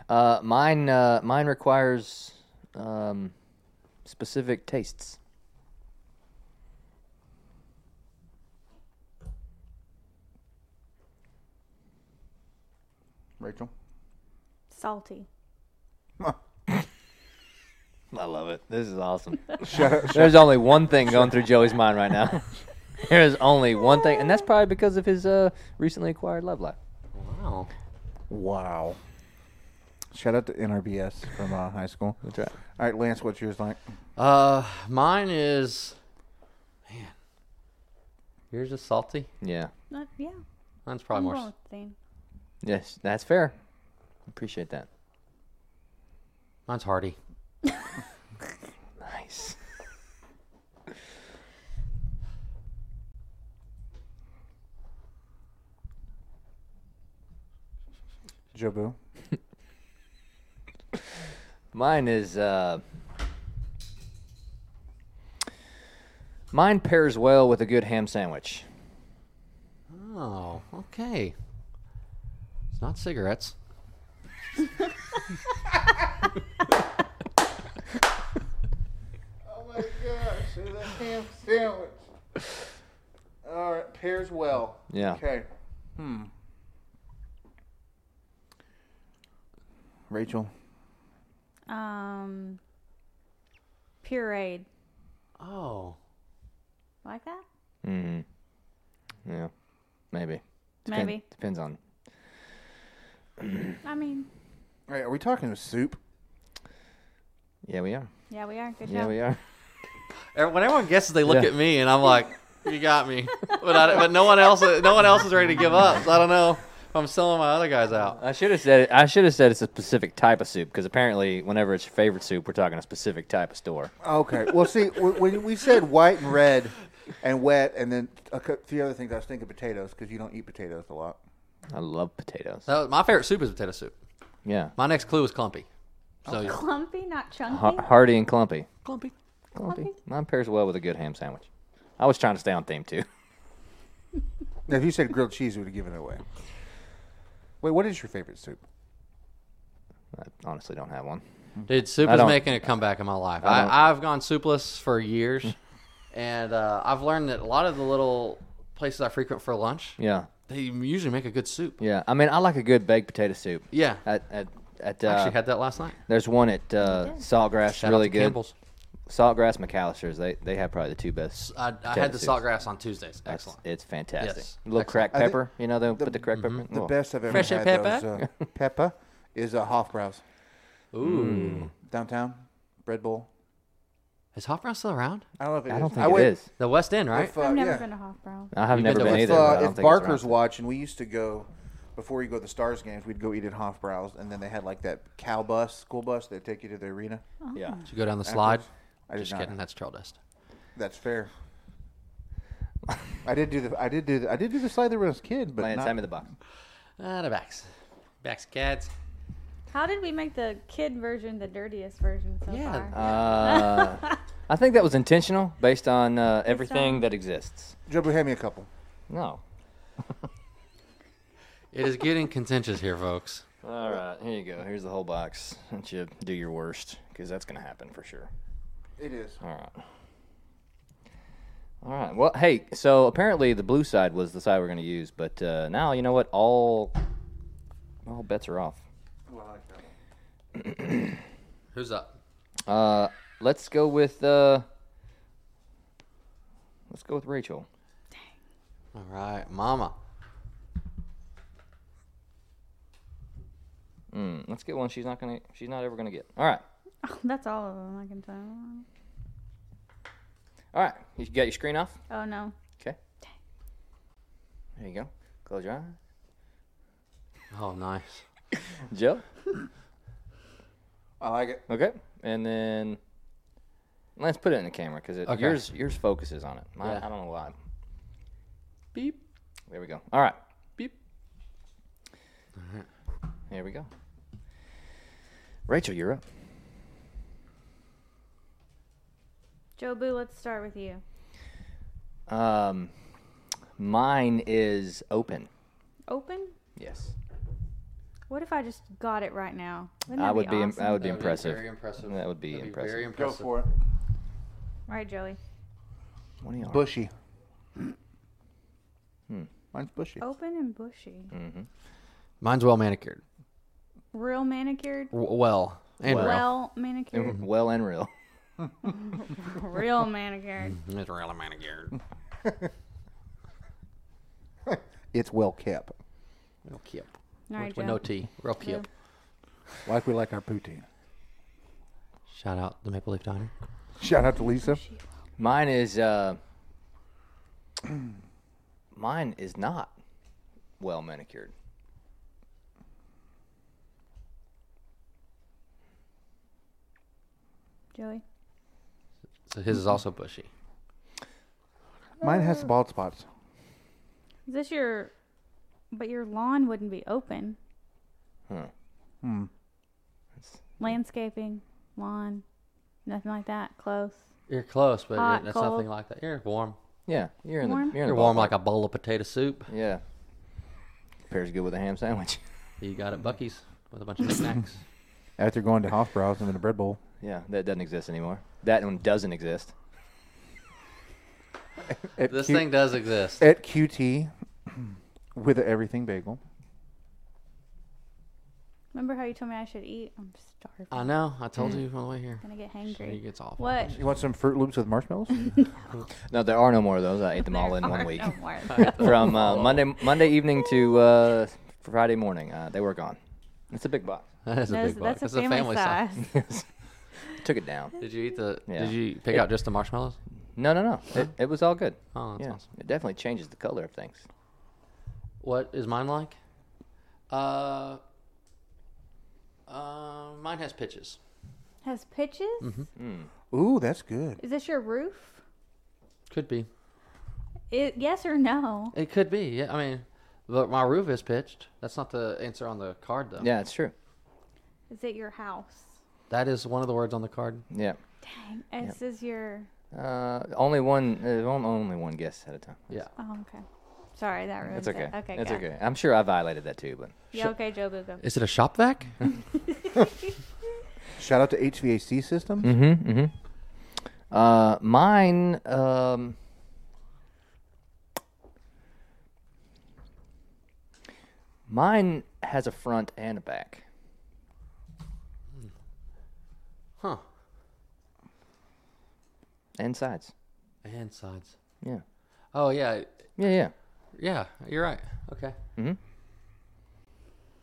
D: Uh, mine, uh, mine requires um, specific tastes.
B: Rachel.
F: Salty.
D: I love it. This is awesome.
B: Shut up.
D: There's only one thing going through Joey's mind right now. there is only one thing, and that's probably because of his uh, recently acquired love life.
E: Wow.
B: [LAUGHS] Wow. Shout out to NRBS from uh, high school. That's
D: right.
B: All right, Lance, what's yours like?
E: Uh, mine is. Man. Yours is salty.
D: Yeah.
F: Not, Uh, yeah.
E: Mine's
F: I'm
E: probably more. s-
F: going with theme.
D: Yes, that's fair. Appreciate that.
E: Mine's hearty.
D: Nice.
B: Jobu.
D: Mine is uh Mine pairs well with a good ham sandwich.
E: Oh, okay. It's not cigarettes.
B: Oh my gosh, there's a ham sandwich. All right, pairs well.
D: Yeah.
B: Okay. Hmm. Rachel.
F: Um, pureed.
E: Oh.
F: Like that?
D: Mhm. Yeah. Maybe. Depen-
F: Maybe.
D: Depends on.
F: I mean,
B: All right, are we talking a soup?
D: Yeah, we are.
F: yeah, we are. Good
D: Yeah,
F: job.
D: we are.
E: Every- When everyone guesses, they look at me, and I'm like, "You got me." But I, but no one else no one else is ready to give up. So I don't know if I'm selling my other guys out.
D: I should have said it. I should have said it's a specific type of soup because apparently, whenever it's your favorite soup, we're talking a specific type of store.
B: Okay. Well, see, when when we said white and red and wet, and then a cou- few other things, I was thinking potatoes because you don't eat potatoes a lot.
D: I love potatoes.
E: That was, my favorite soup is potato soup.
D: Yeah,
E: My next clue is clumpy. So yeah.
F: Clumpy, not chunky.
D: Ha- hearty and clumpy.
E: clumpy.
D: Clumpy.
F: Clumpy.
D: Mine pairs well with a good ham sandwich. I was trying to stay on theme too. [LAUGHS]
B: Now, if you said grilled cheese, we would have given it away. Wait, what is your favorite soup?
D: I honestly don't have one.
E: Dude, soup
D: I
E: is
D: don't-
E: making a comeback in my life. I, I've gone soupless for years, and uh, I've learned that a lot of the little places I frequent for lunch,
D: Yeah,
E: they usually make a good soup.
D: yeah. I mean, I like a good baked potato soup.
E: Yeah, I
D: At at, at uh,
E: actually had that last night.
D: there's one at uh, Saltgrass.
E: Shout out
D: really
E: to
D: good.
E: Campbell's.
D: Saltgrass McAllister's. They they have probably the two best.
E: I, I
D: potato
E: had the
D: soups.
E: saltgrass on Tuesdays.
D: That's-
E: Excellent.
D: It's fantastic.
E: Yes.
D: A little cracked
B: I think
D: pepper. You know, they
B: the- Mm-hmm.
D: put the cracked pepper. in.
B: The
D: Oh.
B: best I've ever
E: Fresh
B: had.
E: pepper?
B: Those, uh, pepper is a uh, Hofbrau's Mm.
E: Ooh,
B: downtown bread bowl.
E: is Hot Brown still around?
B: I don't know if it
D: I don't
B: is.
D: think
B: went-
D: it is.
E: The West End, right?
B: if, uh,
F: I've never
B: yeah.
F: been to Hofbrau.
D: I have
E: You
D: never
E: did
D: been
E: the-
D: either.
B: If,
D: but I
B: uh,
D: don't
B: if
D: think it's around.
B: Barker's watching, we used to go before you go to the Stars games. We'd go eat at Hofbrau's, and then they had like that cow bus, school bus that take you to the arena.
D: [LAUGHS] Yeah.
E: Did you go down the slide?
B: Afterwards. I did
E: Just
B: not.
E: kidding. That's trail dust.
B: That's fair. I did do the I did do the I did do the slide there when I was a kid, but
D: Lance,
B: not,
D: hand me the box.
E: Ah, the backs, backs cats.
F: How did we make the kid version the dirtiest version so
E: Yeah.
F: far?
D: Uh, I think that was intentional, based on uh, everything
F: on-
D: that exists.
B: Jobu, hand me a couple.
D: No.
E: It is getting contentious here, folks.
D: All right, here you go. Here's the whole box. Why don't you do your worst, because that's gonna happen for sure.
B: It is.
D: All right. All right. Well, hey. So apparently the blue side was the side we're gonna use, but uh, now you know what? All all bets are off.
E: Who's up?
D: Uh, let's go with uh, let's go with Rachel.
E: All right, Mama.
D: Mm, let's get one. She's not gonna. She's not ever gonna get. All right.
F: [LAUGHS] That's all of them I can tell.
D: All right. You got your screen off.
F: Oh no.
D: Okay. There you go. Close your eyes.
E: Oh, nice.
D: Joe.
B: I like it.
D: Okay. And then let's put it in the camera because
E: Okay.
D: yours yours focuses on it. Mine,
E: Yeah.
D: I don't know why.
E: Beep.
D: There we go. All right.
E: Beep.
D: Here we go. Rachel, you're up.
F: Joe Boo, let's start with you.
D: Um, mine is open.
F: Open?
D: Yes.
F: What if I just got it right now? Wouldn't
D: I
F: that
D: would
F: be
D: be.
F: awesome?
D: I would be
E: That'd be
D: impressive.
E: very impressive.
D: That would be
E: That'd
D: impressive.
E: very
B: Go
E: impressive.
B: for it.
F: All right, Joey.
D: What do you are?
B: Bushy. Hmm. Mine's bushy.
F: Open and bushy.
D: Mm.
E: Mine's well manicured.
F: Real manicured.
E: W- well and
F: Well,
E: real.
F: manicured.
D: Well and real. [LAUGHS]
F: Real
D: Mm.
F: manicured.
E: It's real and manicured.
B: It's well kept,
E: [LAUGHS] Real cute.
F: All right,
E: With
F: Joe.
E: no tea. Real cute.
B: like we like our poutine.
E: Shout out the Maple Leaf Diner.
B: Shout out to Lisa.
D: Mine is uh [CLEARS THROAT] mine is not well manicured.
F: Joey.
E: So his is
F: Mm-hmm.
E: also bushy.
B: Mine has bald spots.
F: Is this your? But your lawn wouldn't be open.
D: Huh.
F: Landscaping, lawn, nothing like that. Close.
E: You're close, but
F: Hot,
E: that's
F: cold.
E: nothing like that. You're warm.
D: Yeah, you're in
F: Warm?
D: the you're in
E: You're
D: the
E: warm
D: ballpark.
E: like a bowl of potato soup.
D: Yeah. Pairs good with a ham sandwich. [LAUGHS]
E: You got at Bucky's with a bunch of snacks.
B: After going to Hofbrau's and then a bread bowl.
D: Yeah, that doesn't exist anymore. That one doesn't exist.
B: At
E: this
B: Q-
E: thing does exist.
B: at QT [CLEARS THROAT] with a everything bagel.
F: Remember how you told me I should eat? I'm starving.
E: I know. I told you on the way here.
F: gonna get
E: He
F: hangry.
E: gets off.
F: Mm. What?
B: You want some Fruit Loops with marshmallows?
D: No, there are no more of those. I ate them all in
F: There
D: one
F: are
D: week.
F: no
D: [LAUGHS]
F: more.
D: From uh, Monday Monday evening to uh, Friday morning, uh, they were gone. It's a big box.
E: [LAUGHS]
D: [LAUGHS]
E: That is a
F: That's,
E: big box.
F: that's a family size.
D: Yes. took it down.
E: Did you eat the?
D: Yeah.
E: Did you pick out just the marshmallows?
D: No, no, no. It, it was all good.
E: Oh, that's
D: Yeah.
E: awesome.
D: It definitely changes the color of things.
E: What is mine like? Uh, uh, mine has pitches.
F: Has pitches?
D: Mm-hmm.
B: Ooh, that's good.
F: Is this your roof?
E: Could be.
F: It, yes or no?
E: It could be. Yeah, I mean, but my roof is pitched. That's not the answer on the card though.
D: Yeah, it's true.
F: Is it your house?
E: That is one of the words on the card.
D: Yeah.
F: Dang. This is your.
D: Uh, only one. Uh, on- only one guess at a time.
E: Yeah.
F: Oh, okay. Sorry, that ruined
D: That's okay.
F: it. Okay,
D: That's
F: go.
D: okay. I'm sure I violated that too, but
F: Yeah, okay, Joe Boo, go.
E: Is it a shop vac?
B: Shout out to HVAC systems. mm-hmm.
D: uh, mine. Um, mine has a front and a back.
E: huh.
D: and sides.
E: [LAUGHS] And sides.
D: Yeah.
E: Oh yeah,
D: Yeah, yeah.
E: yeah. You're right. Okay. Mm-hmm.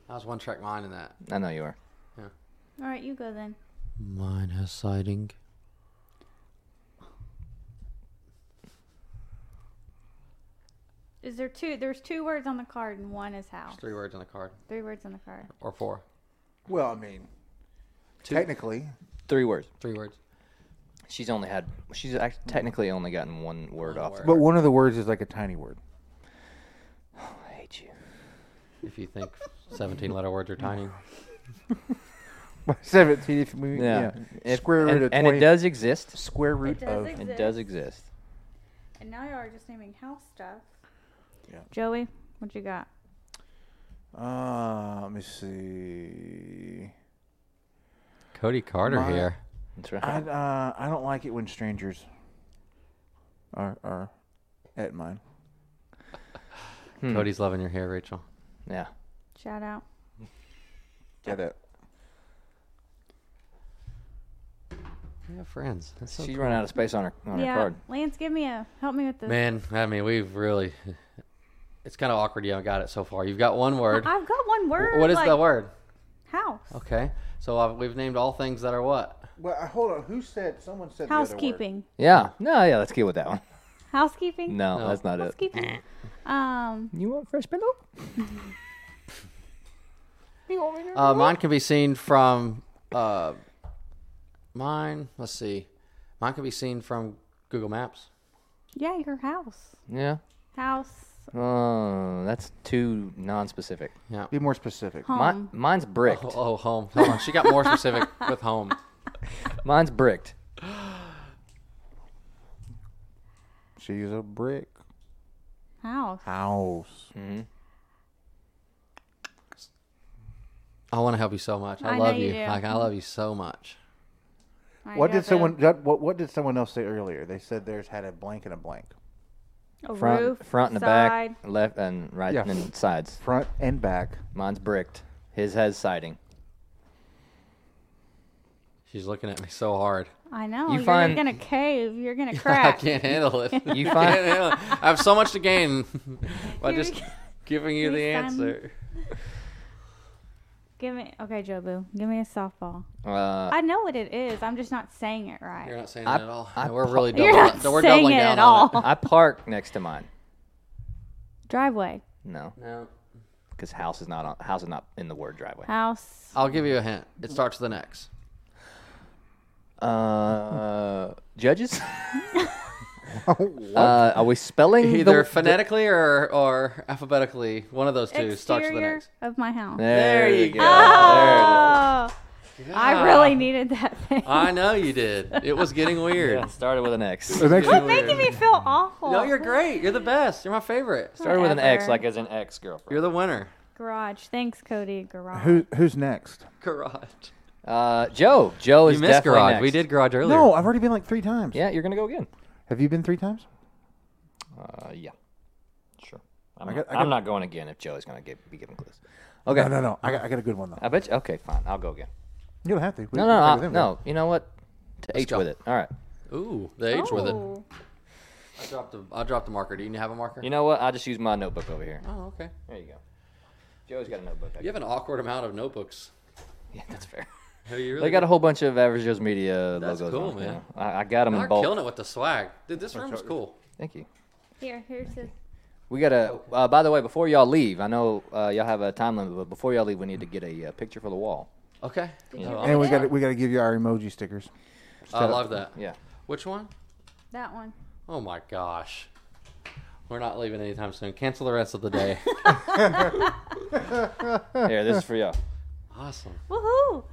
E: I was one track mind in that.
D: I know you are.
F: All right, you go then.
E: Mine has siding.
F: Is there two? There's two words on the card, and one is house.
E: Three words on the card,
F: Three words on the card.
E: or four.
B: Well, I mean, technically,
D: Three words.
E: Three words.
D: She's only had. She's act- technically only gotten one word off.
E: word.
B: but one of the words is like a tiny word. [LAUGHS]
D: I hate you.
E: If you think 17 letter words are tiny.
B: Seventeen. If we,
D: Yeah.
B: yeah.
D: If-
B: Square root
D: and,
B: of
D: and
B: 20,
D: it does exist.
B: Square root
F: does
B: of.
F: exist.
D: It does exist.
F: And now you are just naming house stuff.
B: Yeah.
F: Joey, what you got?
B: Uh, let me see.
E: Cody Carter
B: My-
E: here.
D: That's right.
B: I uh, I don't like it when strangers are are at mine.
F: Hmm.
E: Cody's loving your hair, Rachel.
D: Hmm. yeah.
F: Shout out.
B: Get it?
E: We have friends. That's so
D: She's run out of space on her on
F: yeah,
D: her card.
F: Lance, give me a help me with this.
E: Man, I mean, we've really. It's kind of awkward you haven't got it so far. You've got one word.
F: I've got one word.
E: What is
F: like,
E: the word?
F: House.
E: Okay. So uh, we've named all things that are what?
B: Well, uh, hold on. Who said? Someone said the other word.
F: Housekeeping.
D: Yeah. No. Yeah. Let's get with that one. [LAUGHS]
F: Housekeeping.
D: No, that's not it.
F: Housekeeping. um,
D: You want fresh pillow?
E: Uh, mine can be seen from. Uh, mine, let's see. Mine can be seen from Google Maps.
F: yeah, your house.
D: Yeah.
F: House.
D: Oh, that's too non-specific.
B: Be more specific.
D: Mi-
F: Home.
D: mine's bricked.
E: Oh, oh, home. Hold on. She got more
F: [LAUGHS]
E: specific with home.
D: Mine's bricked.
B: She's a brick
F: House.
B: house.
E: I want to help you so much. I,
F: I know
E: love
F: you
E: you.
F: do.
E: Like, I love you so much.
F: All right,
B: What
F: Joe
B: did
F: Boo.
B: someone? that- What, what did someone else say earlier? They said theirs had a blank and a blank.
F: A
D: Front,
F: roof.
D: front and the
F: side.
D: back, left and right
B: Yeah.
D: and sides.
B: Front and back. [LAUGHS]
D: Mine's bricked. His has [LAUGHS] siding.
E: She's looking at me so hard. [LAUGHS]
F: I know.
D: You
F: You are
D: find-
F: gonna cave. You're gonna
E: I
F: crack.
E: can't handle it.
F: [LAUGHS]
E: I
D: You
E: can't
D: find
E: handle it. I have so much to gain [LAUGHS] by
F: Here we
E: just
F: go.
E: giving you
F: Give me
E: the
F: some.
E: answer.
F: [LAUGHS] Give me okay, Joe Boo. Give me a softball.
D: uh,
F: I know what it is. I'm just not saying it right.
E: You're not saying
D: I-
E: that at all.
D: I
E: And we're really
F: You're
E: doubling,
F: not
E: so we're
F: saying
E: doubling
F: it
E: down
F: at
E: on
F: all.
D: I park next to mine.
F: Driveway.
D: No,
E: it. No.
D: because house is not on, house is not in the word driveway.
F: House.
E: I'll give you a hint. It starts with an X.
D: Uh, judges. Uh, are we [LAUGHS] spelling the-
E: Either phonetically or, or alphabetically, one of those two starts with an
F: Exterior
E: X.
F: of my house.
D: There,
E: you
D: you go.
E: go.
F: Oh, I really
E: Ah,
F: needed that thing.
E: I
F: [LAUGHS]
E: know you did. It was getting weird.
D: Yeah, started with an X.
B: The next
F: Quit making me feel awful.
E: No, you're great. You're the best. You're my favorite.
D: started with an X,
F: Whatever.
D: like as an ex girlfriend.
E: You're the winner.
F: garage. Thanks, Cody. Garage.
B: Who who's next?
E: Garage.
D: Uh, Joe. Joe is
E: You missed
D: definitely
E: garage.
D: next.
E: We did garage earlier.
B: No, I've already been like three times.
D: Yeah, you're gonna go again.
B: Have you been three times?
D: Uh, yeah. Sure. I'm,
B: I
D: not,
B: got- I
D: I'm
B: got-
D: not going again if Joe is gonna give, be giving clues.
B: Okay. No, no, no. I got, I got a good one though.
D: I bet you. Okay, fine. I'll go again.
B: You don't have to. We
D: No,
B: can
D: no,
B: play
D: I'll-
B: with him,
D: no. You know what? To H
E: go.
D: with it. All right.
E: Ooh, the H with it.
F: Oh.
E: I dropped the I dropped the marker. Do you have a marker?
D: You know what? I'll just use my notebook over here.
E: oh, okay.
D: There you go. Joe's got a notebook.
E: You have an awkward amount of notebooks.
D: Yeah, [LAUGHS] that's fair.
E: Hell, you
D: They
E: really
D: got a whole bunch of Average Joe's Media
E: That's
D: logos.
E: cool,
D: on it,
E: man.
D: yeah. I, I got them
E: Y'all
D: in
E: are
D: bulk.
E: killing it with the swag, dude. This room's cool.
D: Thank you.
F: Here, here's this.
D: We got to, uh, by the way, before y'all leave, I know uh, y'all have a time limit, but before y'all leave, we need to get a uh, picture for the wall.
E: Okay,
F: you
E: Oh,
F: really-
B: And we got we got to give you our emoji stickers.
E: I love that.
D: Yeah.
E: Which one?
F: That one.
E: Oh my gosh, we're not leaving anytime soon. Cancel the rest of the
D: [LAUGHS]
E: day.
B: [LAUGHS]
D: Here, this is for [LAUGHS] y'all.
E: awesome.
F: Woohoo!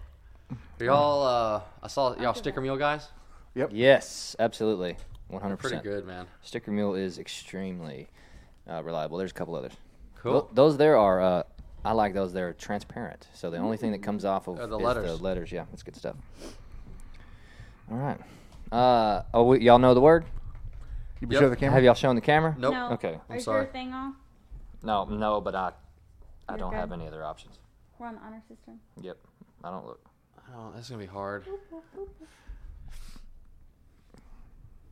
E: Are y'all, uh, I saw y'all sticker meal guys.
D: Yes, absolutely. 100%.
E: Pretty good, man.
D: Sticker Mule is extremely uh, reliable. There's a couple others.
E: Cool.
D: Tho- those there are, uh, I like those. They're transparent. So the only thing that comes off of
E: Oh, the
D: is
E: letters.
D: the letters. Yeah, that's good stuff. All right. Uh, oh, we, y'all know the word?
B: You
E: Yep.
B: show the camera.
D: Have y'all shown the camera?
E: Nope.
F: No.
D: Okay, I'm
F: Is
E: sorry.
F: your thing off?
D: No, no, but I, I
F: You're
D: don't
F: good.
D: have any other options.
F: We're on the honor system.
D: Yep, I don't look.
E: Oh, that's gonna be hard.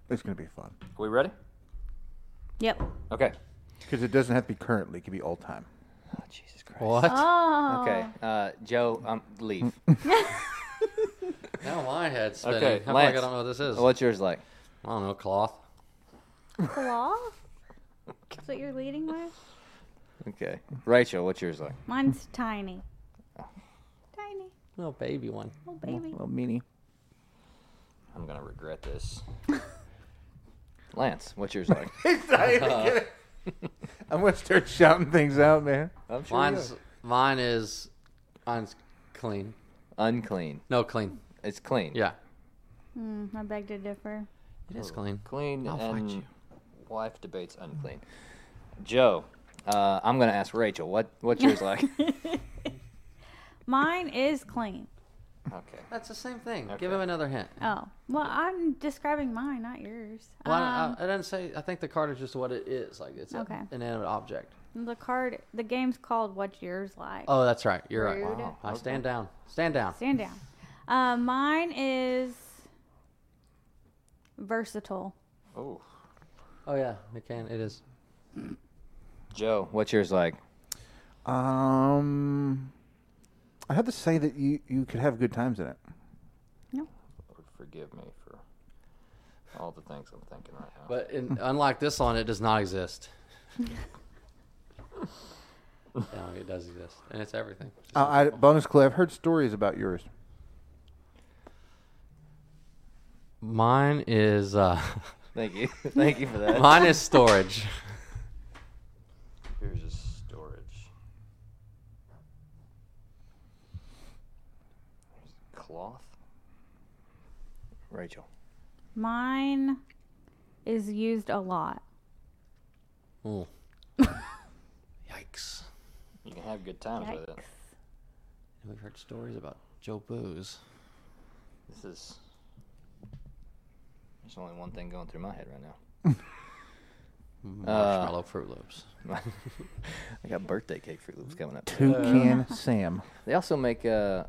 B: It's gonna be fun
D: we ready?
F: Yep.
D: Okay.
B: because it doesn't have to be currently; it could be
D: [LAUGHS]
B: all time.
D: Oh, Jesus Christ.
E: What?
F: Oh.
D: Okay, uh, Joe, um, leave.
E: [LAUGHS] Now my head's spinning.
D: Okay,
E: How
D: Lance.
E: like I don't know what this is.
D: What's yours like?
E: I don't know, cloth.
F: Claw? That's what you're leading with?
D: Okay. Rachel, what's yours like?
F: Mine's tiny. Tiny.
E: Little baby one.
F: Oh, baby.
B: Little meanie.
D: I'm gonna regret this. [LAUGHS] Lance, what's yours like? [LAUGHS]
B: [LAUGHS] I'm gonna start shouting things out, man.
D: I'm sure
E: Mine's mine is mine's clean.
D: unclean.
E: No, clean.
D: It's clean.
E: Yeah,
F: Mm, I beg to differ.
E: it
D: Oh.
E: is clean.
D: Clean
E: I'll fight
D: and
E: you.
D: wife debates unclean. Joe, uh, I'm gonna ask Rachel what what's yours like.
F: [LAUGHS] Mine is clean.
D: okay.
E: That's the same thing. Give
D: Okay.
E: him another hint.
F: Oh. Well, I'm describing mine, not yours.
E: Well, I,
F: um,
E: I, I didn't say. I think the card is just what it is. Like it's
F: Okay.
E: an inanimate object.
F: Um, the card, the game's called What's Yours Like?
E: Oh, that's right. You're right.
F: Rude.
E: I stand down. Stand down.
F: Stand down. Uh, mine is versatile.
D: Oh.
E: Oh yeah, McCann. It is.
D: Joe, what's yours like?
B: Um, I have to say that you you could have good times in it.
D: Lord, forgive me for all the things I'm thinking right now.
E: But in, unlike this one, it does not exist.
F: [LAUGHS]
E: no, it does exist, and it's everything.
B: Uh, I, bonus clue: I've heard stories about yours.
E: Mine is uh,
D: Thank you, [LAUGHS] thank you for that.
E: [LAUGHS] mine is storage.
D: Here's a storage. Here's cloth. Rachel.
F: Mine is used a lot.
E: Ooh. Yikes.
D: You can have good times with it.
F: Yikes.
E: We've heard stories about Joe Booze.
D: This is. There's only one thing going through my head right now.
E: Marshmallow Fruit Loops.
D: [LAUGHS] I got birthday cake Fruit Loops coming up. too.
B: [LAUGHS] Toucan Sam.
D: They also make uh,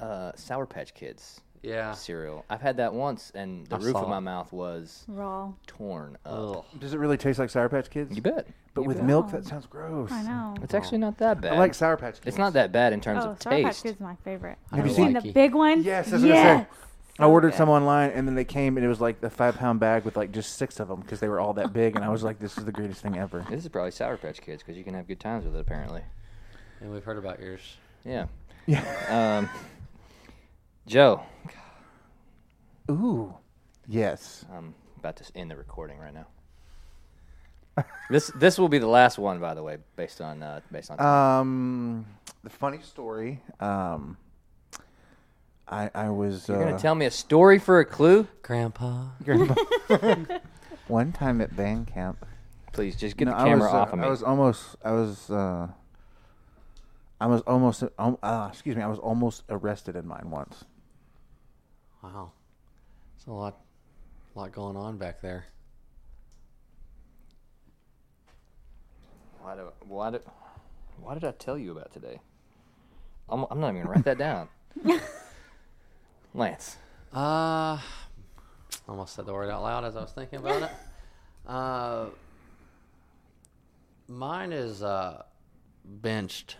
D: uh, Sour Patch Kids
E: Yeah.
D: cereal. I've had that once, and the
E: Ah. I
D: roof
E: saw
D: of my
E: it.
D: mouth was
F: Raw.
D: torn up.
E: Ugh.
B: Does it really taste like Sour Patch Kids?
D: You bet.
B: But with milk, that sounds gross.
F: I know.
D: It's actually not that bad.
B: I like Sour Patch Kids.
D: It's not that bad in terms
F: Oh,
D: of
F: Sour Patch
D: taste.
F: Kids is my favorite.
E: Have
B: you seen-
F: And the big one?
B: Yes, that's what I
F: yes.
B: said. I ordered some online, and then they came, and it was like a five pound bag with like just six of them because they were all that big, and I was like, "This is the greatest thing ever."
D: This is probably Sour Patch Kids because you can have good times with it, apparently.
E: And we've heard about yours.
D: Yeah.
B: Yeah.
D: [LAUGHS] Um, Joe,
B: Ooh. Yes.
D: I'm about to end the recording right now.
B: [LAUGHS]
D: this this will be the last one, by the way, based on uh, based on.
B: Um, the funny story. Um, I I was.
D: You're
B: uh,
D: gonna tell me a story for a clue?
E: Grandpa.
B: one time at band camp.
D: Please just get
B: No,
D: the
B: I
D: camera
B: was, uh,
D: off of me.
B: I was almost. I was. Uh, I was almost. Um, uh, excuse me. I was almost arrested in mine once.
E: Wow. There's a lot, lot going on back there.
D: Why, do, why, do, why did I tell you about today? I'm, I'm not even gonna write that
F: [LAUGHS]
D: down. Lance,
E: Uh, almost said the word out loud as I was thinking about [LAUGHS] it. Uh, mine is uh, benched.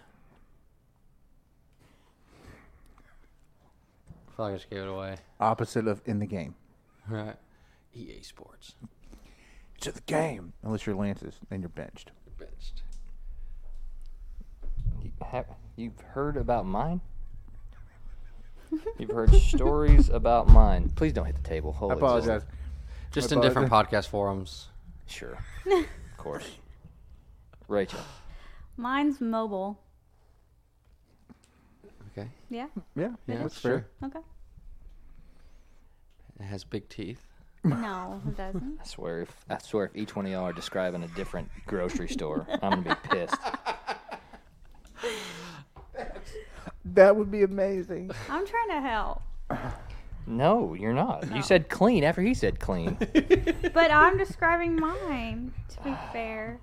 E: feel like I just gave it away.
B: Opposite of in the game.
E: Right. EA Sports.
B: To the game. Unless you're Lance's, then you're benched.
E: Benched.
D: You have, you've heard about mine? You've heard stories about mine. Please don't hit the table. Holy
B: I apologize.
E: Just in different podcast forums.
D: Sure. of course. Rachel.
F: Mine's mobile.
E: Okay.
F: Yeah.
B: Yeah,
E: Yeah,
B: that's
E: sure.
B: fair.
F: Okay.
E: It has big teeth.
F: No, it doesn't.
D: I swear if I swear if each one of y'all are describing a different grocery store, I'm gonna be pissed.
B: That would be [LAUGHS] amazing.
F: I'm trying to help,
D: No, you're not. You said clean after he said clean.
F: but I'm describing mine. To be fair,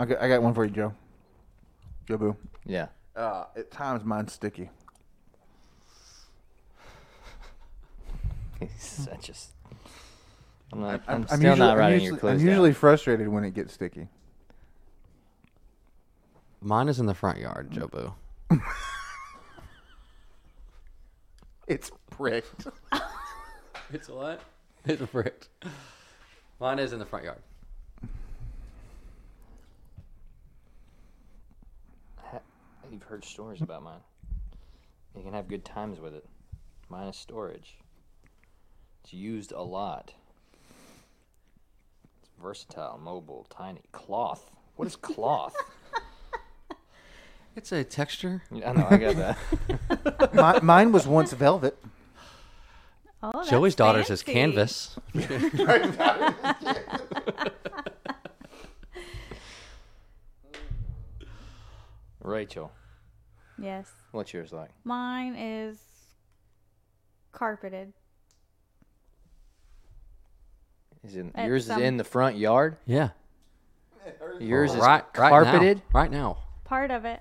B: I got, I got one for you, Joe. Joe Boo.
D: yeah.
B: Uh, at times mine's sticky.
D: He's such a. s- I'm, not, I'm,
B: I'm,
D: still
B: usually,
D: not writing
B: I'm usually,
D: your clues
B: I'm
D: down.
B: usually frustrated when it gets sticky.
E: Mine is in the front yard, Jobu.
B: It's [LAUGHS] pricked.
E: It's what? [LAUGHS] It's bricked. Mine is in the front yard.
D: Ha- You've heard stories about mine. You can have good times with it. Mine is storage. It's used a lot. It's versatile, mobile, tiny. Cloth. What is cloth? [LAUGHS]
E: It's a texture.
D: Yeah, I know, I got that. [LAUGHS]
B: My, mine was once [LAUGHS] velvet.
F: oh, that's
E: Joey's daughter's is
F: fancy.
E: canvas.
D: Rachel,
F: Yes,
D: what's yours like?
F: mine is carpeted.
D: Is in,
F: At
D: yours
F: some-
D: is in the front yard?
E: Yeah.
D: Yours is
E: right. Right
D: carpeted?
E: Now, right now,
F: Part
B: [LAUGHS]
F: of it.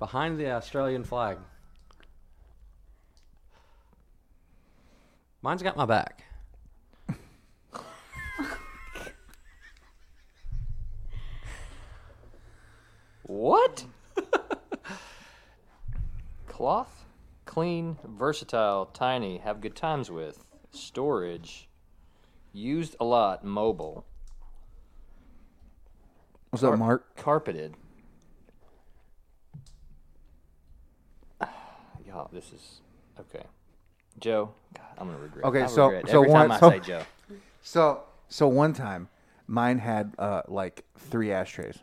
E: behind the Australian flag. Mine's got my back.
D: What? Cloth? Clean, versatile, tiny, have good times with. Storage. Used a lot, mobile.
B: What's up, Mark?
D: Carpeted. [SIGHS] Yeah, this is okay. Joe, God, I'm gonna regret.
B: Okay,
D: I
B: so-
D: regret
B: so
D: every time
B: one-
D: I
B: so-
D: say Joe.
B: So, so one time, mine had uh, like three ashtrays.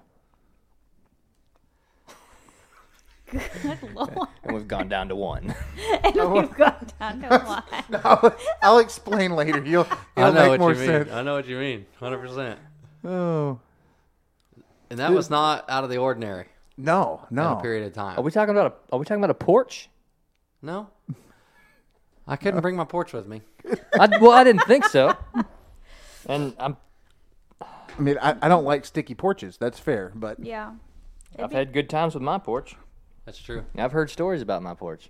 F: Good lord.
D: And we've gone down to one. [LAUGHS]
F: And
B: Oh.
F: we've gone
B: [LAUGHS]
F: down to one.
B: [LAUGHS] I'll, I'll explain later. You'll it'll
E: I know
B: make
E: what
B: more
E: you mean.
B: sense.
E: I know what you mean. 100%.
B: Oh
E: And that was not out of the ordinary
B: no,
E: in
B: no.
E: a period of time.
D: Are we talking about a? Are we talking about a porch?
E: no. I couldn't bring my porch with me.
D: I, well, I didn't think so. [LAUGHS] And I'm
B: I mean, I, I don't like sticky porches. That's fair, but
F: Yeah.
D: I've had good times with my porch.
E: That's true.
D: And I've heard stories about my porch.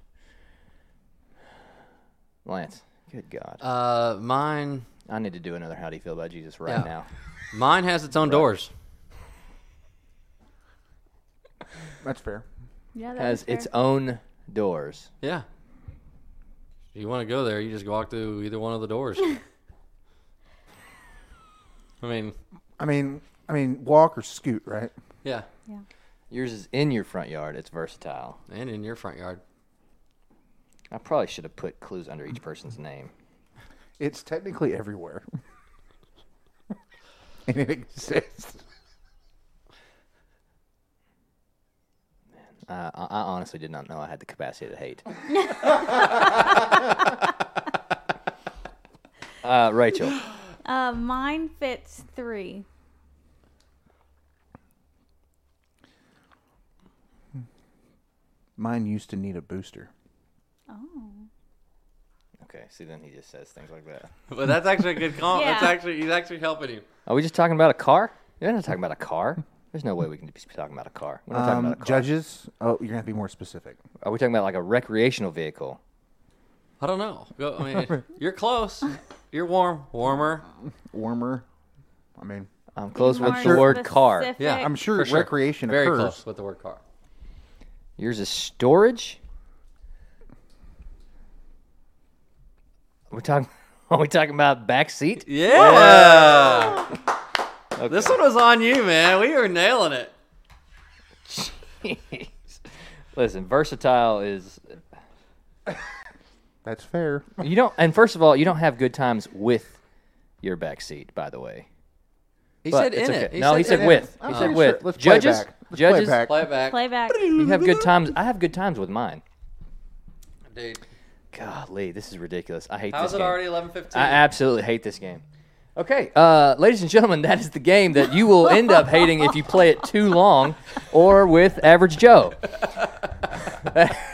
D: Lance, good God.
E: Uh, mine
D: I need to do another How Do You Feel About Jesus right
E: Yeah.
D: now.
E: mine has its own doors.
B: that's fair.
F: Yeah, that
D: Has
F: is
D: its
F: fair.
D: own doors.
E: Yeah. If you want to go there, you just walk through either one of the doors. I mean,
B: I mean, I mean, walk or scoot, right?
E: yeah.
D: Yours is in your front yard. It's versatile.
E: And in your front yard.
D: I probably should have put clues under each person's name.
B: It's technically everywhere, [LAUGHS] and it exists.
D: Uh, I, I honestly did not know I had the capacity to hate. uh, Rachel,
F: Uh, mine fits three.
B: Mine used to need a booster.
F: Oh.
D: Okay, see, then he just says things like that.
E: But that's actually a good call.
F: Yeah.
E: That's actually he's actually helping you.
D: Are we just talking about a car? We're not talking about a car. There's no way we can be talking about a car. We're not talking
B: Um,
D: about a car.
B: judges, oh, you're gonna have to be more specific.
D: Are we talking about like a recreational vehicle?
E: I don't know. Go, I mean, you're close. You're warm, warmer.
B: Warmer. I mean,
D: I'm close with
F: More
D: the word car.
F: specific.
E: Yeah,
B: I'm sure
E: For sure.
B: recreation
E: Very
B: occurs.
E: close with the word car.
D: Yours is storage. We're talking. [LAUGHS] Are we talking about backseat?
E: Yeah. This one was on you, man. We were nailing it.
D: [LAUGHS] Listen, versatile is
B: That's fair.
D: you don't. And first of all, you don't have good times with your backseat. By the way,
E: He
D: But
E: said
D: it's
E: in
D: okay.
E: it. He
D: no, he
E: in
D: said
E: it.
D: with.
B: I'm
D: he
B: pretty
D: said with.
B: sure- let's play
D: judges,
B: back. Let's play
D: judges,
B: back.
E: Play it back.
F: Playback.
D: you have good times. I have good times with mine.
E: Dude,
D: Golly, this is ridiculous. I hate
E: how's
D: this
E: it
D: game.
E: already 11:15?
D: I absolutely hate this game. Okay, uh, ladies and gentlemen, that is the game that you will end up hating if you play it too long or with Average Joe. [LAUGHS]
E: [LAUGHS]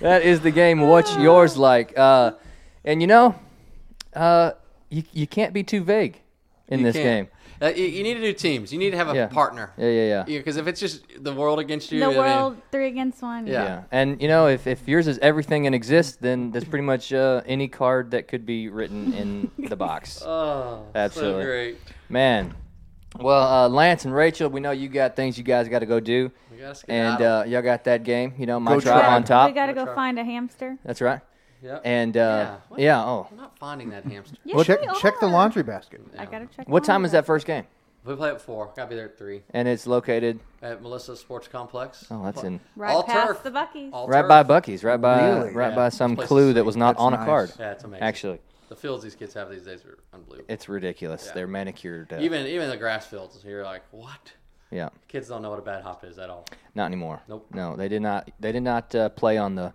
D: that is the game. What's yours like? Uh, and you know, uh, you, you can't be too vague in this game.
E: Uh, you, you need to do teams. You need to have a
D: Yeah.
E: partner.
D: Yeah, yeah, yeah.
E: Because if it's just the world against you,
F: The
E: I mean,
F: world three against one.
E: Yeah.
D: Yeah, and you know, if, if yours is everything and exists, then that's pretty much uh, any card that could be written in the
E: [LAUGHS]
D: box.
E: oh,
D: Absolutely.
E: so great.
D: Man. Well, uh, Lance and Rachel, we know you got things you guys got to go do.
E: We gotta
D: And
E: skedaddle.
D: uh, y'all got that game, you know, my
B: Go
D: tribe
B: Tribe.
D: on top.
F: We gotta go find a hamster.
D: That's right.
E: Yep.
D: And uh,
E: what-
D: yeah, oh.
E: I'm not finding that hamster.
F: Yeah,
B: check
F: we
B: check the
F: are.
B: laundry basket.
F: I gotta check.
D: What time
F: laundry.
D: is that first game?
E: We play at four. Gotta be there at three
D: And it's located
E: at Melissa's Sports Complex.
D: Oh, that's in-
F: Right
E: all
F: past
E: turf.
F: the Bucky's.
E: All
D: right
E: turf.
D: by Bucky's, right by
B: Really?
D: right
E: Yeah.
D: by some
E: Place to
D: clue that
E: sleep.
D: was not
B: That's
D: on a
B: nice.
D: card.
E: Yeah, it's amazing.
D: Actually,
E: the fields these kids have these days are unbelievable.
D: it's ridiculous. They're manicured. Uh,
E: even even the grass fields, you're like, what?
D: yeah,
E: Kids don't know what a bad hop is at all.
D: not anymore.
E: Nope.
D: No, they did not. They did not uh, play on the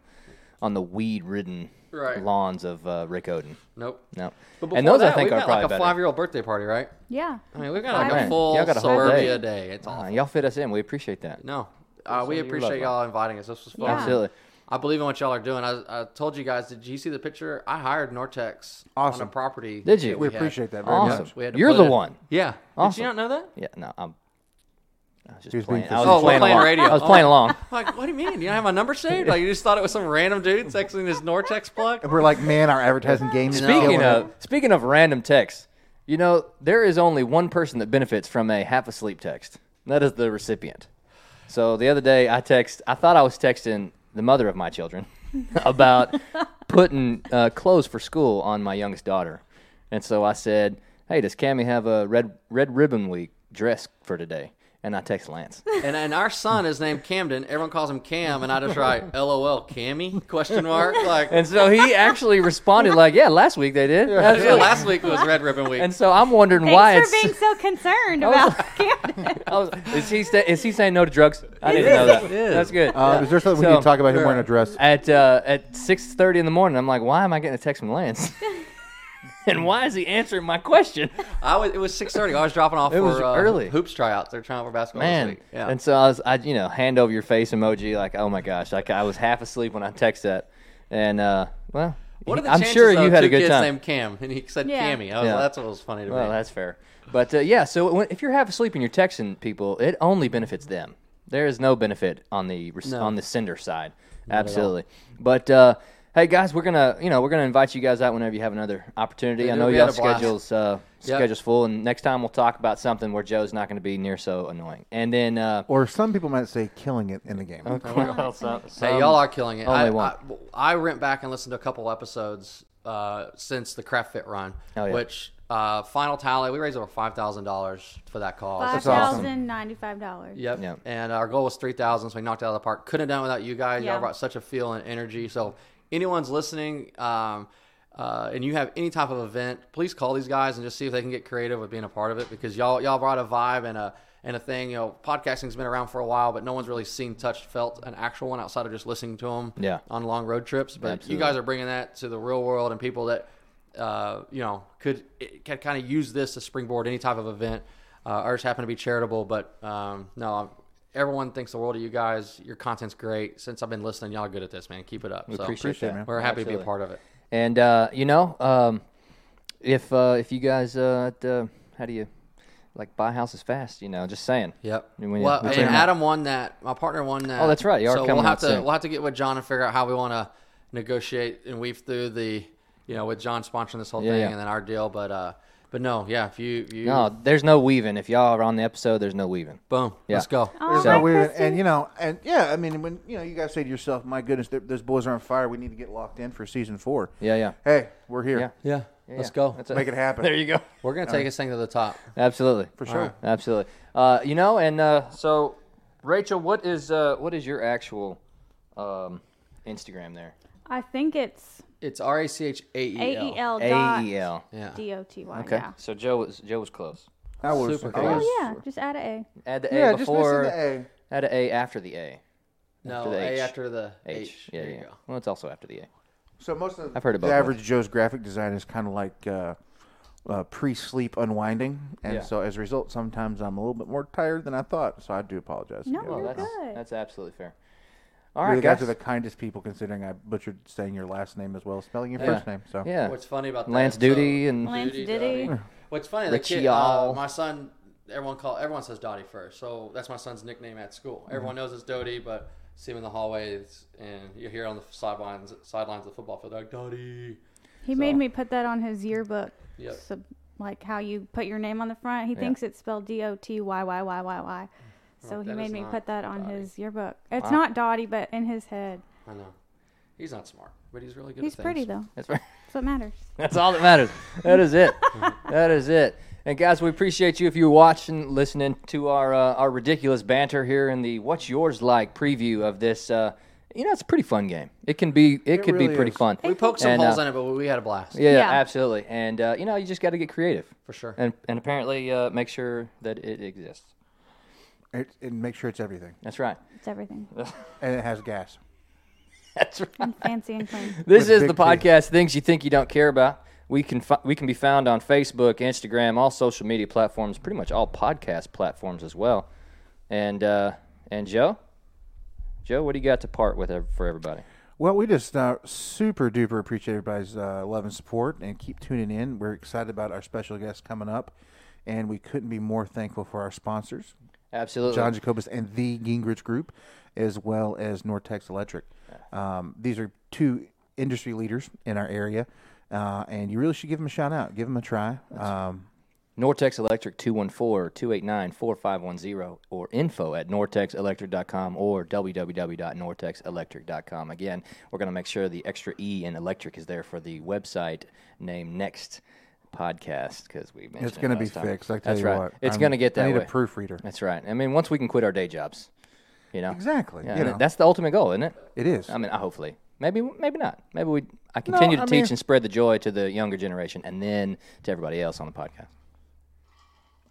D: on the weed-ridden
E: Right.
D: lawns of uh, Rick Oden.
E: Nope.
D: No.
E: But before
D: And those
E: that,
D: I think
E: we've
D: are
E: got
D: probably
E: like a
D: better.
E: five-year-old birthday party, right?
F: Yeah.
E: I mean, we've got like
F: Man,
E: a full
D: y'all got a whole
E: suburbia
D: day.
E: day. It's
D: Uh,
E: all
D: y'all fit us in. We appreciate that.
E: no. Uh, we
D: your loved
E: appreciate
D: one.
E: y'all inviting us. This was fun.
F: Yeah.
D: Absolutely.
E: I believe in what y'all are doing. I, I told you guys. Did you see the picture? I hired Nortex on
B: Awesome.
E: a property.
D: Did you?
E: that
D: We
E: had.
B: appreciate that very
D: Awesome.
B: much.
E: We had to
D: You're
E: put
D: the
E: it-
D: one.
E: Yeah.
D: Awesome.
E: Did you not know that?
D: Yeah, no, I'm. I was just
B: He was
D: playing.
B: being
D: I was
B: facetious.
E: Oh,
D: just
E: we're
D: playing,
E: playing
D: along.
E: radio.
D: I was playing
E: Oh.
D: along.
E: [LAUGHS] Like, what do you mean? You don't have my number saved? Like, you just thought it was some random dude texting this Nortex plug?
B: And we're like, man, our advertising game is
D: Speaking
B: killing
D: of
B: it.
D: speaking of random texts, you know there is only one person that benefits from a half asleep text. And that is the recipient. So the other day, I text. I thought I was texting the mother of my children [LAUGHS]
E: [LAUGHS]
D: about putting uh, clothes for school on my youngest daughter, and so I said, "Hey, does Cammy have a red red ribbon week dress for today?" And I text Lance.
E: And, and our son is named Camden. Everyone calls him Cam, and I just write "LOL Cammy?" question mark Like,
D: And so he actually responded like, "Yeah, last week they did."
E: [LAUGHS] yeah, last week was Red Ribbon Week.
D: And so I'm wondering
F: Thanks
D: why
F: for
D: it's. Oh.
F: being so concerned
D: was-
F: about [LAUGHS] Camden.
D: [LAUGHS] I was- is he sta- is he saying no to drugs? I didn't know that.
E: It is.
D: That's good.
B: Uh, Is there something we
D: So-
B: need to talk about him wearing a dress?
D: at uh, at six thirty in the morning, I'm like, why am I getting a text from
F: [LAUGHS]
D: Lance? and why is he answering my question?
E: I was, it was six thirty. I was dropping off
D: It
E: for
D: was
E: uh,
D: early.
E: hoops tryouts. They're trying out for basketball this
D: Man.
E: week. Yeah.
D: And so I was, I you know, hand over your face emoji, like, oh my gosh, like I was half asleep when I text that, and uh, well,
E: what are the
D: I'm
E: chances,
D: sure
E: though,
D: you had
E: two
D: a good
E: kids
D: time.
E: named Cam, [LAUGHS] and he said
F: Yeah.
E: Cammy. I was,
D: Yeah.
E: That's what was funny to me.
D: Well, that's fair. But uh, yeah, so when, if you're half asleep and you're texting people, it only benefits them. There is no benefit on the rec- on the sender side. Absolutely. But uh, hey, guys, we're gonna you know we're gonna invite you guys out whenever you have another opportunity. I
E: do.
D: know
E: We had
D: y'all
E: a blast.
D: schedules uh,
E: Yep.
D: schedules full, and next time we'll talk about something where Joe's not going to be near so annoying. And then uh,
B: Or some people might say killing it in the game.
D: well, so-
E: Hey, y'all are killing it.
D: only
E: I,
D: one.
E: I, I went back and listened to a couple episodes uh, since the Craft Fit run,
D: Oh, yeah.
E: which uh, final tally we raised over five thousand dollars for that cause.
F: Five
B: awesome.
F: thousand ninety-five dollars.
E: Yep.
D: Yep.
E: And our goal was 3,000, so we knocked it out of the park. Couldn't have done it without you guys.
F: Yeah.
E: Y'all brought such a feel and energy. So, if anyone's listening um, uh, and you have any type of event, please call these guys and just see if they can get creative with being a part of it because y'all y'all brought a vibe and a and a thing. You know, podcasting's been around for a while, but no one's really seen, touched, felt an actual one outside of just listening to them
D: Yeah.
E: on long road trips. But
D: Absolutely.
E: you guys are bringing that to the real world and people that uh, you know could it, can kind of use this to springboard any type of event. Uh, ours happen to be charitable, but um, no, I'm- everyone thinks the world of you guys. Your content's great. Since I've been listening, y'all are good at this, man. Keep it up. We
D: appreciate Appreciate it, that. man.
E: We're happy to be
D: Absolutely.
E: a part of it.
D: And uh, you know, um, if uh, if you guys, uh, at, uh, how do you like buy houses fast? You know, just saying.
E: Yep.
D: I mean, when you-
E: well,
D: we
E: and
D: bring 'em up.
E: Adam won that. My partner won that.
D: Oh, that's right. You are
E: so
D: coming
E: we'll have
D: out
E: to
D: soon.
E: we'll have to get with John and figure out how we want to negotiate and weave through the you know with John sponsoring this whole
D: Yeah,
E: thing
D: yeah.
E: and then our deal. But uh, But no, yeah, if you, you
D: No, there's no weaving. If y'all are on the episode, there's no weaving.
E: boom,
D: Yeah.
E: let's go.
F: Oh,
D: So-
F: hi,
D: Hi,
B: weird.
F: Kristen.
B: And you know, and yeah, I mean, when you know, you guys say to yourself, "My goodness, th- those boys are on fire. We need to get locked in for season four.
D: Yeah, yeah.
B: Hey, we're here.
D: Yeah.
E: Yeah, let's
D: Yeah,
E: go.
D: that's it.
B: Make it
D: [LAUGHS]
B: happen.
D: There you go.
E: We're gonna take this thing to the top.
D: Absolutely.
B: For sure.
D: Absolutely. Uh, you know, and uh, so Rachel, what is uh, what is your actual um, Instagram there?
F: I think it's
E: It's R A C H A E
F: A E
E: L.
F: L
D: A E
F: dot
D: L.
E: Yeah.
F: D O T Y.
D: Okay.
F: Yeah.
D: So Joe was Joe was close.
B: I was
E: Super
B: I
E: cool.
B: was-
F: Oh yeah, just add a
D: Add the A
B: Yeah, just
D: before.
B: missing the A.
D: Add a A after the A.
E: No,
D: After the
E: A
D: H.
E: after the
D: H.
E: H.
D: Yeah,
E: there
D: yeah.
E: you go.
D: Well, it's also after the A.
B: So most of
D: I've heard
B: the
D: about
B: average Joe's graphic design is kind of like uh, uh, pre-sleep unwinding, and
D: Yeah.
B: so as a result, sometimes I'm a little bit more tired than I thought. So I do apologize.
F: No,
B: Yeah.
F: you're
D: Well, that's
F: good.
D: that's absolutely fair. All
B: You
D: right,
B: guys
D: guys.
B: are the kindest people, considering I butchered saying your last name as well, as spelling your
D: Yeah.
B: first name. So
D: yeah.
E: What's funny about that
D: Lance
E: is, uh,
D: Duty and
F: Lance
E: Diddy,
F: Diddy.
E: Dottie. What's funny, the
D: Richie
E: kid, uh,
D: All.
E: my son, everyone call everyone says Dottie first, so that's my son's nickname at school.
D: Mm-hmm.
E: Everyone knows it's Dodie, but see him in the hallways and you hear on the sidelines sidelines of the football field, they're like Dottie.
F: He made me put that on his yearbook.
E: Yep.
F: So, like how you put your name on the front. He thinks it's spelled D O T Y Y Y Y Y. So he
E: that
F: made
E: is
F: me
E: not
F: put that on
E: Dottie.
F: his yearbook. It's not Dottie, but in his head.
E: I know. He's not smart, but he's really good
F: He's
E: at things.
F: pretty though.
D: That's right.
F: That's what matters.
D: That's all that matters. That is it. that is it. And guys, we appreciate you if you're watching, listening to our uh, our ridiculous banter here in the "What's Yours Like" preview of this. Uh, you know, it's a pretty fun game. It can be. It, could be
B: really
D: pretty
B: is.
D: fun.
E: We poked some
D: And, uh,
E: holes in it, but we had a blast.
D: Yeah,
F: Yeah.
D: absolutely. And uh, you know, you just got to get creative
E: For sure.
D: and and apparently uh, make sure that it exists.
B: it, and make sure it's everything,
D: That's right. [LAUGHS]
E: [LAUGHS]
F: It's everything.
B: and it has gas.
D: That's right.
F: And fancy and clean.
D: This is
B: big
D: the
B: T.
D: podcast. Things you think you don't care about. We can fi- we can be found on Facebook, Instagram, all social media platforms, pretty much all podcast platforms as well. And uh, and Joe, Joe, what do you got to part with ev- for everybody?
B: Well, we just uh, super duper appreciate everybody's uh, love and support, and keep tuning in. We're excited about our special guest coming up, and we couldn't be more thankful for our sponsors,
D: Absolutely.
B: John Jacobus and the Gingrich Group, as well as Nortex Electric. Um, these are two industry leaders in our area, uh, and you really should give them a shout out. Give them a try. Um,
D: Nortex Electric 214-289-4510 or info at nortexelectric.com or www.nortexelectric.com. Again, we're going to make sure the extra E in electric is there for the website name next podcast because we mentioned
B: it's going to
D: it
B: be
D: last time.
B: fixed. I tell
D: That's
B: you
D: right.
B: what,
D: It's
B: I'm-
D: going to get that
B: I need
D: way.
B: a proofreader.
D: That's right. I mean, once we can quit our day jobs, you know.
B: Exactly.
D: Yeah,
B: you know,
D: That's the ultimate goal, isn't it?
B: it is.
D: I mean, uh, hopefully. Maybe maybe not. Maybe we I continue
B: I
D: to teach
B: mean-
D: and spread the joy to the younger generation and then to everybody else on the podcast.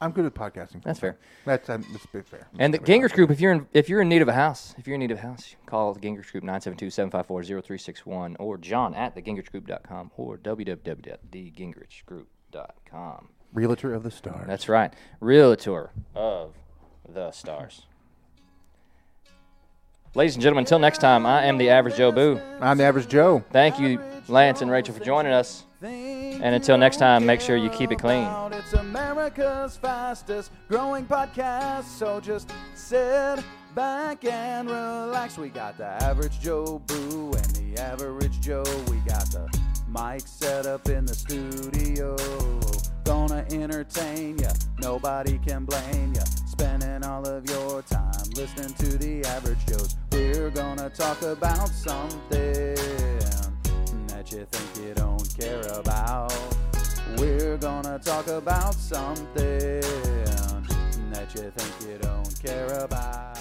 B: I'm good at podcasting.
D: That's fair.
B: That's um, that's a bit fair.
D: And the Gingrich Group, if you're in if you're in need of a house, if you're in need of a house, call the Gingrich Group 972-754-0361 or John at thegingrichgroup.com or www.thegingrichgroup.com.
B: Realtor of the Stars.
D: That's right. Realtor of the stars. Ladies and gentlemen, until next time, I am the average Joe Boo.
B: I'm the average Joe.
D: Thank you, Lance and Rachel, for joining us.
A: And until next time, make sure you keep it clean. It's America's fastest growing podcast, so just sit back and relax. We got the average Joe Boo and the average Joe. We got the mic set up in the studio. Gonna entertain ya, nobody can blame ya. Spending all of your time listening to the average Joes. We're gonna talk about something that you think you don't care about. We're gonna talk about something that you think you don't care about. Oh,